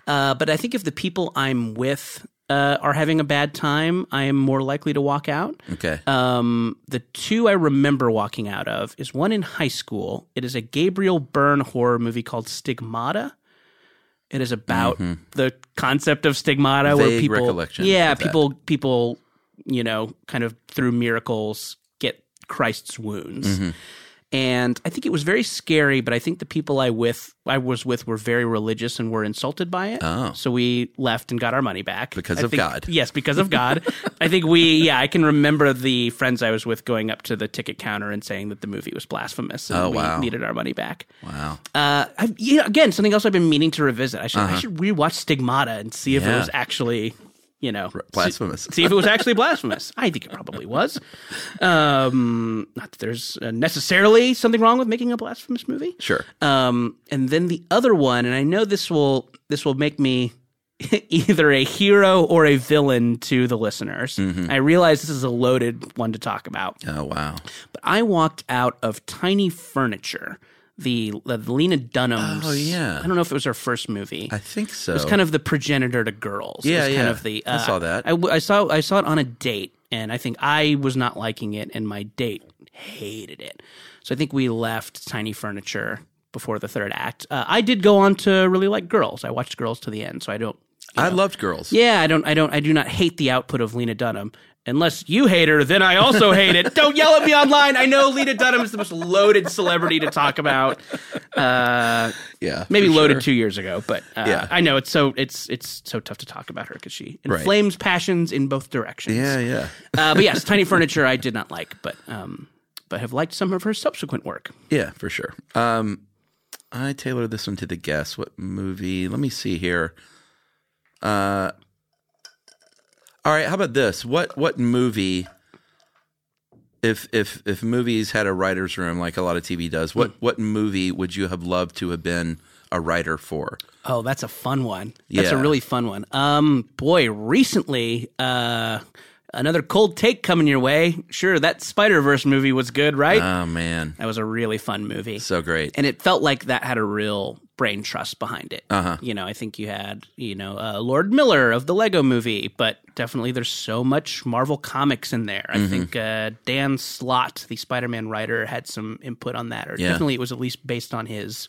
Speaker 3: Uh, but I think if the people I'm with uh, are having a bad time, I am more likely to walk out.
Speaker 2: Okay.
Speaker 3: Um, the two I remember walking out of is one in high school. It is a Gabriel Byrne horror movie called Stigmata. It is about the concept of stigmata where
Speaker 2: Mm-hmm. Vague
Speaker 3: people,
Speaker 2: recollection
Speaker 3: yeah,
Speaker 2: of that.
Speaker 3: people, people, you know, kind of through miracles get Christ's wounds.
Speaker 2: Mm-hmm.
Speaker 3: And I think it was very scary, but I think the people I with I was with were very religious and were insulted by it.
Speaker 2: Oh.
Speaker 3: So we left and got our money back.
Speaker 2: Because
Speaker 3: I
Speaker 2: of
Speaker 3: think-
Speaker 2: God.
Speaker 3: Yes, because of God. I think we, yeah, I can remember the friends I was with going up to the ticket counter and saying that the movie was blasphemous and
Speaker 2: Oh,
Speaker 3: we
Speaker 2: wow.
Speaker 3: needed our money back.
Speaker 2: wow.
Speaker 3: Uh, I've, you know, again, something else I've been meaning to revisit. I should, I should rewatch Stigmata and see if
Speaker 2: Uh-huh. Yeah.
Speaker 3: it was actually, you know,
Speaker 2: Blasphemous.
Speaker 3: see if it was actually blasphemous. I think it probably was. Um, not that there's uh, necessarily something wrong with making a blasphemous movie.
Speaker 2: Sure.
Speaker 3: Um, and then the other one, and I know this will this will make me [laughs] either a hero or a villain to the listeners.
Speaker 2: Mm-hmm.
Speaker 3: I realize this is a loaded one to talk about,
Speaker 2: Oh wow.
Speaker 3: but I walked out of Tiny Furniture, the, the Lena Dunham's.
Speaker 2: Oh, yeah.
Speaker 3: I don't know if it was her first movie.
Speaker 2: I think so.
Speaker 3: It was kind of the progenitor to girls. It
Speaker 2: Yeah,
Speaker 3: was
Speaker 2: yeah.
Speaker 3: Kind of the, uh,
Speaker 2: I saw that.
Speaker 3: I, w- I saw I saw it on a date, and I think I was not liking it, and my date hated it. So I think we left Tiny Furniture before the third act. Uh, I did go on to really like Girls. I watched Girls to the end, so I don't.
Speaker 7: I loved girls.
Speaker 3: Yeah, I don't, I don't, I do not hate the output of Lena Dunham. Unless you hate her, then I also hate it. Don't yell at me online. I know Lena Dunham is the most loaded celebrity to talk about. Uh,
Speaker 7: yeah,
Speaker 3: maybe
Speaker 7: for
Speaker 3: loaded
Speaker 7: sure.
Speaker 3: two years ago, but uh,
Speaker 7: Yeah.
Speaker 3: I know it's so it's it's so tough to talk about her because she
Speaker 7: Right.
Speaker 3: inflames passions in both directions.
Speaker 7: Yeah, yeah.
Speaker 3: Uh, but yes, Tiny Furniture I did not like, but um, but have liked some of her subsequent work.
Speaker 7: Yeah, for sure. Um, I tailored this one to the guess. What movie? Let me see here. Uh, all right. How about this? What what movie? If if if movies had a writers' room like a lot of TV does, what what movie would you have loved to have been a writer for?
Speaker 3: Oh, that's a fun one. That's
Speaker 7: Yeah.
Speaker 3: a really fun one. Um, boy, recently, uh, another cold take coming your way. Sure, that Spider Verse movie was good, right?
Speaker 7: Oh man,
Speaker 3: that was a really fun movie,
Speaker 7: so great.
Speaker 3: and it felt like that had a real brain trust behind it.
Speaker 7: Uh-huh.
Speaker 3: You know, I think you had you know uh, Lord Miller of the Lego Movie, but definitely there's so much Marvel comics in there. I
Speaker 7: Mhm.
Speaker 3: think uh, Dan Slott, the Spider Man writer, had some input on that, or
Speaker 7: Yeah.
Speaker 3: definitely it was at least based on his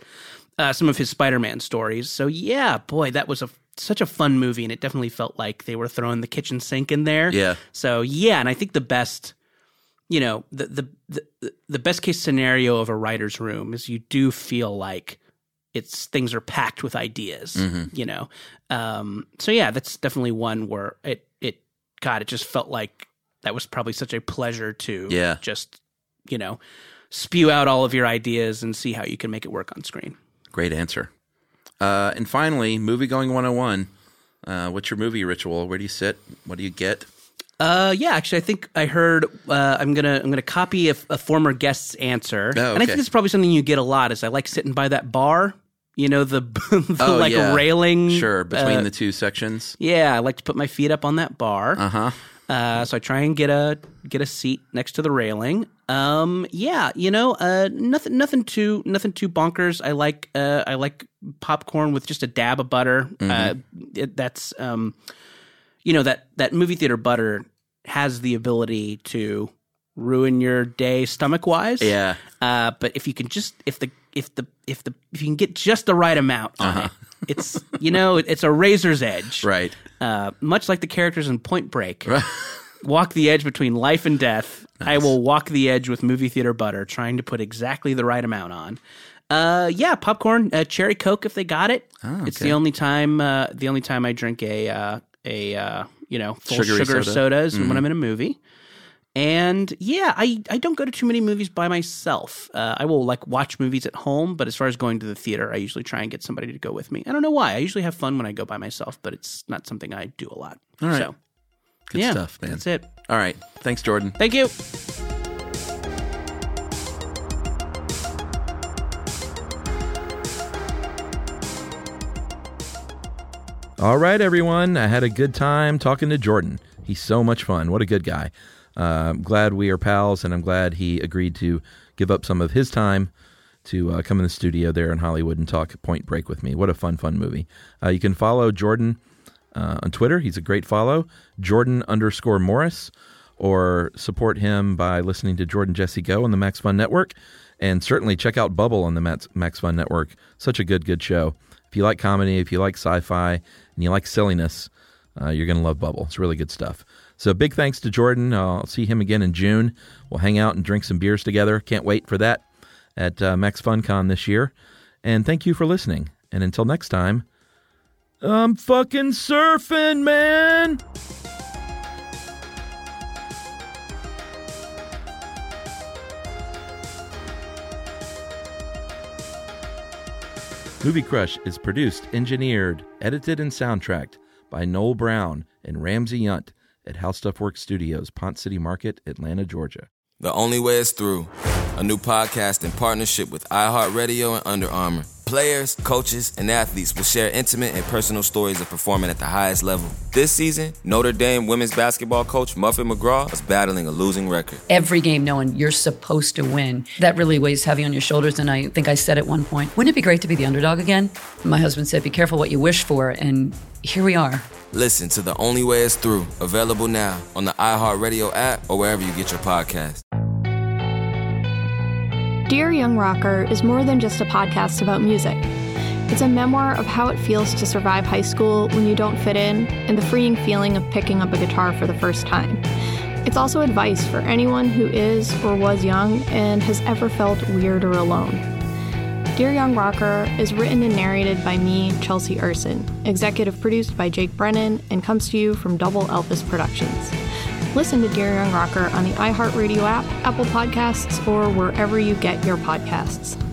Speaker 3: uh, some of his Spider-Man stories. So yeah, boy, that was a such a fun movie, and it definitely felt like they were throwing the kitchen sink in there.
Speaker 7: Yeah.
Speaker 3: So yeah, and I think the best, you know, the the the, the best case scenario of a writer's room is you do feel like it's things are packed with ideas.
Speaker 7: Mhm.
Speaker 3: You know, um, so yeah, that's definitely one where it it God, it just felt like that was probably such a pleasure to
Speaker 7: Yeah.
Speaker 3: just you know spew out all of your ideas and see how you can make it work on screen.
Speaker 7: Great answer. Uh, and finally, movie going 101. Uh, what's your movie ritual? Where do you sit? What do you get?
Speaker 3: Uh, yeah, actually, I think I heard. Uh, I'm gonna I'm gonna copy a, a former guest's answer,
Speaker 7: Oh,
Speaker 3: and I
Speaker 7: okay.
Speaker 3: think it's probably something you get a lot. Is I like sitting by that bar, you know, the, [laughs] the
Speaker 7: Oh,
Speaker 3: like
Speaker 7: yeah.
Speaker 3: railing.
Speaker 7: Sure, between
Speaker 3: uh,
Speaker 7: the two sections.
Speaker 3: Yeah, I like to put my feet up on that bar.
Speaker 7: Uh huh.
Speaker 3: Uh, so I try and get a get a seat next to the railing. Um, yeah, you know, uh, nothing nothing too nothing too bonkers. I like uh, I like popcorn with just a dab of butter.
Speaker 7: Mm-hmm.
Speaker 3: Uh, it, that's um, you know that that movie theater butter has the ability to ruin your day stomach wise.
Speaker 7: Yeah.
Speaker 3: Uh, but if you can just if the if the if the if you can get just the right amount on it, it's you know it, it's a razor's edge.
Speaker 7: Uh-huh. [laughs] Right.
Speaker 3: Uh, much like the characters in Point Break, [laughs] walk the edge between life and death. I will walk the edge with movie theater butter, trying to put exactly the right amount on. Uh, yeah, popcorn, uh, cherry coke if they got it.
Speaker 7: Ah,
Speaker 3: It's the only time, uh, the only time I drink a uh, a uh, you know full
Speaker 7: Sugary
Speaker 3: sugar
Speaker 7: soda. Mm-hmm.
Speaker 3: sodas when I'm in a movie. And yeah, I, I don't go to too many movies by myself. Uh, I will like watch movies at home, but as far as going to the theater, I usually try and get somebody to go with me. I don't know why. I usually have fun when I go by myself, but it's not something I do a lot.
Speaker 7: All right.
Speaker 3: So
Speaker 7: Good
Speaker 3: yeah,
Speaker 7: stuff, man.
Speaker 3: That's it.
Speaker 7: All right. Thanks, Jordan.
Speaker 3: Thank you.
Speaker 2: All right, everyone. I had a good time talking to Jordan. He's so much fun. What a good guy. Uh, I'm glad we are pals, and I'm glad he agreed to give up some of his time to uh, come in the studio there in Hollywood and talk Point Break with me. What a fun, fun movie. Uh, you can follow Jordan uh, on Twitter. He's a great follow, Jordan underscore Morris, or support him by listening to Jordan Jesse Go on the Max Fun Network. And certainly check out Bubble on the Max, Max Fun Network. Such a good, good show. If you like comedy, if you like sci fi, and you like silliness, uh, you're going to love Bubble. It's really good stuff. So big thanks to Jordan. I'll see him again in June. We'll hang out and drink some beers together. Can't wait for that at uh, Max FunCon this year. And thank you for listening. And until next time, I'm fucking surfing, man. Movie Crush is produced, engineered, edited, and soundtracked by Noel Brown and Ramsey Yunt at How Stuff Works Studios, Pont City Market, Atlanta, Georgia.
Speaker 8: The Only Way is Through, a new podcast in partnership with iHeartRadio and Under Armour. Players, coaches, and athletes will share intimate and personal stories of performing at the highest level. This season, Notre Dame women's basketball coach Muffin McGraw is battling a losing record.
Speaker 9: every game knowing you're supposed to win. That really weighs heavy on your shoulders. And I think I said at one point, wouldn't it be great to be the underdog again? My husband said, be careful what you wish for. And here we are.
Speaker 8: Listen to The Only Way is Through, available now on the iHeartRadio app or wherever you get your podcasts.
Speaker 10: Dear Young Rocker is more than just a podcast about music.
Speaker 8: It's a memoir of how it feels to survive high school when you don't fit in and the freeing feeling of picking up a guitar for the first time. It's also advice for anyone who is or was young and has ever felt weird or alone. Dear Young Rocker is written and narrated by me, Chelsea Erson, executive produced by Jake Brennan, and comes to you from Double Elvis Productions. Listen to Dear Young Rocker on the iHeartRadio app, Apple Podcasts, or wherever you get your podcasts.